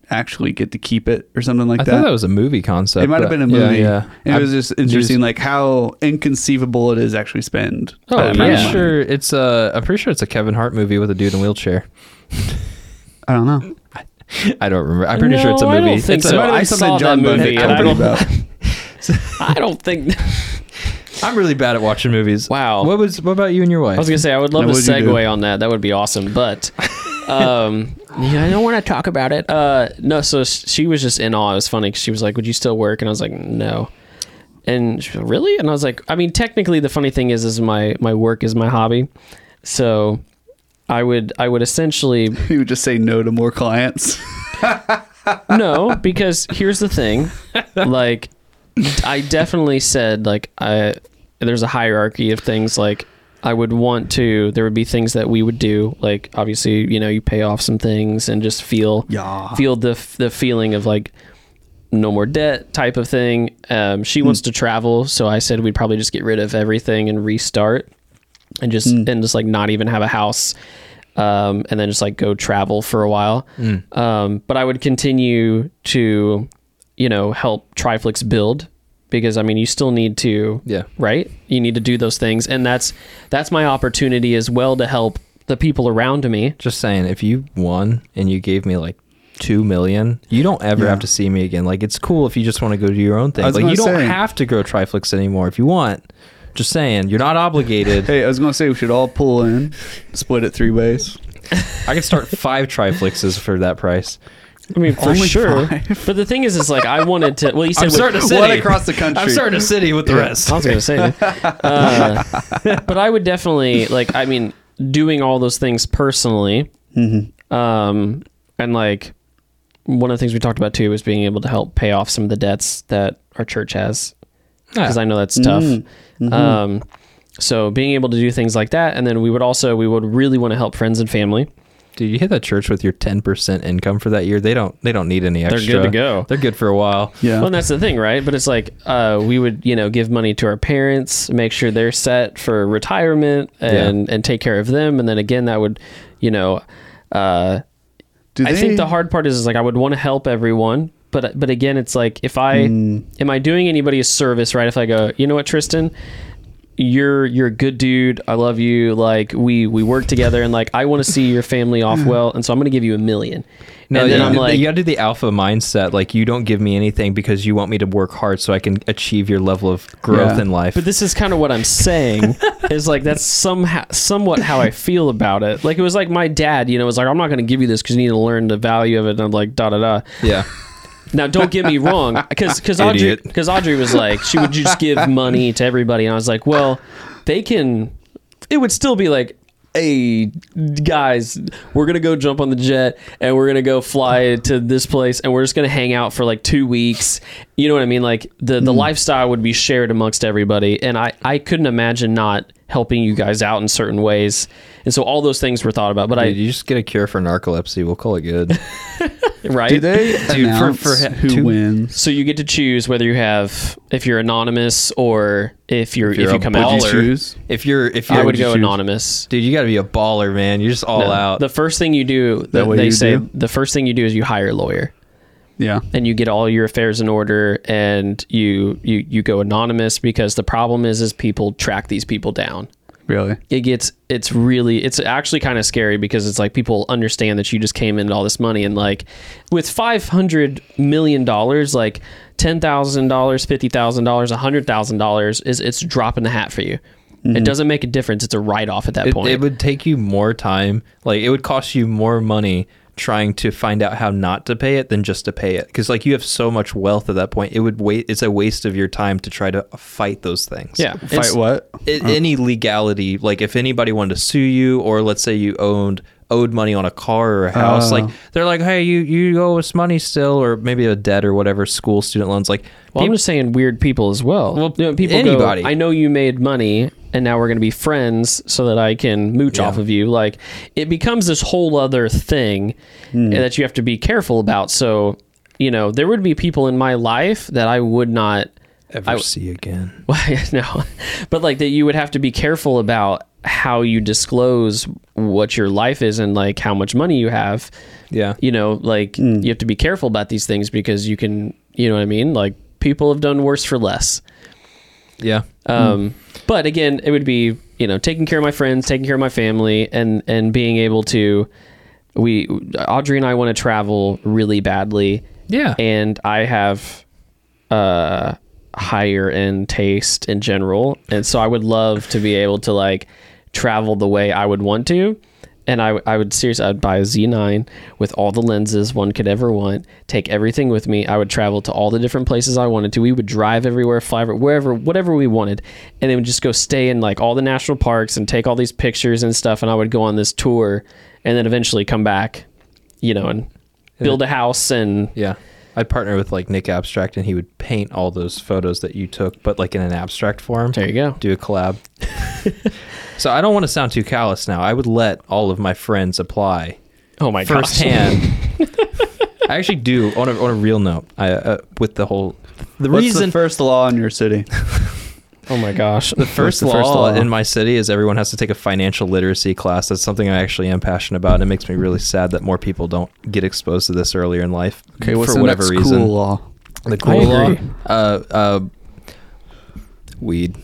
[SPEAKER 4] actually get to keep it, or something like
[SPEAKER 3] I thought that was a movie concept.
[SPEAKER 4] it might have
[SPEAKER 3] but-
[SPEAKER 4] been a movie.
[SPEAKER 3] Yeah,
[SPEAKER 4] And
[SPEAKER 3] yeah.
[SPEAKER 4] it was just interesting, like how inconceivable it is actually spend.
[SPEAKER 1] Oh,
[SPEAKER 4] that
[SPEAKER 3] I'm
[SPEAKER 4] amount
[SPEAKER 3] pretty
[SPEAKER 4] of
[SPEAKER 1] yeah.
[SPEAKER 4] money.
[SPEAKER 3] sure it's a. I'm pretty sure it's a Kevin Hart movie with a dude in a wheelchair.
[SPEAKER 4] I don't know.
[SPEAKER 3] I don't remember. I'm pretty sure it's a
[SPEAKER 1] No,
[SPEAKER 3] movie.
[SPEAKER 1] I don't think
[SPEAKER 3] it's
[SPEAKER 1] so.
[SPEAKER 4] It
[SPEAKER 3] A,
[SPEAKER 4] might have been
[SPEAKER 1] I
[SPEAKER 4] something
[SPEAKER 1] saw
[SPEAKER 4] John
[SPEAKER 1] that
[SPEAKER 4] Bonet
[SPEAKER 1] movie, and
[SPEAKER 4] told
[SPEAKER 1] I
[SPEAKER 4] me
[SPEAKER 1] don't-
[SPEAKER 4] about. [LAUGHS]
[SPEAKER 1] I don't think.
[SPEAKER 3] I'm really bad at watching movies.
[SPEAKER 1] Wow.
[SPEAKER 3] What was? What about you and your wife?
[SPEAKER 1] I was gonna say I would love
[SPEAKER 4] Now,
[SPEAKER 1] to
[SPEAKER 4] what'd you do?
[SPEAKER 1] segue on that. That would be awesome,
[SPEAKER 4] [LAUGHS]
[SPEAKER 1] but um, yeah, I don't want to talk about it. Uh, no, so sh- she was just in awe. It was funny 'cause she was like, "Would you still work?" And I was like, "No." And she was, really, and I was like, "I mean, technically, the funny thing is, is my my work is my hobby, so I would I would essentially
[SPEAKER 4] He would just say no to
[SPEAKER 1] [LAUGHS]
[SPEAKER 4] more clients.
[SPEAKER 1] no, because here's the thing. Like, I definitely said like I there's a hierarchy of things like I would want to. There would be things that we would do. Like obviously, you know, you pay off some things and just feel
[SPEAKER 4] Yeah.
[SPEAKER 1] feel the the feeling of like no more debt type of thing. Um, she wants to travel, so I said we'd probably just get rid of everything and restart, and just and just like not even have a house, um, and then just like go travel for a while. Um, but I would continue to, you know, help Triflix build because I mean you still need to
[SPEAKER 3] Yeah.
[SPEAKER 1] right? You need to do those things, and that's that's my opportunity as well to help the people around me.
[SPEAKER 3] Just saying, if you won and you gave me like two million, you don't ever
[SPEAKER 4] Yeah.
[SPEAKER 3] have to see me again. Like it's cool if you just want to go do your own thing.
[SPEAKER 4] I was
[SPEAKER 3] Like
[SPEAKER 4] gonna
[SPEAKER 3] you don't
[SPEAKER 4] say-
[SPEAKER 3] have to grow Triflix anymore if you want. Just saying, you're not
[SPEAKER 4] [LAUGHS]
[SPEAKER 3] obligated.
[SPEAKER 4] Hey, I was gonna say we should all pull in, split it three ways.
[SPEAKER 3] I could start five Triflixes for that price.
[SPEAKER 1] I mean, for
[SPEAKER 4] Only
[SPEAKER 1] sure. But the thing is, is like I wanted to. Well, you said
[SPEAKER 3] I'm
[SPEAKER 1] with-
[SPEAKER 3] starting a
[SPEAKER 4] What
[SPEAKER 3] city
[SPEAKER 4] across the country? Um,
[SPEAKER 3] I'm starting a city with the rest.
[SPEAKER 1] I was gonna say, uh, but I would definitely like. I mean, doing all those things personally, um, and like one of the things we talked about too was being able to help pay off some of the debts that our church has, because I know that's tough. Um, so being able to do things like that, and then we would also we would really want to help friends and family.
[SPEAKER 3] Dude, you hit that church with your 10% income for that year. They don't. They don't need any
[SPEAKER 1] good
[SPEAKER 3] extra.
[SPEAKER 1] to go.
[SPEAKER 3] They're good for a while.
[SPEAKER 4] Yeah.
[SPEAKER 1] Well, and that's the thing, right? But it's like uh, we would, you know, give money to our parents, make sure they're set for retirement, and and take care of them. And then again, that would, you know, uh,
[SPEAKER 4] Do
[SPEAKER 1] I
[SPEAKER 4] they-
[SPEAKER 1] think the hard part is, is like I would want to help everyone, but but again, it's like if I
[SPEAKER 4] Hmm.
[SPEAKER 1] am I doing anybody a service, right? If I go, you know what, Tristan, you're you're a good dude. I love you. Like we we work together, and like I want to see your family
[SPEAKER 4] [SIGHS]
[SPEAKER 1] off well, and so I'm going to give you a million.
[SPEAKER 3] No,
[SPEAKER 1] and then
[SPEAKER 3] Oh, you-
[SPEAKER 1] I'm like,
[SPEAKER 3] you gotta do the alpha mindset. Like, you don't give me anything because you want me to work hard so I can achieve your level of growth
[SPEAKER 4] Yeah.
[SPEAKER 3] in life.
[SPEAKER 1] But this is kind of what I'm saying is like that's somehow somewhat how I feel about it. Like it was like my dad, you know, was like, I'm not going to give you this because you need to learn the value of it. And I'm like, da da da.
[SPEAKER 3] [LAUGHS] yeah,
[SPEAKER 1] Now, don't get me
[SPEAKER 4] [LAUGHS]
[SPEAKER 1] wrong, because Audrey
[SPEAKER 3] Idiot.
[SPEAKER 1] because Audrey was like, she would just give money to everybody, and I was like, well, they can. It would still be like. Hey guys, we're gonna go jump on the jet and we're gonna go fly to this place and we're just gonna hang out for like two weeks. You know what I mean? Like the
[SPEAKER 4] Hmm.
[SPEAKER 1] the lifestyle would be shared amongst everybody, and I I couldn't imagine not helping you guys out in certain ways. And so all those things were thought about, but
[SPEAKER 3] Dude, you just get a cure for narcolepsy. We'll call
[SPEAKER 1] [LAUGHS]
[SPEAKER 3] it good.
[SPEAKER 1] I right
[SPEAKER 4] do they announce
[SPEAKER 3] for- for-
[SPEAKER 4] who
[SPEAKER 3] to-
[SPEAKER 4] wins?
[SPEAKER 1] So you get to choose whether you have if you're anonymous or if you're if,
[SPEAKER 3] you're
[SPEAKER 1] you
[SPEAKER 3] a
[SPEAKER 1] come
[SPEAKER 4] Would you
[SPEAKER 1] out.
[SPEAKER 3] baller.
[SPEAKER 4] choose?
[SPEAKER 3] if you're, if you're,
[SPEAKER 1] I would go
[SPEAKER 4] choose?
[SPEAKER 1] anonymous.
[SPEAKER 3] dude, you gotta be a baller, man. You're just all out.
[SPEAKER 1] The first thing you do,
[SPEAKER 4] That what
[SPEAKER 1] they
[SPEAKER 4] you
[SPEAKER 1] say
[SPEAKER 4] do?
[SPEAKER 1] the first thing you do is you hire a lawyer
[SPEAKER 4] Yeah.
[SPEAKER 1] and you get all your affairs in order and you you you go anonymous because the problem is is people track these people down.
[SPEAKER 4] Really?
[SPEAKER 1] It gets it's really it's actually kind of scary because it's like people understand that you just came into all this money and like with 500 million dollars like $10,000, $50,000, $100,000 is it's a drop in the hat for you. It doesn't make a difference. It's a write off at that
[SPEAKER 3] Mm-hmm. it,
[SPEAKER 1] point.
[SPEAKER 3] it would take you more time. Like, it would cost you more money trying to find out how not to pay it than just to pay it because like you have so much wealth at that point it would wait it's a waste of your time to try to fight those things
[SPEAKER 1] Yeah.
[SPEAKER 4] Fight
[SPEAKER 1] It's-
[SPEAKER 4] what?
[SPEAKER 3] I any legality like if anybody wanted to sue you or let's say you owned owed money on a car or a house
[SPEAKER 4] Oh.
[SPEAKER 3] like they're like hey you you owe us money still or maybe a debt or whatever school student loans like
[SPEAKER 1] Well, I'm
[SPEAKER 3] peop-
[SPEAKER 1] just saying weird people as well. Well, people
[SPEAKER 3] anybody.
[SPEAKER 1] go, I know you made money and now we're going to be friends so that I can mooch off of you. Like it becomes this whole other thing
[SPEAKER 3] Hmm.
[SPEAKER 1] that you have to be careful about. So, you know, there would be people in my life that I would not [LAUGHS]
[SPEAKER 3] ever see again
[SPEAKER 1] well, [LAUGHS] yeah, no, but like that you would have to be careful about how you disclose what your life is and like how much money you have.
[SPEAKER 3] yeah
[SPEAKER 1] You know, like you have to be careful about these things because you can, you know what I mean? Like people have done worse for less.
[SPEAKER 3] yeah
[SPEAKER 1] Um, But again, it would be you know taking care of my friends, taking care of my family, and and being able to. We Audrey and I want to travel really badly,
[SPEAKER 3] yeah
[SPEAKER 1] and I have uh higher end taste in general, and so I would love to be able to like travel the way I would want to. And I, I would seriously, I'd buy a Z9 with all the lenses one could ever want, take everything with me. I would travel to all the different places I wanted to. We would drive everywhere, fly everywhere, wherever, whatever we wanted. And then would just go stay in like all the national parks and take all these pictures and stuff. And I would go on this tour and then eventually come back, you know, and build a house and
[SPEAKER 3] Yeah. I'd partner with like Nick Abstract and he would paint all those photos that you took, but like in an abstract form.
[SPEAKER 1] There you go.
[SPEAKER 3] Do a [LAUGHS] collab. so I don't want to sound too callous now. I would let all of my friends apply
[SPEAKER 1] Oh my gosh.
[SPEAKER 3] firsthand. [LAUGHS] I actually do on a, on a real note. I uh, with the whole the
[SPEAKER 4] What's
[SPEAKER 3] reason
[SPEAKER 4] the first law in your city?
[SPEAKER 1] Oh my gosh.
[SPEAKER 3] the first,
[SPEAKER 4] the
[SPEAKER 3] law
[SPEAKER 4] first law?
[SPEAKER 3] in my city is everyone has to take a financial literacy class. That's something I actually am passionate about, and it makes me really sad that more people don't get exposed to this earlier in life.
[SPEAKER 4] Okay, what's
[SPEAKER 3] for
[SPEAKER 4] the
[SPEAKER 3] whatever
[SPEAKER 4] next
[SPEAKER 3] reason.
[SPEAKER 4] cool [LAUGHS] law?
[SPEAKER 3] The
[SPEAKER 1] I
[SPEAKER 3] cool law,
[SPEAKER 1] agree.
[SPEAKER 3] uh, uh, weed.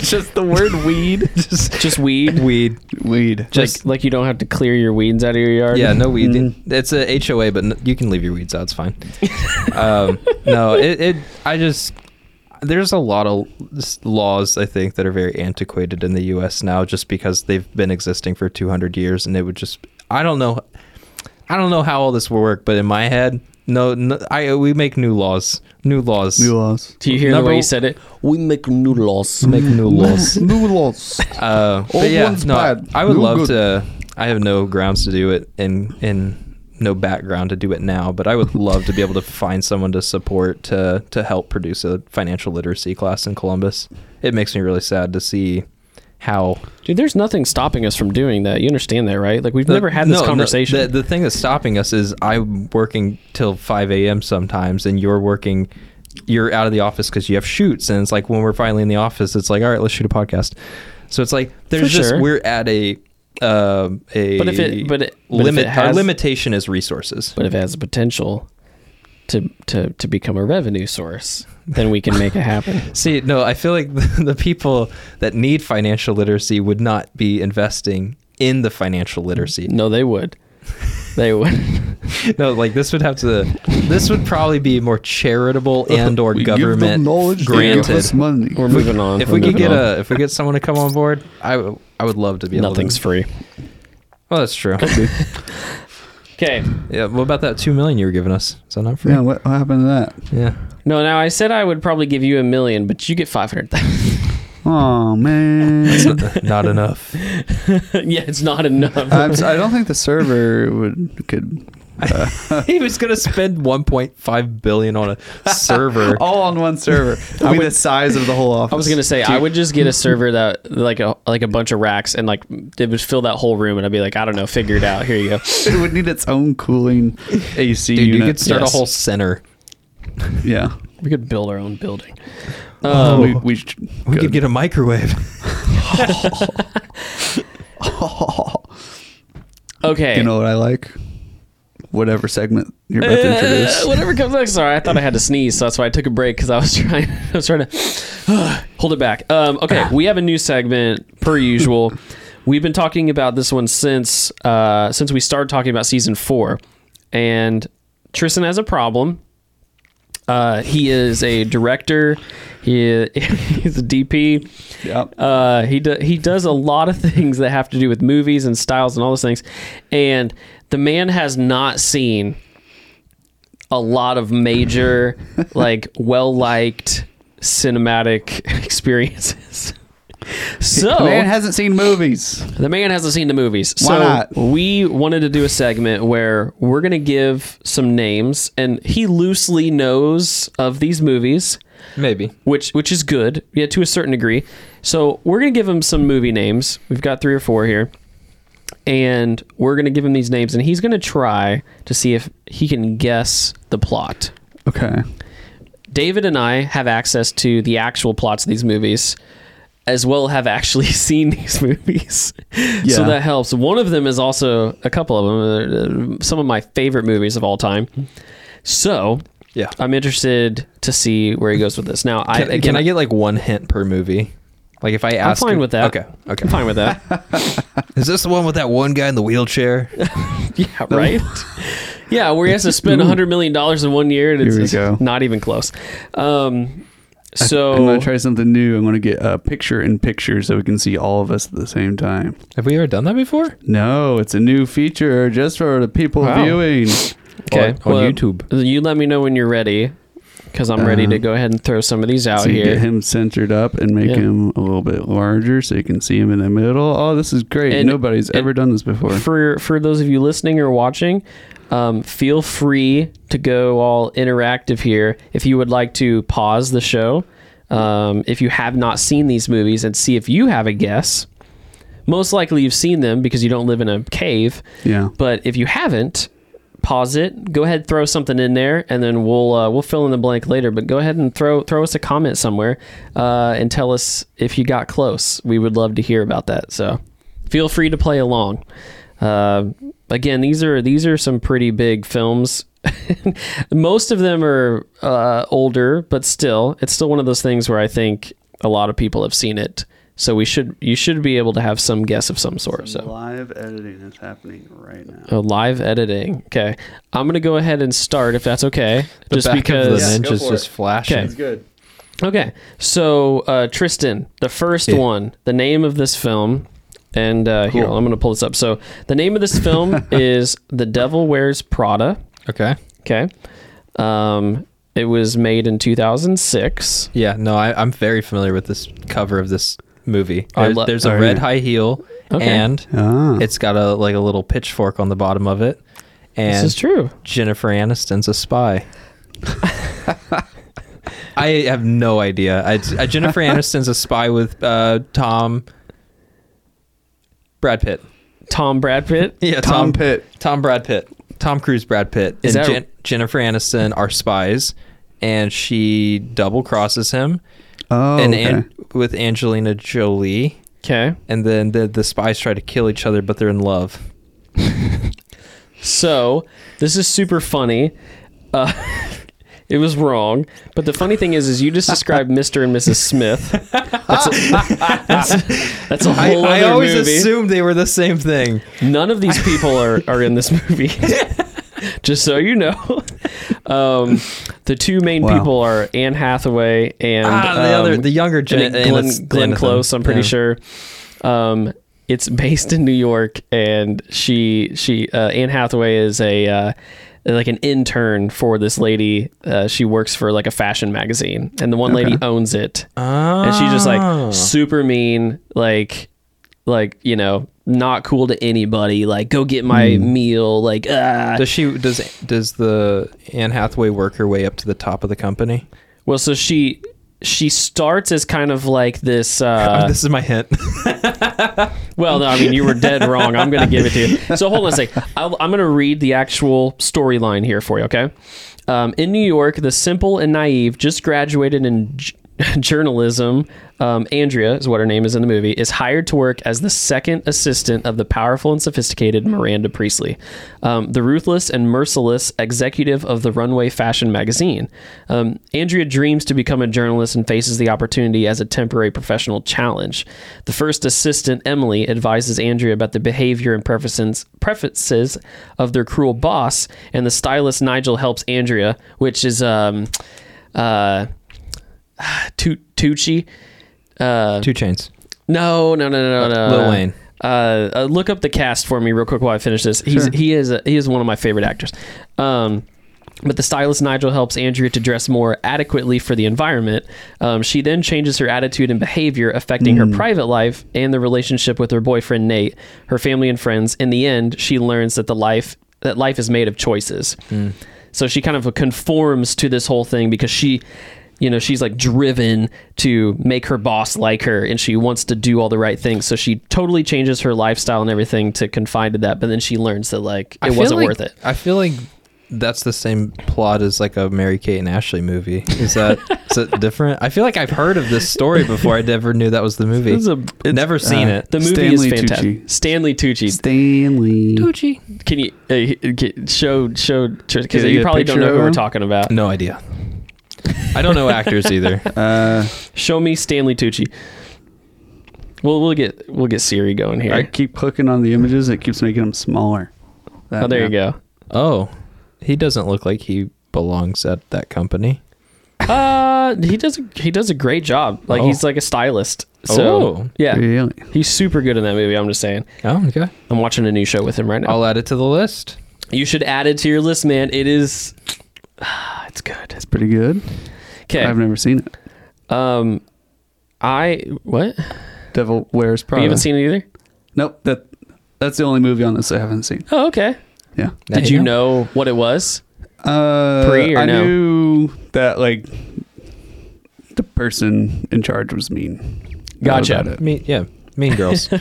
[SPEAKER 4] Just the word weed. [LAUGHS] Just
[SPEAKER 1] Just [LAUGHS] weed.
[SPEAKER 3] Weed.
[SPEAKER 4] weed.
[SPEAKER 1] Just like, like you don't have to clear your weeds out of your yard.
[SPEAKER 3] Yeah, no weed.
[SPEAKER 4] Mm.
[SPEAKER 3] It's a HOA, but n you can leave your weeds out. It's fine. [LAUGHS] um, no, it, it. I just there's a lot of s- laws I think that are very antiquated in the U.S. now, just because they've been existing for 200 years, and it would just. I don't know. I don't know how all this will work, but in my head, no, no I we make new laws, new laws,
[SPEAKER 4] New laws.
[SPEAKER 1] Do you hear
[SPEAKER 3] Number-
[SPEAKER 1] the way you said it? We make new laws.
[SPEAKER 3] [LAUGHS] make new laws.
[SPEAKER 4] New laws.
[SPEAKER 3] Uh, but
[SPEAKER 4] Old
[SPEAKER 3] yeah,
[SPEAKER 4] one's
[SPEAKER 3] no,
[SPEAKER 4] bad,
[SPEAKER 3] I would
[SPEAKER 4] new
[SPEAKER 3] love
[SPEAKER 4] good.
[SPEAKER 3] to. I have no grounds to do it, and and no background to do it now. But I would love to be able to find someone to support to to help produce a financial literacy class in Columbus. It makes me really sad to see how
[SPEAKER 1] Dude, there's nothing stopping us from doing that. You understand that, right? Like we've never had
[SPEAKER 3] No,
[SPEAKER 1] this
[SPEAKER 3] no,
[SPEAKER 1] conversation.
[SPEAKER 3] the, the thing that's stopping us is I'm working till 5 a.m. sometimes, and you're working. You're out of the office because you have shoots, and it's like when we're finally in the office, it's like, all right, let's shoot a podcast. So it's like
[SPEAKER 1] For
[SPEAKER 3] there's just
[SPEAKER 1] sure.
[SPEAKER 3] we're at a um, a
[SPEAKER 1] But if it- but it- but if
[SPEAKER 3] limit
[SPEAKER 1] it
[SPEAKER 3] our
[SPEAKER 1] has-
[SPEAKER 3] limitation is resources.
[SPEAKER 1] but if it has the potential to, to to become a revenue source, then we can make it happen.
[SPEAKER 3] [LAUGHS] See, no, I feel like [LAUGHS] the, the people that need financial literacy would not be investing in the financial literacy.
[SPEAKER 1] No, they would. They
[SPEAKER 3] [LAUGHS]
[SPEAKER 1] would.
[SPEAKER 3] No, like this would have to. This would probably be more charitable and or
[SPEAKER 4] We
[SPEAKER 3] government
[SPEAKER 4] give them knowledge, They give us
[SPEAKER 3] granted.
[SPEAKER 4] money.
[SPEAKER 1] We're moving on.
[SPEAKER 3] If
[SPEAKER 1] We're
[SPEAKER 3] we could
[SPEAKER 1] moving
[SPEAKER 3] get
[SPEAKER 1] on.
[SPEAKER 3] a, if we get someone to come on board, I, w- I would love to be able.
[SPEAKER 1] nothing's
[SPEAKER 3] To,
[SPEAKER 1] free.
[SPEAKER 3] well, that's true.
[SPEAKER 1] Okay.
[SPEAKER 3] yeah. What about that two million you were giving us? Is that not free?
[SPEAKER 4] yeah, what, what happened to that?
[SPEAKER 3] Yeah.
[SPEAKER 1] No, now I said I would probably give you a million, but you get five hundred thousand.
[SPEAKER 4] Oh man.
[SPEAKER 3] Not, not
[SPEAKER 1] [LAUGHS]
[SPEAKER 3] enough.
[SPEAKER 1] yeah, it's not enough.
[SPEAKER 4] [LAUGHS] I'm, s- I do not think the server would could
[SPEAKER 3] [LAUGHS] he was gonna spend one point five billion on a server.
[SPEAKER 4] [LAUGHS] all on one server. I mean, the size of the whole office.
[SPEAKER 1] I was gonna say I would just get a server that like a like a bunch of racks and like it would fill that whole room and I'd be like I don't know figure it out here you go [LAUGHS]
[SPEAKER 4] [LAUGHS] it would need its own cooling AC
[SPEAKER 3] Dude, you
[SPEAKER 4] unit.
[SPEAKER 3] could start
[SPEAKER 1] yes.
[SPEAKER 3] a whole center.
[SPEAKER 4] yeah.
[SPEAKER 1] we could build our own building Oh.
[SPEAKER 4] Um, we we, sh-
[SPEAKER 3] We
[SPEAKER 4] good.
[SPEAKER 3] could get a microwave.
[SPEAKER 1] okay
[SPEAKER 4] You know what I like? Whatever segment you're about to introduce.
[SPEAKER 1] Uh, [LAUGHS] whatever comes next sorry I thought I had to sneeze so that's why I took a break because I was [LAUGHS] trying I was trying to [SIGHS] hold it back um, okay we have a new segment per usual we've been talking about this one since uh, since we started talking about season four and Tristan has a problem Uh, he is a director. He [LAUGHS] is, he's a DP.
[SPEAKER 4] Yep.
[SPEAKER 1] Uh, he do, he does a lot of [LAUGHS] things that have to do with movies and styles and all those things. And the man has not seen a lot of
[SPEAKER 4] [LAUGHS]
[SPEAKER 1] major, like well liked cinematic [LAUGHS] experiences. So Oh.
[SPEAKER 4] The man hasn't seen movies.
[SPEAKER 1] the man hasn't seen the movies. So
[SPEAKER 4] Why not?
[SPEAKER 1] we wanted to do a segment where we're going to give some names and he loosely knows of these movies,
[SPEAKER 3] Maybe.
[SPEAKER 1] which which is good, yeah, to a certain degree. So we're going to give him some movie names. We've got 3 or 4 here. And we're going to give him these names and he's going to try to see if he can guess the plot.
[SPEAKER 4] Okay.
[SPEAKER 1] David and I have access to the actual plots of these movies, as well have actually [LAUGHS] seen these movies. So
[SPEAKER 4] Yeah.
[SPEAKER 1] that helps. One of them is also a couple of them, uh, some of my favorite movies of all time. So
[SPEAKER 3] Yeah.
[SPEAKER 1] I'm interested to see where he goes with this. Now, I
[SPEAKER 3] Can,
[SPEAKER 1] again,
[SPEAKER 3] can I get like one hint per movie? Like if I
[SPEAKER 1] I'm
[SPEAKER 3] ask,
[SPEAKER 1] fine
[SPEAKER 3] you-
[SPEAKER 1] with that.
[SPEAKER 3] Okay,
[SPEAKER 1] I'm
[SPEAKER 3] okay.
[SPEAKER 1] fine with
[SPEAKER 3] [LAUGHS]
[SPEAKER 1] that.
[SPEAKER 3] Is this the one with that one guy in the wheelchair?
[SPEAKER 4] [LAUGHS]
[SPEAKER 1] Yeah, right. [LAUGHS] yeah, where he has to spend hundred million dollars in one year, and it's,
[SPEAKER 4] Here we
[SPEAKER 1] it's
[SPEAKER 4] go.
[SPEAKER 1] not even close. Um,
[SPEAKER 4] I'm
[SPEAKER 1] so
[SPEAKER 4] gonna try something new. I'm gonna get a picture in picture so we can see all of us at the same time.
[SPEAKER 3] Have we ever done that before?
[SPEAKER 4] No, it's a new feature just for the people
[SPEAKER 3] Wow.
[SPEAKER 4] viewing.
[SPEAKER 1] Okay,
[SPEAKER 3] on, on YouTube.
[SPEAKER 1] You let me know when you're ready, because I'm ready to
[SPEAKER 4] Uh-huh.
[SPEAKER 1] go ahead and throw some of these out
[SPEAKER 4] so you
[SPEAKER 1] here.
[SPEAKER 4] get him centered up and make
[SPEAKER 1] Yeah.
[SPEAKER 4] him a little bit larger so you can see him in the middle. Oh, this is great.
[SPEAKER 1] And-
[SPEAKER 4] Nobody's
[SPEAKER 1] and-
[SPEAKER 4] ever done this before.
[SPEAKER 1] For for those of you listening or watching, um, feel free to go all interactive here. If you would like to pause the show, um, if you have not seen these movies and see if you have a guess. Most likely you've seen them because you don't live in a cave.
[SPEAKER 4] Yeah.
[SPEAKER 1] But if you haven't, pause it. Go ahead, throw something in there, and then we'll uh, we'll fill in the blank later. But go ahead and throw throw us a comment somewhere uh, and tell us if you got close. We would love to hear about that. So feel free to play along. Uh, again, these are these are some pretty big films. [LAUGHS] Most of them are uh, older, but still, it's still one of those things where I think a lot of people have seen it. So we should you should be able to have some guess of some sort. So
[SPEAKER 4] Live editing is happening right now.
[SPEAKER 1] Oh, live editing. Okay. I'm going to go ahead and start if that's okay.
[SPEAKER 3] The
[SPEAKER 1] just
[SPEAKER 3] back of
[SPEAKER 1] because.
[SPEAKER 3] the
[SPEAKER 2] Yeah, go
[SPEAKER 3] ninja's
[SPEAKER 2] for
[SPEAKER 3] just
[SPEAKER 2] it.
[SPEAKER 3] flashing.
[SPEAKER 1] Okay.
[SPEAKER 4] good.
[SPEAKER 1] Okay. So, uh, Tristan, the first
[SPEAKER 3] Yeah.
[SPEAKER 1] one, the name of this film, and uh, here,
[SPEAKER 4] Cool.
[SPEAKER 1] I'm going to pull this up. So, the name of this
[SPEAKER 3] [LAUGHS]
[SPEAKER 1] film is The Devil Wears Prada.
[SPEAKER 3] Okay.
[SPEAKER 1] Okay. Um, it was made in 2006.
[SPEAKER 3] Yeah, no, I, I'm very familiar with this cover of this movie.
[SPEAKER 1] I
[SPEAKER 3] There-
[SPEAKER 1] lo-
[SPEAKER 3] there's a
[SPEAKER 4] Are
[SPEAKER 3] red
[SPEAKER 4] you?
[SPEAKER 3] high heel,
[SPEAKER 1] Okay.
[SPEAKER 3] and
[SPEAKER 4] Ah.
[SPEAKER 3] it's got a like a little pitchfork on the bottom of it.
[SPEAKER 1] This
[SPEAKER 3] And
[SPEAKER 1] is true.
[SPEAKER 3] Jennifer Aniston's a spy. [LAUGHS] I have no idea. I, I- [LAUGHS] Jennifer Aniston's a spy with uh, Tom. Brad Pitt.
[SPEAKER 1] Tom Brad
[SPEAKER 3] [LAUGHS]
[SPEAKER 1] Pitt.
[SPEAKER 3] Yeah,
[SPEAKER 4] Tom Pitt.
[SPEAKER 3] Tom Brad Pitt. Tom Cruise, Brad Pitt,
[SPEAKER 1] Is
[SPEAKER 3] and
[SPEAKER 1] that-
[SPEAKER 3] Jen- Jennifer Aniston are spies, and she double crosses him,
[SPEAKER 4] Oh,
[SPEAKER 3] and
[SPEAKER 4] okay.
[SPEAKER 3] An- with Angelina Jolie,
[SPEAKER 1] Okay.
[SPEAKER 3] and then the the spies try to kill each other, but they're in love.
[SPEAKER 1] So this is super funny. Uh, [LAUGHS] it was wrong, but the funny thing is, is you just
[SPEAKER 3] [LAUGHS]
[SPEAKER 1] described Mr. and Mrs. Smith. That's a, that's, that's a
[SPEAKER 3] I,
[SPEAKER 1] whole
[SPEAKER 3] I
[SPEAKER 1] other
[SPEAKER 3] always
[SPEAKER 1] movie.
[SPEAKER 3] assumed they were the same thing.
[SPEAKER 1] None of these people are are in this movie. [LAUGHS] just so you know, [LAUGHS] um, the two main
[SPEAKER 4] Wow.
[SPEAKER 1] people are Anne Hathaway and
[SPEAKER 3] ah, the other,
[SPEAKER 1] um,
[SPEAKER 3] the younger
[SPEAKER 1] and
[SPEAKER 3] Jen,
[SPEAKER 1] it- Glenn, Glenn Close, I'm pretty sure. Um, it's based in New York, and she she uh, Anne Hathaway is a uh, like an intern for this lady. Uh, she works for like a fashion magazine, and the one lady owns it, and she's just
[SPEAKER 3] Ah.
[SPEAKER 1] like super mean, like like you know not cool to anybody. Like go get my meal, like ah.
[SPEAKER 3] Does she does does the Anne Hathaway work her way up to the top of the company?
[SPEAKER 1] Well, so she she starts as kind of like this. [LAUGHS] Uh,
[SPEAKER 3] this is my hint. [LAUGHS]
[SPEAKER 1] Well, no, I mean you were dead wrong. I'm going to give it to you. So hold on a sec. I'll, I'm going to read the actual storyline here for you. Okay. Um, in New York, the simple and naive just graduated in J- [LAUGHS] journalism, um, Andrea is what her name is in the movie, is hired to work as the second assistant of the powerful and sophisticated Miranda Priestley, um, the ruthless and merciless executive of the Runway Fashion magazine. Um, Andrea dreams to become a journalist and faces the opportunity as a temporary professional challenge. The first assistant, Emily, advises Andrea about the behavior and preferences, preferences of their cruel boss, and the stylist Nigel helps Andrea, which is. Um, uh, [SIGHS] Tu- Tucci. Uh,
[SPEAKER 3] Two chains.
[SPEAKER 1] no, no, no, no, no.
[SPEAKER 3] Lil
[SPEAKER 1] no.
[SPEAKER 3] Wayne.
[SPEAKER 1] Uh, uh, look up the cast for me real quick while I finish this. He's he is he is one of my favorite actors. Um, but the stylist Nigel helps Andrea to dress more adequately for the environment. Um, she then changes her attitude and behavior, affecting
[SPEAKER 3] Mm.
[SPEAKER 1] her private life and the relationship with her boyfriend Nate, her family and friends. In the end, she learns that the life that life is made of choices.
[SPEAKER 4] Mm.
[SPEAKER 1] So she kind of conforms to this whole thing because she, you know, she's like driven to make her boss like her and she wants to do all the right things. So she totally changes her lifestyle and everything to confine to that. But then she learns that like it wasn't worth it.
[SPEAKER 3] I feel like that's the same plot as like a Mary Kate and Ashley movie. Is that is it different? I feel like I've heard of this story before. I never knew that was the movie.
[SPEAKER 1] It's a- it's-
[SPEAKER 3] never seen
[SPEAKER 4] uh,
[SPEAKER 3] it.
[SPEAKER 1] The movie
[SPEAKER 4] Stanley
[SPEAKER 1] is fantastic.
[SPEAKER 4] Tucci.
[SPEAKER 1] Stanley Tucci.
[SPEAKER 4] Stanley.
[SPEAKER 1] Can you uh, he- can- show show because
[SPEAKER 4] Can I
[SPEAKER 1] you
[SPEAKER 4] get a
[SPEAKER 1] probably don't
[SPEAKER 4] picture
[SPEAKER 1] know
[SPEAKER 4] of
[SPEAKER 1] who we're
[SPEAKER 4] him?
[SPEAKER 1] talking about?
[SPEAKER 3] No idea. I don't know actors either.
[SPEAKER 4] Uh,
[SPEAKER 1] Show me Stanley Tucci. We'll we'll get we'll get Siri going here.
[SPEAKER 4] I keep clicking on the images. It keeps making them smaller. That
[SPEAKER 1] oh, there you
[SPEAKER 4] now.
[SPEAKER 1] go.
[SPEAKER 3] Oh, he doesn't look like he belongs at that company.
[SPEAKER 1] Uh, he does he does a great job. Like
[SPEAKER 3] Oh.
[SPEAKER 1] he's like a stylist. So
[SPEAKER 3] Oh.
[SPEAKER 1] yeah,
[SPEAKER 4] Really?
[SPEAKER 1] he's super good in that movie. I'm just saying.
[SPEAKER 3] Oh, okay.
[SPEAKER 1] I'm watching a new show with him right now.
[SPEAKER 3] I'll add it to the list.
[SPEAKER 1] you should add it to your list, man. It is, [SIGHS] it's good.
[SPEAKER 4] It's pretty good.
[SPEAKER 1] Okay.
[SPEAKER 4] I've never seen it.
[SPEAKER 1] Um, I what?
[SPEAKER 4] Devil Wears Prada.
[SPEAKER 1] You haven't seen it either.
[SPEAKER 4] Nope. That that's the only movie on this I haven't seen.
[SPEAKER 1] Oh, okay.
[SPEAKER 4] Yeah.
[SPEAKER 3] There
[SPEAKER 1] Did
[SPEAKER 3] you
[SPEAKER 1] you know what it was?
[SPEAKER 4] Uh,
[SPEAKER 1] Pre or
[SPEAKER 4] I
[SPEAKER 1] no?
[SPEAKER 4] knew that like the person in charge was mean. That was
[SPEAKER 1] Gotcha.
[SPEAKER 4] about
[SPEAKER 3] Mean, yeah, Mean Girls.
[SPEAKER 4] it.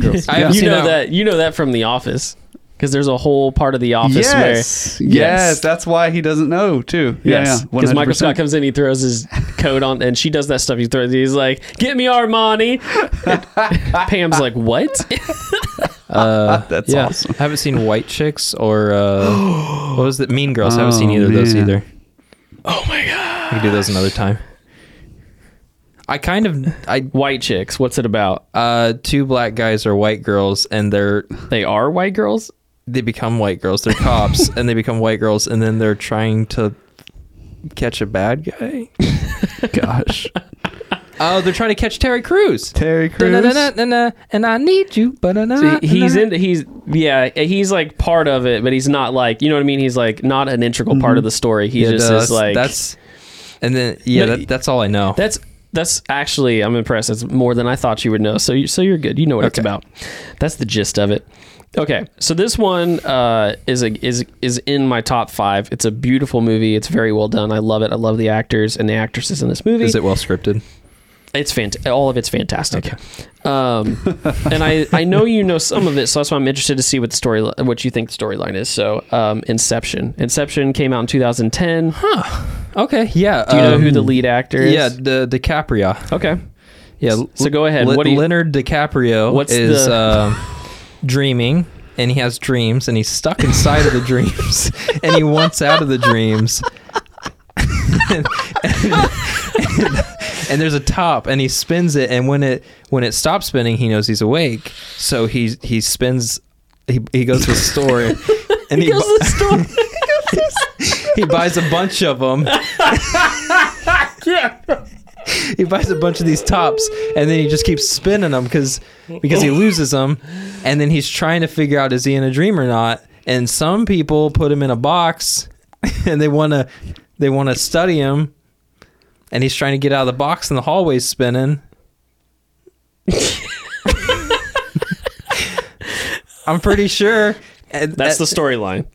[SPEAKER 1] [LAUGHS]
[SPEAKER 4] Girls.
[SPEAKER 3] I haven't
[SPEAKER 1] You
[SPEAKER 3] seen
[SPEAKER 1] know
[SPEAKER 3] that.
[SPEAKER 1] that. You know that from The Office, because there's a whole part of The Office
[SPEAKER 4] yes.
[SPEAKER 1] where
[SPEAKER 4] yes. That's why he doesn't know too.
[SPEAKER 1] Yes,
[SPEAKER 4] Yeah.
[SPEAKER 1] because Michael Scott
[SPEAKER 4] 100%.
[SPEAKER 1] comes in, he throws his coat on, and she does that stuff. He throws, he's like, "Get me Armani." [LAUGHS] And Pam's like, "What?"
[SPEAKER 3] Uh,
[SPEAKER 4] That's
[SPEAKER 3] yeah.
[SPEAKER 4] awesome.
[SPEAKER 3] I haven't seen White Chicks or uh, what was that? Mean Girls. I haven't seen
[SPEAKER 4] Oh,
[SPEAKER 3] either of those
[SPEAKER 4] man.
[SPEAKER 3] either. Oh my god. We can do those another time. I kind of I
[SPEAKER 1] white chicks. What's it about?
[SPEAKER 3] uh two black guys are white girls and they're
[SPEAKER 1] They are white girls.
[SPEAKER 3] they become white girls. They're [LAUGHS] cops and they become white girls and then they're trying to catch a bad guy.
[SPEAKER 1] [LAUGHS]
[SPEAKER 4] Gosh.
[SPEAKER 3] Oh, they're trying to catch Terry Crews.
[SPEAKER 4] Terry Crews.
[SPEAKER 3] Da-na-na-na-na-na, And I need you, but I
[SPEAKER 1] So he- he's
[SPEAKER 3] in.
[SPEAKER 1] in. He's yeah. He's like part of it, but he's not like you know what I mean. He's like not an integral part of the story. He
[SPEAKER 3] Mm-hmm. Yeah,
[SPEAKER 1] just
[SPEAKER 3] duh,
[SPEAKER 1] is like
[SPEAKER 3] that's and then yeah
[SPEAKER 1] No,
[SPEAKER 3] that, that's all i know
[SPEAKER 1] That's that's actually I'm impressed. It's more than I thought you would know. So you, so you're good. You know what it's
[SPEAKER 3] Okay.
[SPEAKER 1] about. That's the gist of it. Okay, so this one uh, is a, is is in my top five. It's a beautiful movie. It's very well done. I love it. I love the actors and the actresses in this movie.
[SPEAKER 3] is it well scripted
[SPEAKER 1] It's fant- all of it's fantastic.
[SPEAKER 3] [LAUGHS]
[SPEAKER 1] Um, and I, I know you know some of it, so that's why I'm interested to see what the story what you think the storyline is. So, um, Inception. Inception came out in 2010.
[SPEAKER 3] okay yeah
[SPEAKER 1] Do you know who the lead actor is?
[SPEAKER 3] Um, yeah the dicaprio
[SPEAKER 1] Okay.
[SPEAKER 3] yeah
[SPEAKER 1] So go ahead.
[SPEAKER 3] Le-
[SPEAKER 1] What do you-
[SPEAKER 3] leonard dicaprio
[SPEAKER 1] What's
[SPEAKER 3] is
[SPEAKER 1] the-
[SPEAKER 3] um, [LAUGHS] dreaming and he has dreams and he's stuck inside of the dreams [LAUGHS] and he wants out of the dreams [LAUGHS] and, and- and there's a top and he spins it and when it when it stops spinning he knows he's awake so he he spins he, he goes to the store [LAUGHS] and he,
[SPEAKER 1] Goes
[SPEAKER 3] bu-
[SPEAKER 1] the story.
[SPEAKER 3] [LAUGHS] he buys a bunch
[SPEAKER 1] [LAUGHS]
[SPEAKER 3] of them. [LAUGHS] He buys a bunch of these tops, and then he just keeps spinning them because because he loses them, and then he's trying to figure out is he in a dream or not. And some people put him in a box, [LAUGHS] and they want to they want to study him, and he's trying to get out of the box, and the hallway's spinning.
[SPEAKER 1] [LAUGHS]
[SPEAKER 3] [LAUGHS] I'm pretty sure. And-
[SPEAKER 1] That's the
[SPEAKER 3] and-
[SPEAKER 1] storyline.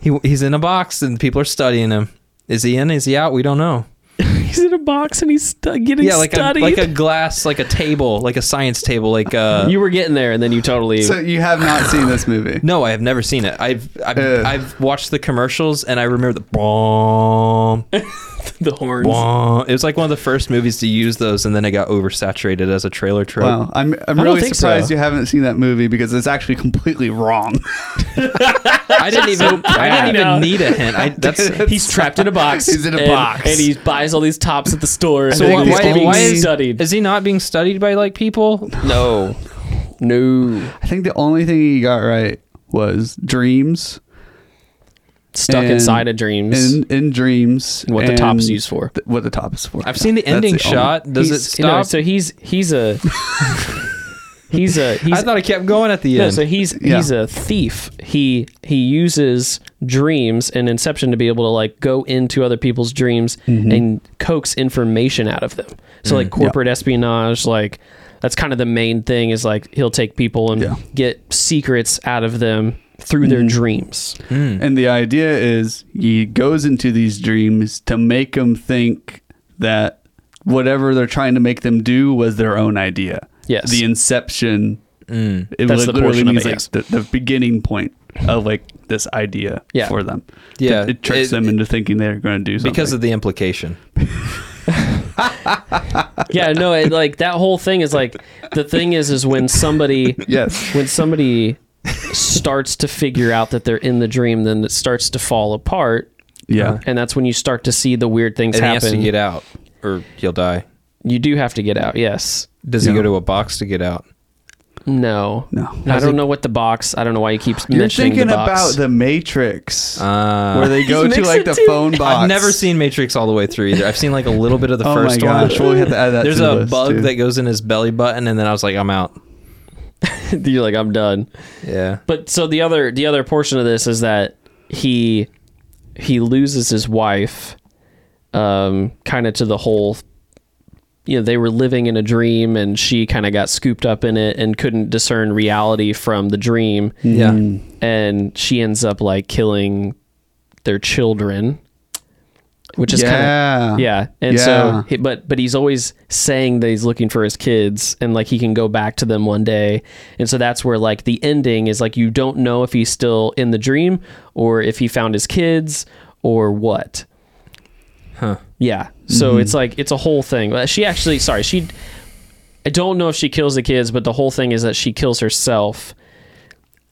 [SPEAKER 3] he he's in a box and people are studying him. Is he in? Is he out? We don't know.
[SPEAKER 1] He's in a box and he's stu- getting
[SPEAKER 3] yeah, like a,
[SPEAKER 1] studied.
[SPEAKER 3] like a glass, like a table, like a science table, like uh.
[SPEAKER 1] [LAUGHS] you were getting there, and then you totally.
[SPEAKER 4] So you have not seen this movie.
[SPEAKER 3] no, I have never seen it. I've I've,
[SPEAKER 1] [LAUGHS]
[SPEAKER 4] Ugh.
[SPEAKER 3] I've watched the commercials and I remember the bomb.
[SPEAKER 1] the horns.
[SPEAKER 3] Wah. It was like one of the first movies to use those, and then it got oversaturated as a trailer trope.
[SPEAKER 4] Wow, I'm I'm
[SPEAKER 1] don't
[SPEAKER 4] really
[SPEAKER 1] think
[SPEAKER 4] surprised
[SPEAKER 1] so.
[SPEAKER 4] you haven't seen that movie because it's actually completely
[SPEAKER 1] [LAUGHS]
[SPEAKER 4] wrong.
[SPEAKER 3] I didn't even. I
[SPEAKER 1] bad.
[SPEAKER 3] didn't even need a hint. I,
[SPEAKER 4] [LAUGHS]
[SPEAKER 3] that's
[SPEAKER 1] [LAUGHS] He's trapped in a box.
[SPEAKER 4] He's in a
[SPEAKER 1] and-
[SPEAKER 4] box.
[SPEAKER 1] and he buys all these tops at the store.
[SPEAKER 4] So
[SPEAKER 1] and
[SPEAKER 4] why-
[SPEAKER 1] he's
[SPEAKER 4] why-
[SPEAKER 1] being
[SPEAKER 4] why is-
[SPEAKER 1] studied?
[SPEAKER 3] Is he not being studied by like people? No.
[SPEAKER 1] no
[SPEAKER 4] I think the only thing he got right was dreams
[SPEAKER 1] stuck
[SPEAKER 4] And-
[SPEAKER 1] inside of dreams.
[SPEAKER 4] in in dreams
[SPEAKER 1] What the top's
[SPEAKER 4] and
[SPEAKER 1] used for.
[SPEAKER 4] th- what the top is for.
[SPEAKER 3] I've seen the
[SPEAKER 4] That's
[SPEAKER 3] ending
[SPEAKER 4] only-
[SPEAKER 3] shot. Does it
[SPEAKER 1] He's-
[SPEAKER 3] stop?
[SPEAKER 1] No, so he's he's a [LAUGHS] he's a he's
[SPEAKER 3] I thought it kept going at the
[SPEAKER 1] No,
[SPEAKER 3] end.
[SPEAKER 1] so he's
[SPEAKER 4] Yeah.
[SPEAKER 1] he's a thief. He he uses dreams and Inception to be able to like go into other people's dreams
[SPEAKER 4] Mm-hmm.
[SPEAKER 1] and coax information out of them.
[SPEAKER 4] Mm,
[SPEAKER 1] So like corporate espionage, like that's kind of the main thing is like he'll take people and
[SPEAKER 4] Yeah. Mm-hmm.
[SPEAKER 1] get secrets out of them through their dreams.
[SPEAKER 3] Hmm.
[SPEAKER 4] And the idea is he goes into these dreams to make them think that whatever they're trying to make them do was their own idea.
[SPEAKER 1] Yes.
[SPEAKER 4] The inception.
[SPEAKER 3] Mm.
[SPEAKER 4] It
[SPEAKER 1] That's
[SPEAKER 4] was
[SPEAKER 1] the
[SPEAKER 4] literally
[SPEAKER 1] portion of
[SPEAKER 4] means
[SPEAKER 1] it,
[SPEAKER 4] like
[SPEAKER 1] yes.
[SPEAKER 4] the, the beginning point of like this idea
[SPEAKER 1] Yeah.
[SPEAKER 4] for them.
[SPEAKER 3] Yeah.
[SPEAKER 4] It, it tricks
[SPEAKER 3] It-
[SPEAKER 4] them into thinking they're going to do something.
[SPEAKER 3] because of the implication.
[SPEAKER 1] yeah, no, it, like that whole thing is like the thing is is when
[SPEAKER 4] [LAUGHS]
[SPEAKER 1] somebody
[SPEAKER 3] [LAUGHS]
[SPEAKER 4] yes.
[SPEAKER 1] when somebody starts to figure out that they're in the dream then it starts to fall apart
[SPEAKER 3] Uh,
[SPEAKER 4] Yeah.
[SPEAKER 1] and that's when you start to see the weird things
[SPEAKER 3] And he has
[SPEAKER 1] happen
[SPEAKER 3] to get out, or he'll die.
[SPEAKER 1] you do have to get out yes
[SPEAKER 3] Does he
[SPEAKER 4] Yeah.
[SPEAKER 3] go to a box to get out?
[SPEAKER 1] no
[SPEAKER 4] No.
[SPEAKER 1] i
[SPEAKER 3] How's
[SPEAKER 1] don't
[SPEAKER 3] he-
[SPEAKER 1] know what the box i don't know why you keep
[SPEAKER 4] You're
[SPEAKER 1] mentioning
[SPEAKER 4] thinking
[SPEAKER 1] the
[SPEAKER 4] about
[SPEAKER 1] box.
[SPEAKER 4] the Matrix
[SPEAKER 3] Uh, [LAUGHS]
[SPEAKER 4] where they go
[SPEAKER 1] He's
[SPEAKER 4] to like
[SPEAKER 1] mixing
[SPEAKER 4] the
[SPEAKER 1] two-
[SPEAKER 4] phone box.
[SPEAKER 3] I've never seen Matrix all the way through either. I've seen like a little bit of the
[SPEAKER 4] [LAUGHS] Oh
[SPEAKER 3] first
[SPEAKER 4] my gosh,
[SPEAKER 3] one.
[SPEAKER 4] we'll have to add that
[SPEAKER 3] There's
[SPEAKER 4] to the
[SPEAKER 3] a
[SPEAKER 4] list,
[SPEAKER 3] bug
[SPEAKER 4] too.
[SPEAKER 3] that goes in his belly button, and then I was like, I'm out.
[SPEAKER 1] [LAUGHS] you're like i'm done
[SPEAKER 3] Yeah.
[SPEAKER 1] but so the other the other portion of this is that he he loses his wife um kind of to the whole you know they were living in a dream and she kind of got scooped up in it and couldn't discern reality from the dream
[SPEAKER 3] Yeah.
[SPEAKER 1] and she ends up like killing their children which is kind of
[SPEAKER 4] yeah.
[SPEAKER 1] yeah and
[SPEAKER 4] Yeah.
[SPEAKER 1] so he- but but he's always saying that he's looking for his kids and like he can go back to them one day and so that's where like the ending is like you don't know if he's still in the dream or if he found his kids or what
[SPEAKER 3] Huh.
[SPEAKER 1] yeah so
[SPEAKER 4] Mm-hmm.
[SPEAKER 1] it's like it's a whole thing Uh, she actually sorry she i don't know if she kills the kids but the whole thing is that she kills herself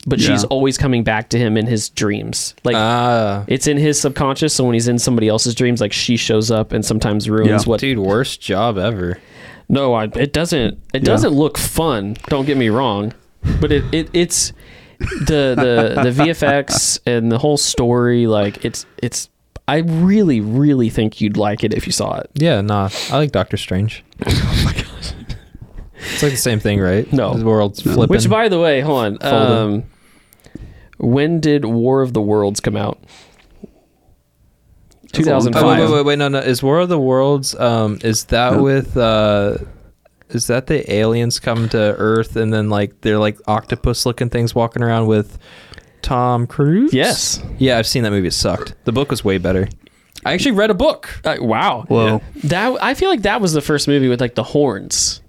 [SPEAKER 1] but she's
[SPEAKER 4] Yeah.
[SPEAKER 1] always coming back to him in his dreams like
[SPEAKER 3] Ah.
[SPEAKER 1] it's in his subconscious, so when he's in somebody else's dreams, like she shows up and sometimes ruins
[SPEAKER 4] Yeah.
[SPEAKER 1] what.
[SPEAKER 3] dude, worst job ever.
[SPEAKER 1] No, I, it doesn't. It doesn't look fun. Don't get me wrong, but it, it it's the the the VFX and the whole story. Like it's it's. I really really think you'd like it if you saw it.
[SPEAKER 3] Yeah, nah. I like Doctor Strange. oh my gosh. It's like the same thing, right?
[SPEAKER 1] No.
[SPEAKER 3] The world's flipping.
[SPEAKER 1] Which, by the way, hold on.
[SPEAKER 3] Folding.
[SPEAKER 1] Um, when did War of the Worlds come out? Two thousand
[SPEAKER 3] Oh, wait, wait,
[SPEAKER 1] five.
[SPEAKER 3] wait, wait, no, no. Is War of the Worlds? Um, is that with? Uh, is that the aliens come to Earth and then like they're like octopus-looking things walking around with Tom Cruise?
[SPEAKER 1] Yes.
[SPEAKER 3] Yeah, I've seen that movie. It sucked. The book was way better. I actually read a book.
[SPEAKER 1] Uh, wow.
[SPEAKER 4] Whoa.
[SPEAKER 1] That I feel like that was the first movie with like the horns.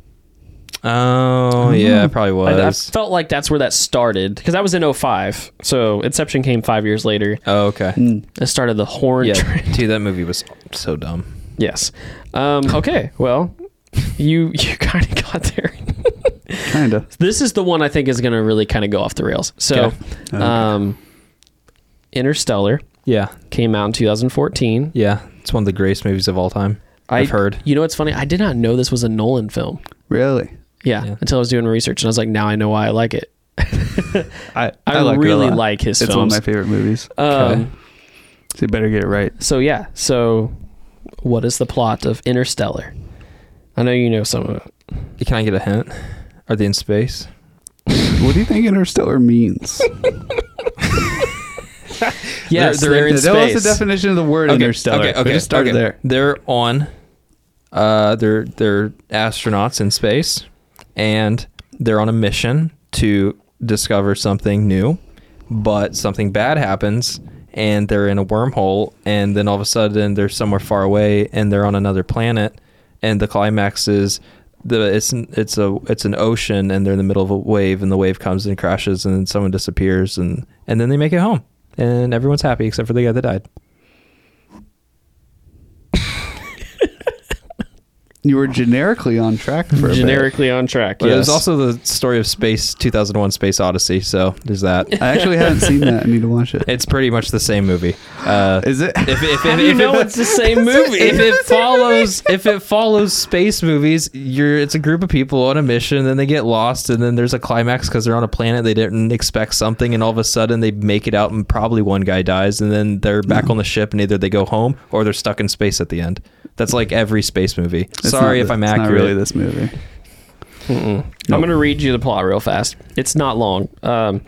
[SPEAKER 3] Oh yeah, it probably
[SPEAKER 1] I, I
[SPEAKER 3] was.
[SPEAKER 1] felt like that's where that started because that was in 05. So Inception came five years later.
[SPEAKER 3] Oh okay.
[SPEAKER 1] It started the horn.
[SPEAKER 3] [LAUGHS] Yeah,
[SPEAKER 1] trend. [LAUGHS]
[SPEAKER 3] dude, that movie was so dumb.
[SPEAKER 1] yes. Um, okay. Well, you [LAUGHS] you kind of got there.
[SPEAKER 4] Kind of.
[SPEAKER 1] this is the one I think is going to really kind of go off the rails. So, um, Interstellar
[SPEAKER 3] Yeah,
[SPEAKER 1] came out in 2014.
[SPEAKER 3] yeah. It's one of the greatest movies of all time. I've
[SPEAKER 1] I-
[SPEAKER 3] heard.
[SPEAKER 1] You know what's funny? I did not know this was a Nolan film.
[SPEAKER 4] Really?
[SPEAKER 1] Yeah,
[SPEAKER 3] Yeah.
[SPEAKER 1] until I was doing research and I was like, now I know why I like it.
[SPEAKER 4] I,
[SPEAKER 1] I,
[SPEAKER 4] like it a
[SPEAKER 1] really
[SPEAKER 4] lot.
[SPEAKER 1] like his
[SPEAKER 4] It's one of
[SPEAKER 1] films.
[SPEAKER 4] my favorite movies.
[SPEAKER 1] um,
[SPEAKER 4] So you better get it right.
[SPEAKER 1] So yeah, so what is the plot of Interstellar? I know you know some of it.
[SPEAKER 3] Can I get a hint? Are they in space?
[SPEAKER 4] What do you think
[SPEAKER 3] [LAUGHS]
[SPEAKER 4] interstellar means?
[SPEAKER 1] Yes, they're,
[SPEAKER 3] they're in
[SPEAKER 1] in
[SPEAKER 4] that was
[SPEAKER 1] space.
[SPEAKER 4] the definition of the word interstellar.
[SPEAKER 3] Okay, okay,
[SPEAKER 4] We just started
[SPEAKER 3] okay.
[SPEAKER 4] there.
[SPEAKER 3] They're on. Uh, they're they're astronauts in space, and they're on a mission to discover something new, but something bad happens, and they're in a wormhole, and then all of a sudden they're somewhere far away, and they're on another planet, and the climax is. The, it's an- it's a it's an ocean and they're in the middle of a wave and the wave comes and crashes and someone disappears and and then they make it home and everyone's happy except for the guy that died.
[SPEAKER 4] You were generically on track for a bit.
[SPEAKER 1] generically on track.
[SPEAKER 3] But
[SPEAKER 1] yes.
[SPEAKER 3] there's also the story of Space 2001 Space Odyssey, so
[SPEAKER 1] [LAUGHS]
[SPEAKER 3] there's that.
[SPEAKER 4] I actually haven't seen that. I need to
[SPEAKER 3] [LAUGHS]
[SPEAKER 4] watch it.
[SPEAKER 3] It's pretty much the same movie. Uh,
[SPEAKER 4] Is it?
[SPEAKER 3] if, if,
[SPEAKER 1] How
[SPEAKER 3] if,
[SPEAKER 1] do you
[SPEAKER 3] if,
[SPEAKER 1] know
[SPEAKER 3] if, [LAUGHS]
[SPEAKER 1] it's the same movie? [LAUGHS]
[SPEAKER 3] if it follows if it follows space movies, you're it's a group of people on a mission, then they get lost, and then there's a climax because they're on a planet they didn't expect something, and all of a sudden they make it out, and probably one guy dies, and then they're back on the ship, and either they go home or they're stuck in space at the end. That's like every space movie.
[SPEAKER 4] It's
[SPEAKER 3] Sorry
[SPEAKER 4] not
[SPEAKER 3] if
[SPEAKER 4] the-
[SPEAKER 3] I'm
[SPEAKER 4] it's
[SPEAKER 3] accurate.
[SPEAKER 4] Not
[SPEAKER 3] [LAUGHS]
[SPEAKER 4] really this movie.
[SPEAKER 1] Mm-mm. I'm going to read you the plot real fast. It's not long. Um,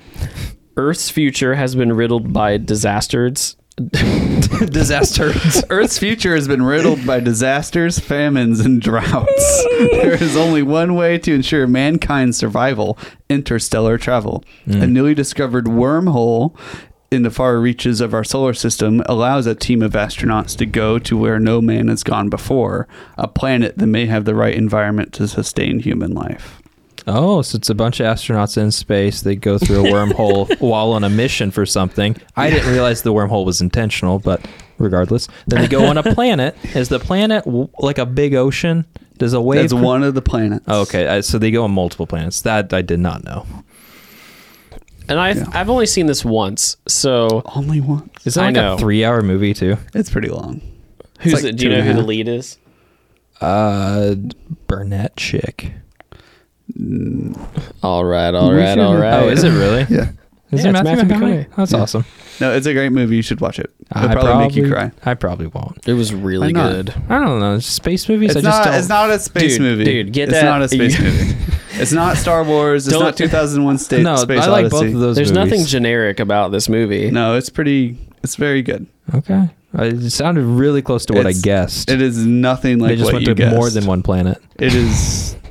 [SPEAKER 1] Earth's future has been riddled by disasters. [LAUGHS]
[SPEAKER 3] [LAUGHS] Disasters.
[SPEAKER 4] Earth's future has been riddled by disasters, famines, and droughts. there is only one way to ensure mankind's survival interstellar travel.
[SPEAKER 3] Mm.
[SPEAKER 4] A newly discovered wormhole in the far reaches of our solar system allows a team of astronauts to go to where no man has gone before, a planet that may have the right environment to sustain human life.
[SPEAKER 3] Oh, so it's a bunch of astronauts in space. They go through a
[SPEAKER 1] [LAUGHS]
[SPEAKER 3] wormhole while on a mission for something. I didn't realize the wormhole was intentional, but regardless, then they go on a planet. Is the planet w- like a big ocean? Does a wave?
[SPEAKER 4] That's one of the planets.
[SPEAKER 3] Oh, okay, I, so they go on multiple planets. That I did not know.
[SPEAKER 1] And I've,
[SPEAKER 4] Yeah.
[SPEAKER 1] I've only seen this once. So
[SPEAKER 4] Only one.
[SPEAKER 3] Is that
[SPEAKER 1] I
[SPEAKER 3] like
[SPEAKER 1] know.
[SPEAKER 3] a three-hour movie too?
[SPEAKER 4] It's pretty long.
[SPEAKER 1] who's
[SPEAKER 4] like
[SPEAKER 1] it? Do you
[SPEAKER 4] two
[SPEAKER 1] know
[SPEAKER 4] and a
[SPEAKER 1] who the
[SPEAKER 4] half.
[SPEAKER 1] lead is?
[SPEAKER 3] Uh, Burnett chick.
[SPEAKER 1] All right, all
[SPEAKER 4] We
[SPEAKER 1] right,
[SPEAKER 4] should-
[SPEAKER 1] all right.
[SPEAKER 3] Oh, is it really? Is
[SPEAKER 4] [LAUGHS] Yeah.
[SPEAKER 1] Yeah,
[SPEAKER 3] it
[SPEAKER 1] it's
[SPEAKER 3] Matthew,
[SPEAKER 1] Matthew
[SPEAKER 3] McConaughey?
[SPEAKER 1] McConaughey.
[SPEAKER 3] That's awesome.
[SPEAKER 4] No, it's a great movie. You should watch it. It'll
[SPEAKER 3] I
[SPEAKER 4] probably, make you cry.
[SPEAKER 3] I probably won't.
[SPEAKER 1] It was really
[SPEAKER 4] Why not?
[SPEAKER 1] good.
[SPEAKER 3] I don't know. Space movies.
[SPEAKER 4] It's
[SPEAKER 3] I just
[SPEAKER 4] not.
[SPEAKER 3] don't.
[SPEAKER 4] It's not a space
[SPEAKER 1] Dude,
[SPEAKER 4] movie.
[SPEAKER 1] dude, get
[SPEAKER 4] it's
[SPEAKER 1] that-
[SPEAKER 4] not a
[SPEAKER 3] [LAUGHS]
[SPEAKER 4] space movie. It's not Star Wars. It's
[SPEAKER 1] Don't-
[SPEAKER 4] not 2001 State
[SPEAKER 3] no,
[SPEAKER 4] Space
[SPEAKER 3] I like
[SPEAKER 4] Odyssey.
[SPEAKER 3] both of those.
[SPEAKER 1] There's nothing
[SPEAKER 3] movies.
[SPEAKER 1] generic about this movie.
[SPEAKER 4] No, it's pretty. It's very good.
[SPEAKER 3] Okay. Uh, It sounded really close to what I
[SPEAKER 4] It's-
[SPEAKER 3] guessed.
[SPEAKER 4] It is nothing like
[SPEAKER 3] they just
[SPEAKER 4] what
[SPEAKER 3] went
[SPEAKER 4] you
[SPEAKER 3] to more
[SPEAKER 4] guessed.
[SPEAKER 3] than one planet.
[SPEAKER 4] It is. [LAUGHS]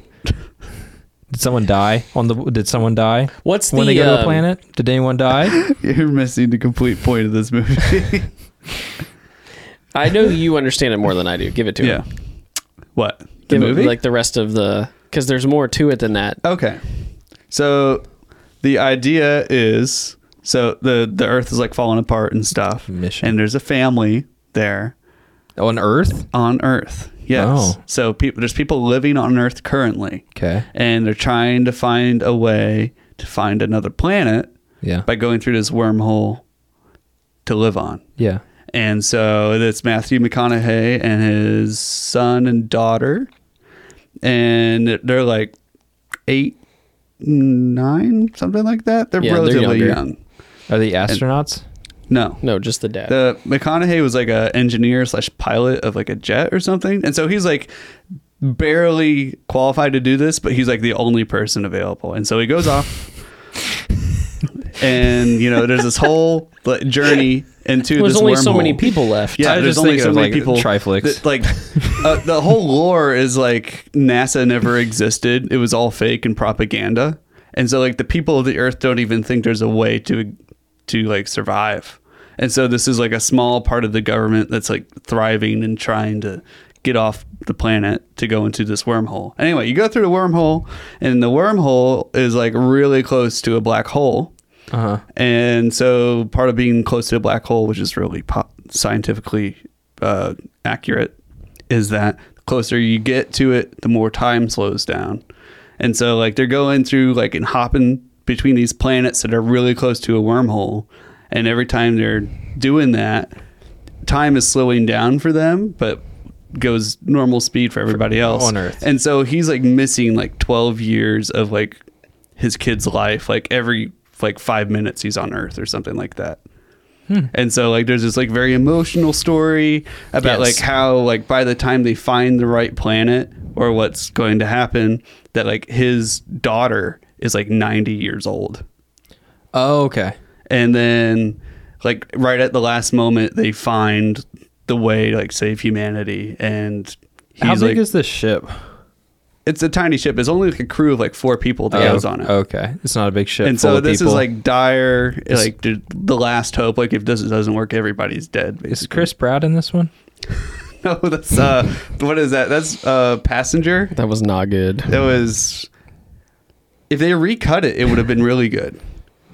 [SPEAKER 3] Did someone die on the? Did someone die
[SPEAKER 1] What's the
[SPEAKER 3] when they go to
[SPEAKER 1] um,
[SPEAKER 3] a planet? Did anyone
[SPEAKER 4] [LAUGHS]
[SPEAKER 3] die?
[SPEAKER 4] You're missing the complete point of this movie.
[SPEAKER 3] [LAUGHS]
[SPEAKER 1] I know you understand it more than I do. Give it to
[SPEAKER 4] yeah.
[SPEAKER 1] him.
[SPEAKER 4] What the
[SPEAKER 1] Give it,
[SPEAKER 4] movie?
[SPEAKER 1] like the rest of the because there's more to it than that.
[SPEAKER 4] Okay. So the idea is so the the Earth is like falling apart and stuff,
[SPEAKER 3] Mission
[SPEAKER 4] and there's a family there
[SPEAKER 3] on Earth.
[SPEAKER 4] on Earth. Yes.
[SPEAKER 3] Oh.
[SPEAKER 4] So people there's people living on Earth currently.
[SPEAKER 3] Okay.
[SPEAKER 4] and they're trying to find a way to find another planet
[SPEAKER 3] Yeah.
[SPEAKER 4] by going through this wormhole to live on.
[SPEAKER 3] yeah.
[SPEAKER 4] And so it's Matthew McConaughey and his son and daughter, and they're like eight, nine, something like that. They're
[SPEAKER 1] Yeah, they're
[SPEAKER 4] relatively
[SPEAKER 1] younger.
[SPEAKER 4] young.
[SPEAKER 3] Are they astronauts?
[SPEAKER 4] No,
[SPEAKER 1] No, just the dad.
[SPEAKER 4] the McConaughey was like a engineer slash pilot of like a jet or something, and so he's like barely qualified to do this, but he's like the only person available, and so he goes off,
[SPEAKER 1] [LAUGHS]
[SPEAKER 4] and you know, there's this whole like, journey into
[SPEAKER 1] Well, there's
[SPEAKER 4] this
[SPEAKER 1] only so
[SPEAKER 4] wormhole.
[SPEAKER 1] many people left.
[SPEAKER 4] Yeah,
[SPEAKER 3] I was
[SPEAKER 4] there's
[SPEAKER 3] just
[SPEAKER 4] only
[SPEAKER 3] thinking
[SPEAKER 4] so
[SPEAKER 3] of,
[SPEAKER 4] many
[SPEAKER 3] like,
[SPEAKER 4] people.
[SPEAKER 3] Triflix.
[SPEAKER 4] that, like [LAUGHS] uh, the whole lore is like NASA never existed. It was all fake and propaganda. And so like the people of the Earth don't even think there's a way to to like survive. And so this is like a small part of the government that's like thriving and trying to get off the planet to go into this wormhole. Anyway, you go through the wormhole and the wormhole is like really close to a black hole.
[SPEAKER 1] Uh-huh.
[SPEAKER 3] Uh huh.
[SPEAKER 4] And so part of being close to a black hole, which is really po- scientifically uh, accurate, is that the closer you get to it, the more time slows down. And so like they're going through like and hopping between these planets that are really close to a wormhole. And every time they're doing that, time is slowing down for them, but goes normal speed for everybody else
[SPEAKER 3] on Earth.
[SPEAKER 4] And so he's like missing like 12 years of like his kid's life like every like 5 minutes he's on earth or something like that. And so like there's this like very emotional story
[SPEAKER 1] Yes.
[SPEAKER 4] about like how like by the time they find the right planet or what's going to happen that like his daughter is like 90 years old.
[SPEAKER 3] Oh, okay.
[SPEAKER 4] And then like right at the last moment they find the way to like save humanity and he's
[SPEAKER 3] How big
[SPEAKER 4] like
[SPEAKER 3] is this ship?
[SPEAKER 4] it's a tiny ship. It's only like a crew of like four people that
[SPEAKER 3] oh,
[SPEAKER 4] goes on it.
[SPEAKER 3] Okay. It's not a big ship.
[SPEAKER 4] and
[SPEAKER 3] full
[SPEAKER 4] so
[SPEAKER 3] of
[SPEAKER 4] this is
[SPEAKER 3] people.
[SPEAKER 4] like dire, like the the last hope. Like if this doesn't work, everybody's dead.
[SPEAKER 3] Is
[SPEAKER 4] Basically. [LAUGHS]
[SPEAKER 3] Chris Pratt in this one?
[SPEAKER 4] No, that's uh, what is that? That's uh, passenger.
[SPEAKER 1] That was not good.
[SPEAKER 4] That was. If they recut it, it would have been really good.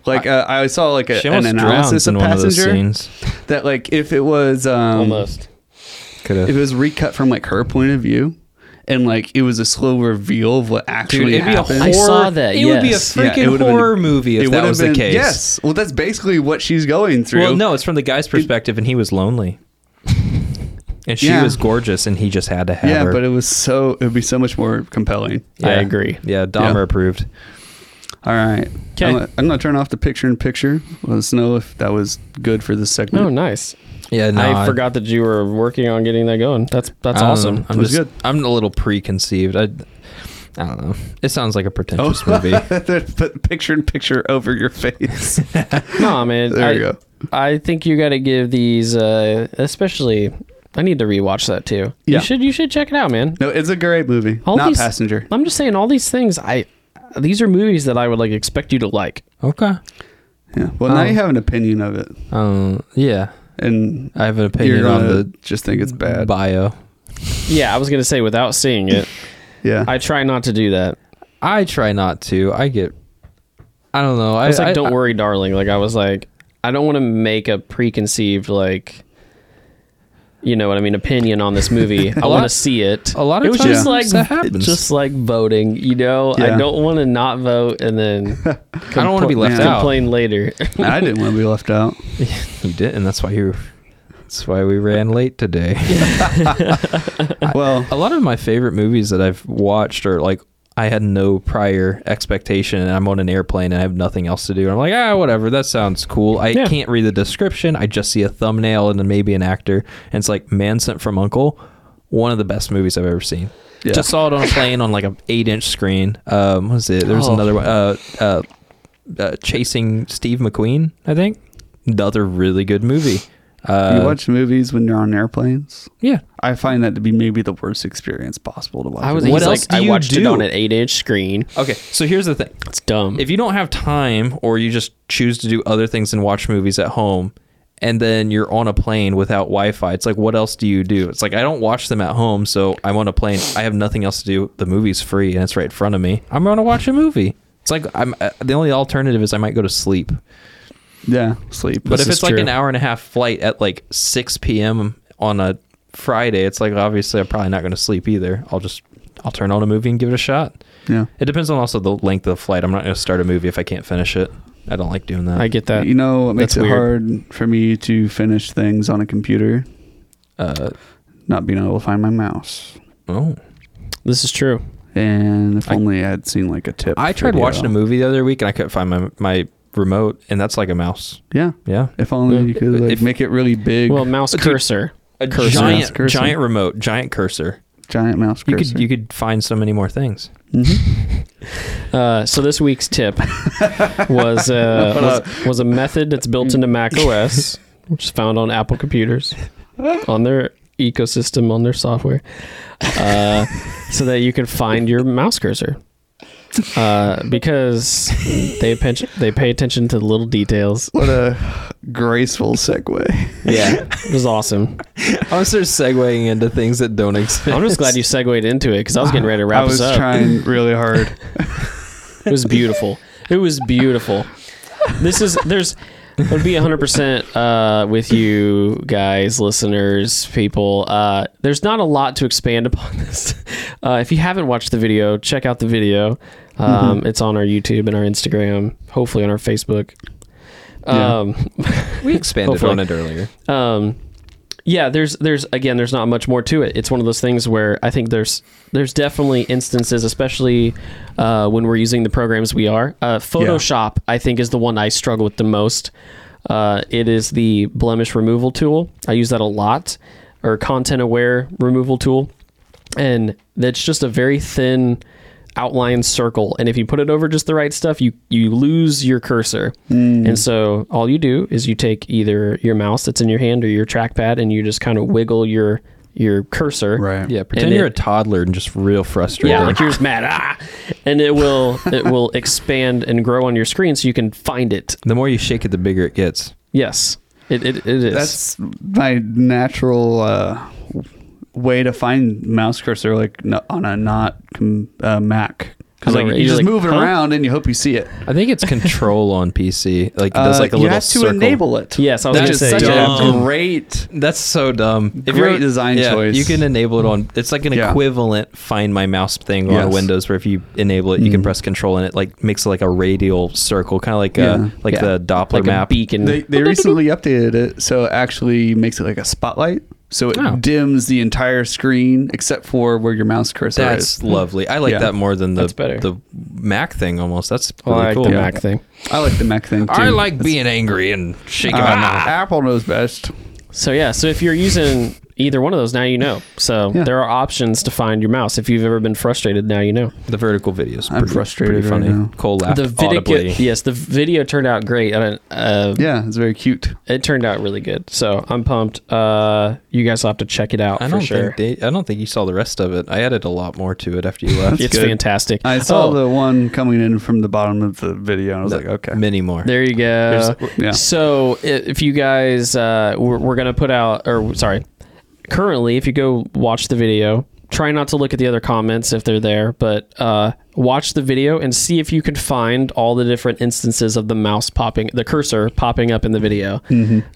[SPEAKER 4] Like uh, I saw like a,
[SPEAKER 3] She
[SPEAKER 4] an
[SPEAKER 3] almost drowns
[SPEAKER 4] analysis
[SPEAKER 3] in
[SPEAKER 4] of
[SPEAKER 3] one of those
[SPEAKER 4] passenger
[SPEAKER 3] scenes.
[SPEAKER 4] that like if it was um,
[SPEAKER 1] Almost.
[SPEAKER 3] Could
[SPEAKER 4] if
[SPEAKER 3] have.
[SPEAKER 4] it was recut from like her point of view, and like it was a slow reveal of what actually
[SPEAKER 3] Dude, it'd be a
[SPEAKER 4] happened.
[SPEAKER 3] horror.
[SPEAKER 1] I saw that,
[SPEAKER 3] It would be a
[SPEAKER 1] yes.
[SPEAKER 4] Yeah, it
[SPEAKER 3] freaking
[SPEAKER 4] would've been-
[SPEAKER 3] horror movie
[SPEAKER 4] It
[SPEAKER 3] if that
[SPEAKER 4] would've
[SPEAKER 3] was
[SPEAKER 4] been-
[SPEAKER 3] the case.
[SPEAKER 4] Yes. Well, that's basically what she's going through.
[SPEAKER 3] Well, no, it's from the guy's perspective, and he was
[SPEAKER 4] [LAUGHS]
[SPEAKER 3] lonely. And she
[SPEAKER 4] Yeah.
[SPEAKER 3] was gorgeous, and he just had to have
[SPEAKER 4] Yeah,
[SPEAKER 3] her.
[SPEAKER 4] but it was so. It would be so much more compelling.
[SPEAKER 1] I agree.
[SPEAKER 3] Yeah, Dahmer approved.
[SPEAKER 4] All right.
[SPEAKER 1] 'Kay.
[SPEAKER 4] I'm, gonna- I'm gonna turn off the picture in picture. Let us know if that was good for this segment.
[SPEAKER 1] Oh, nice.
[SPEAKER 3] Yeah, no,
[SPEAKER 1] I forgot that you were working on getting that going. That's that's
[SPEAKER 3] I don't
[SPEAKER 1] awesome.
[SPEAKER 3] know. I'm
[SPEAKER 4] It was
[SPEAKER 3] just,
[SPEAKER 4] good.
[SPEAKER 3] I'm a little preconceived. I, I don't know. It sounds like a pretentious
[SPEAKER 4] Oh. [LAUGHS]
[SPEAKER 3] movie.
[SPEAKER 4] [LAUGHS] Put picture in picture over
[SPEAKER 3] [LAUGHS]
[SPEAKER 4] your face.
[SPEAKER 1] No, man.
[SPEAKER 4] There
[SPEAKER 1] I,
[SPEAKER 4] you go.
[SPEAKER 1] I think you got to give these, uh, especially. I need to rewatch that too.
[SPEAKER 4] Yeah.
[SPEAKER 1] You should. You should check it out, man.
[SPEAKER 4] no, it's a great movie.
[SPEAKER 1] All
[SPEAKER 4] Not
[SPEAKER 1] these-
[SPEAKER 4] Passenger.
[SPEAKER 1] I'm just saying, all these things. I these are movies that I would like expect you to like.
[SPEAKER 3] Okay.
[SPEAKER 4] Yeah. Well, now
[SPEAKER 3] Um,
[SPEAKER 4] you have an opinion of it,
[SPEAKER 3] Um. Yeah,
[SPEAKER 4] and
[SPEAKER 3] I have an
[SPEAKER 4] you're
[SPEAKER 3] opinion on
[SPEAKER 4] gonna
[SPEAKER 3] the
[SPEAKER 4] just think it's bad.
[SPEAKER 3] bio.
[SPEAKER 1] Yeah, I was gonna say without seeing it.
[SPEAKER 4] Yeah.
[SPEAKER 1] I try not to do that.
[SPEAKER 3] I try not to. I get. I don't know. I,
[SPEAKER 1] I was like,
[SPEAKER 3] I-
[SPEAKER 1] "Don't worry, darling." Like I was like, I don't want to make a preconceived like, you know what I mean, opinion on this
[SPEAKER 3] [LAUGHS]
[SPEAKER 1] movie. I want
[SPEAKER 3] lot-
[SPEAKER 1] to see it.
[SPEAKER 3] a lot of
[SPEAKER 1] it was
[SPEAKER 4] times
[SPEAKER 1] just like
[SPEAKER 3] that happens.
[SPEAKER 1] just like voting. You know,
[SPEAKER 4] Yeah.
[SPEAKER 1] I don't want to not vote and then [LAUGHS] compl-
[SPEAKER 3] I don't want to be left
[SPEAKER 4] Yeah.
[SPEAKER 3] out.
[SPEAKER 1] complain later.
[SPEAKER 4] I didn't want to be left out.
[SPEAKER 3] [LAUGHS] You did, and that's why you. That's why we ran late today.
[SPEAKER 4] Well,
[SPEAKER 3] a lot of my favorite movies that I've watched are like I had no prior expectation, and I'm on an airplane and I have nothing else to do. I'm like, ah, whatever. That sounds cool. I
[SPEAKER 1] Yeah.
[SPEAKER 3] can't read the description. I just see a thumbnail and then maybe an actor, and it's like Man Sent from Uncle. One of the best movies I've ever seen.
[SPEAKER 4] Yeah.
[SPEAKER 3] Just saw it on a plane on like an eight-inch screen. Um, what was it? There was
[SPEAKER 1] Oh.
[SPEAKER 3] another one. Uh, uh, uh, Chasing Steve McQueen, I think. Another really good movie. Uh,
[SPEAKER 4] you watch movies when you're on airplanes.
[SPEAKER 3] Yeah,
[SPEAKER 4] I find that to be maybe the worst experience possible to watch.
[SPEAKER 1] I
[SPEAKER 4] a
[SPEAKER 1] was
[SPEAKER 4] movie.
[SPEAKER 1] [LAUGHS]
[SPEAKER 3] What
[SPEAKER 1] he's
[SPEAKER 3] else
[SPEAKER 1] like,
[SPEAKER 3] do
[SPEAKER 1] I
[SPEAKER 3] you
[SPEAKER 1] watched it
[SPEAKER 3] do?
[SPEAKER 1] on an eight inch screen.
[SPEAKER 3] Okay, so here's the thing.
[SPEAKER 1] It's dumb.
[SPEAKER 3] If you don't have time or you just choose to do other things and watch movies at home and then you're on a plane without Wi-Fi, it's like what else do you do? It's like I don't watch them at home, so I'm on a plane. I have nothing else to do. The movie's free and it's right in front of me. I'm going to watch a movie. It's like I'm uh, the only alternative is I might go to sleep.
[SPEAKER 4] yeah, sleep.
[SPEAKER 3] But
[SPEAKER 1] This
[SPEAKER 3] if
[SPEAKER 1] is
[SPEAKER 3] it's like
[SPEAKER 1] true.
[SPEAKER 3] an hour and a half flight at like 6 p.m. on a Friday, it's like obviously I'm probably not going to sleep either. I'll just I'll turn on a movie and give it a shot.
[SPEAKER 4] yeah.
[SPEAKER 3] It depends on also the length of the flight. I'm not going to start a movie if I can't finish it. I don't like doing that.
[SPEAKER 1] I get that.
[SPEAKER 4] you know what makes
[SPEAKER 1] that's
[SPEAKER 4] it
[SPEAKER 1] weird.
[SPEAKER 4] hard for me to finish things on a computer?
[SPEAKER 3] uh,
[SPEAKER 4] Not being able to find my mouse.
[SPEAKER 3] oh.
[SPEAKER 1] This is true.
[SPEAKER 4] And if
[SPEAKER 3] I-
[SPEAKER 4] only I had seen like a tip. uh,
[SPEAKER 3] I tried
[SPEAKER 4] video.
[SPEAKER 3] watching a movie the other week and I couldn't find my my remote, and that's like a mouse.
[SPEAKER 4] Yeah.
[SPEAKER 3] Yeah,
[SPEAKER 4] If only you could like
[SPEAKER 3] If-
[SPEAKER 4] make it really big.
[SPEAKER 1] Well, mouse
[SPEAKER 3] Dude,
[SPEAKER 1] cursor.
[SPEAKER 3] a
[SPEAKER 1] Cursor.
[SPEAKER 3] giant
[SPEAKER 4] Cursor.
[SPEAKER 3] giant remote, giant cursor.
[SPEAKER 4] giant mouse
[SPEAKER 3] You
[SPEAKER 4] cursor.
[SPEAKER 3] could you could find so many more things.
[SPEAKER 4] Mhm.
[SPEAKER 1] Uh, so this week's tip was,
[SPEAKER 4] [LAUGHS]
[SPEAKER 1] uh, was was a method that's built into Mac OS, which is found on Apple computers, on their ecosystem, on their software, uh, so that you can find your mouse cursor. Uh, because they pay, they pay attention to the little details.
[SPEAKER 4] What a graceful segue.
[SPEAKER 1] Yeah, it was awesome.
[SPEAKER 3] I'm sort of segueing into things that [LAUGHS] don't exist.
[SPEAKER 1] I'm just glad you segued into it because I was getting ready to wrap
[SPEAKER 4] [LAUGHS] I was
[SPEAKER 1] us up.
[SPEAKER 4] trying really hard.
[SPEAKER 1] It was beautiful. It was beautiful. This is there's I would be 100% uh, with you guys, listeners, people. Uh, there's not a lot to expand upon [LAUGHS] this. Uh, if you haven't watched the video, check out the video. Um, It's on our YouTube and our Instagram, hopefully on our Facebook.
[SPEAKER 4] Yeah.
[SPEAKER 1] Um, [LAUGHS]
[SPEAKER 3] We expanded
[SPEAKER 1] Hopefully.
[SPEAKER 3] on it earlier.
[SPEAKER 1] um yeah there's there's again there's not much more to it it's one of those things where i think there's there's definitely instances especially uh, when we're using the programs we are uh, photoshop i think is the one i struggle with the most uh, it is the blemish removal tool i use that a lot or content aware removal tool and that's just a very thin outline circle and if you put it over just the right stuff you you lose your cursor and so all you do is you take either your mouse that's in your hand or your trackpad and you just kind of wiggle your your cursor
[SPEAKER 4] Right.
[SPEAKER 3] Yeah, pretend
[SPEAKER 1] And
[SPEAKER 3] you're
[SPEAKER 1] it-
[SPEAKER 3] a toddler and just real frustrated.
[SPEAKER 1] yeah like you're just mad ah! and it will it will expand and grow on your screen so you can find it
[SPEAKER 3] the more you shake it, the bigger it gets.
[SPEAKER 1] yes it, it, it is
[SPEAKER 4] That's my natural uh, way to find mouse cursor, like n- on a not com- uh, Mac Because
[SPEAKER 1] I know,
[SPEAKER 4] like
[SPEAKER 1] right?
[SPEAKER 4] you
[SPEAKER 1] You're
[SPEAKER 4] just
[SPEAKER 1] like,
[SPEAKER 4] move it
[SPEAKER 1] huh?
[SPEAKER 4] around and you hope you see it.
[SPEAKER 3] I think it's control on PC. Like it does
[SPEAKER 4] Uh,
[SPEAKER 3] like a
[SPEAKER 4] you
[SPEAKER 3] little
[SPEAKER 4] have to
[SPEAKER 3] circle.
[SPEAKER 4] enable it.
[SPEAKER 1] Yes, I was
[SPEAKER 3] That
[SPEAKER 1] gonna
[SPEAKER 4] Which is
[SPEAKER 1] say.
[SPEAKER 4] such a
[SPEAKER 3] dumb.
[SPEAKER 4] [LAUGHS] great.
[SPEAKER 3] That's so dumb.
[SPEAKER 4] Great
[SPEAKER 3] you're-
[SPEAKER 4] design
[SPEAKER 3] yeah,
[SPEAKER 4] choice.
[SPEAKER 3] You can enable it on. It's like an
[SPEAKER 4] Yeah.
[SPEAKER 3] equivalent Find My Mouse thing on
[SPEAKER 4] Yes.
[SPEAKER 3] Windows, where if you enable it, you can
[SPEAKER 4] Mm.
[SPEAKER 3] press Control, and it like makes like a radial circle, kind of like
[SPEAKER 4] Yeah.
[SPEAKER 3] a like
[SPEAKER 1] Yeah.
[SPEAKER 3] the Doppler
[SPEAKER 1] like
[SPEAKER 3] map.
[SPEAKER 1] a beacon.
[SPEAKER 4] They
[SPEAKER 3] [LAUGHS]
[SPEAKER 4] they recently updated it, so it actually makes it like a spotlight. So it
[SPEAKER 3] Oh.
[SPEAKER 4] dims the entire screen except for where your mouse cursor
[SPEAKER 3] That's
[SPEAKER 4] is.
[SPEAKER 3] lovely. I like
[SPEAKER 4] Yeah.
[SPEAKER 3] that more than the
[SPEAKER 1] That's better.
[SPEAKER 3] the Mac thing almost. That's
[SPEAKER 1] I
[SPEAKER 3] really
[SPEAKER 1] like
[SPEAKER 3] cool.
[SPEAKER 1] the
[SPEAKER 4] Yeah.
[SPEAKER 1] Mac thing.
[SPEAKER 4] I like the Mac thing too.
[SPEAKER 3] I like being angry and shaking my
[SPEAKER 4] Ah,
[SPEAKER 3] mouth.
[SPEAKER 4] Apple knows best.
[SPEAKER 1] So yeah, so if you're using either one of those now, you know. So
[SPEAKER 4] Yeah.
[SPEAKER 1] there are options to find your mouse. If you've ever been frustrated, now you know.
[SPEAKER 3] The vertical videos.
[SPEAKER 4] I'm frustrated
[SPEAKER 3] Pretty
[SPEAKER 4] right
[SPEAKER 3] funny.
[SPEAKER 4] now.
[SPEAKER 3] Cole laughed
[SPEAKER 1] the video,
[SPEAKER 3] Ah, audibly.
[SPEAKER 1] yes, the video turned out great. Uh, uh,
[SPEAKER 4] Yeah, it's very cute.
[SPEAKER 1] It turned out really good. So I'm pumped. Uh, you guys will have to check it out
[SPEAKER 3] I
[SPEAKER 1] for
[SPEAKER 3] don't
[SPEAKER 1] sure.
[SPEAKER 3] think they, I don't think you saw the rest of it. I added a lot more to it after you left.
[SPEAKER 1] it's
[SPEAKER 4] good.
[SPEAKER 1] fantastic.
[SPEAKER 4] I saw
[SPEAKER 1] Oh,
[SPEAKER 4] the one coming in from the bottom of the video, and I was like, okay,
[SPEAKER 3] Many more.
[SPEAKER 1] There you go.
[SPEAKER 3] There's-
[SPEAKER 4] yeah.
[SPEAKER 1] So i- if you guys, uh, we're, we're gonna put out, or sorry, currently, if you go watch the video, try not to look at the other comments if they're there, but uh, watch the video and see if you can find all the different instances of the mouse popping, the cursor popping up in the video.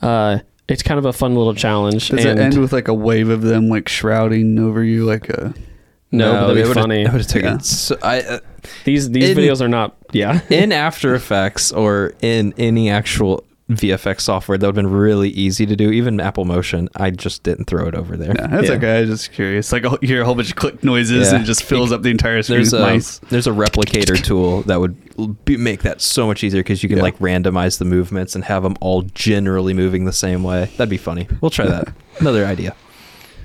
[SPEAKER 1] Uh, it's kind of a fun little challenge.
[SPEAKER 4] Does
[SPEAKER 1] and
[SPEAKER 4] it end with like a wave of them like shrouding over you, like uh, a?
[SPEAKER 1] no, but
[SPEAKER 3] it
[SPEAKER 1] that'd be
[SPEAKER 3] would've-
[SPEAKER 1] funny.
[SPEAKER 3] [LAUGHS] It would have taken.
[SPEAKER 4] Yeah.
[SPEAKER 3] So, I, uh,
[SPEAKER 1] These these
[SPEAKER 3] in-
[SPEAKER 1] videos are not. Yeah.
[SPEAKER 3] in After Effects or in any actual VFX software, that would have been really easy to do. Even Apple Motion, I just didn't throw it over there.
[SPEAKER 4] No, that's
[SPEAKER 1] Yeah.
[SPEAKER 4] okay. I was just curious. Like, you hear a whole bunch of click noises,
[SPEAKER 3] Yeah.
[SPEAKER 4] and it just fills up the entire screen
[SPEAKER 3] There's
[SPEAKER 4] with
[SPEAKER 3] a
[SPEAKER 4] mice.
[SPEAKER 3] there's a replicator tool that would be, make that so much easier because you can
[SPEAKER 4] Yeah.
[SPEAKER 3] like randomize the movements and have them all generally moving the same way. That'd be funny. We'll try
[SPEAKER 1] [LAUGHS]
[SPEAKER 3] that. Another idea.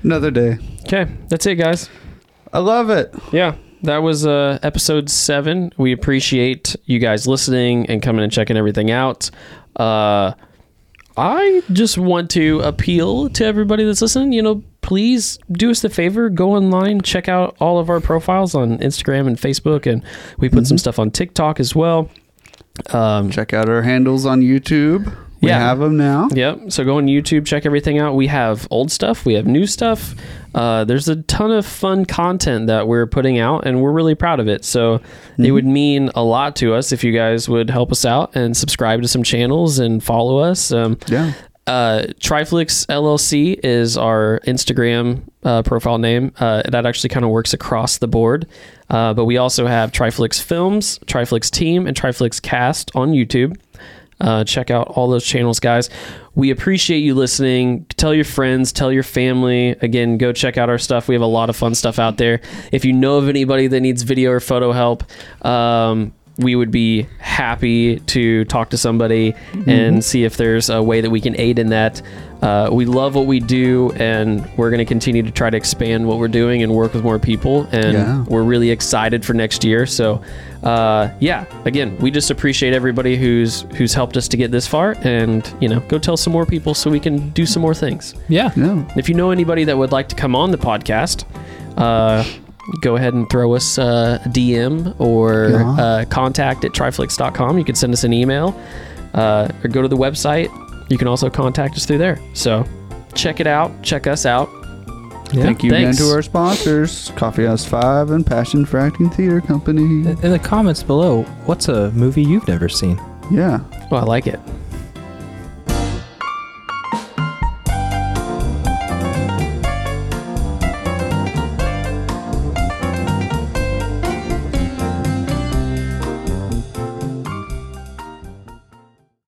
[SPEAKER 4] Another day.
[SPEAKER 1] Okay, that's it, guys.
[SPEAKER 4] I love it.
[SPEAKER 1] Yeah, that was uh, episode seven. We appreciate you guys listening and coming and checking everything out. Uh, I just want to appeal to everybody that's listening. You know, please do us the favor, go online, check out all of our profiles on Instagram and Facebook, and we put some stuff on TikTok as well. Um,
[SPEAKER 4] Check out our handles on YouTube. We
[SPEAKER 1] Yeah.
[SPEAKER 4] have them now.
[SPEAKER 1] Yep. So go on YouTube, check everything out. We have old stuff, we have new stuff. Uh, there's a ton of fun content that we're putting out, and we're really proud of it. So it would mean a lot to us if you guys would help us out and subscribe to some channels and follow us. Um,
[SPEAKER 4] Yeah.
[SPEAKER 1] uh, Triflix LLC is our Instagram uh, profile name. Uh, that actually kind of works across the board. Uh, but we also have Triflix Films, Triflix Team, and Triflix Cast on YouTube. Uh, check out all those channels, guys. We appreciate you listening. Tell your friends, tell your family. Again, go check out our stuff. We have a lot of fun stuff out there. If you know of anybody that needs video or photo help, um, we would be happy to talk to somebody and see if there's a way that we can aid in that. Uh, we love what we do, and we're going to continue to try to expand what we're doing and work with more people. And
[SPEAKER 4] Yeah.
[SPEAKER 1] we're really excited for next year. So, uh, yeah, again, we just appreciate everybody who's who's helped us to get this far. And you know, go tell some more people so we can do some more things.
[SPEAKER 3] Yeah.
[SPEAKER 4] Yeah.
[SPEAKER 1] If you know anybody that would like to come on the podcast, uh, go ahead and throw us uh, a DM or
[SPEAKER 4] Yeah.
[SPEAKER 1] uh, contact at triflix.com. You can send us an email uh, or go to the website. You can also contact us through there. So check it out. Check us out.
[SPEAKER 4] Thank you
[SPEAKER 1] Thanks.
[SPEAKER 4] again to our sponsors, Coffee House Five and Passion for Acting Theater Company.
[SPEAKER 3] In the comments below, what's a movie you've never seen?
[SPEAKER 4] Yeah.
[SPEAKER 1] Well, I like it.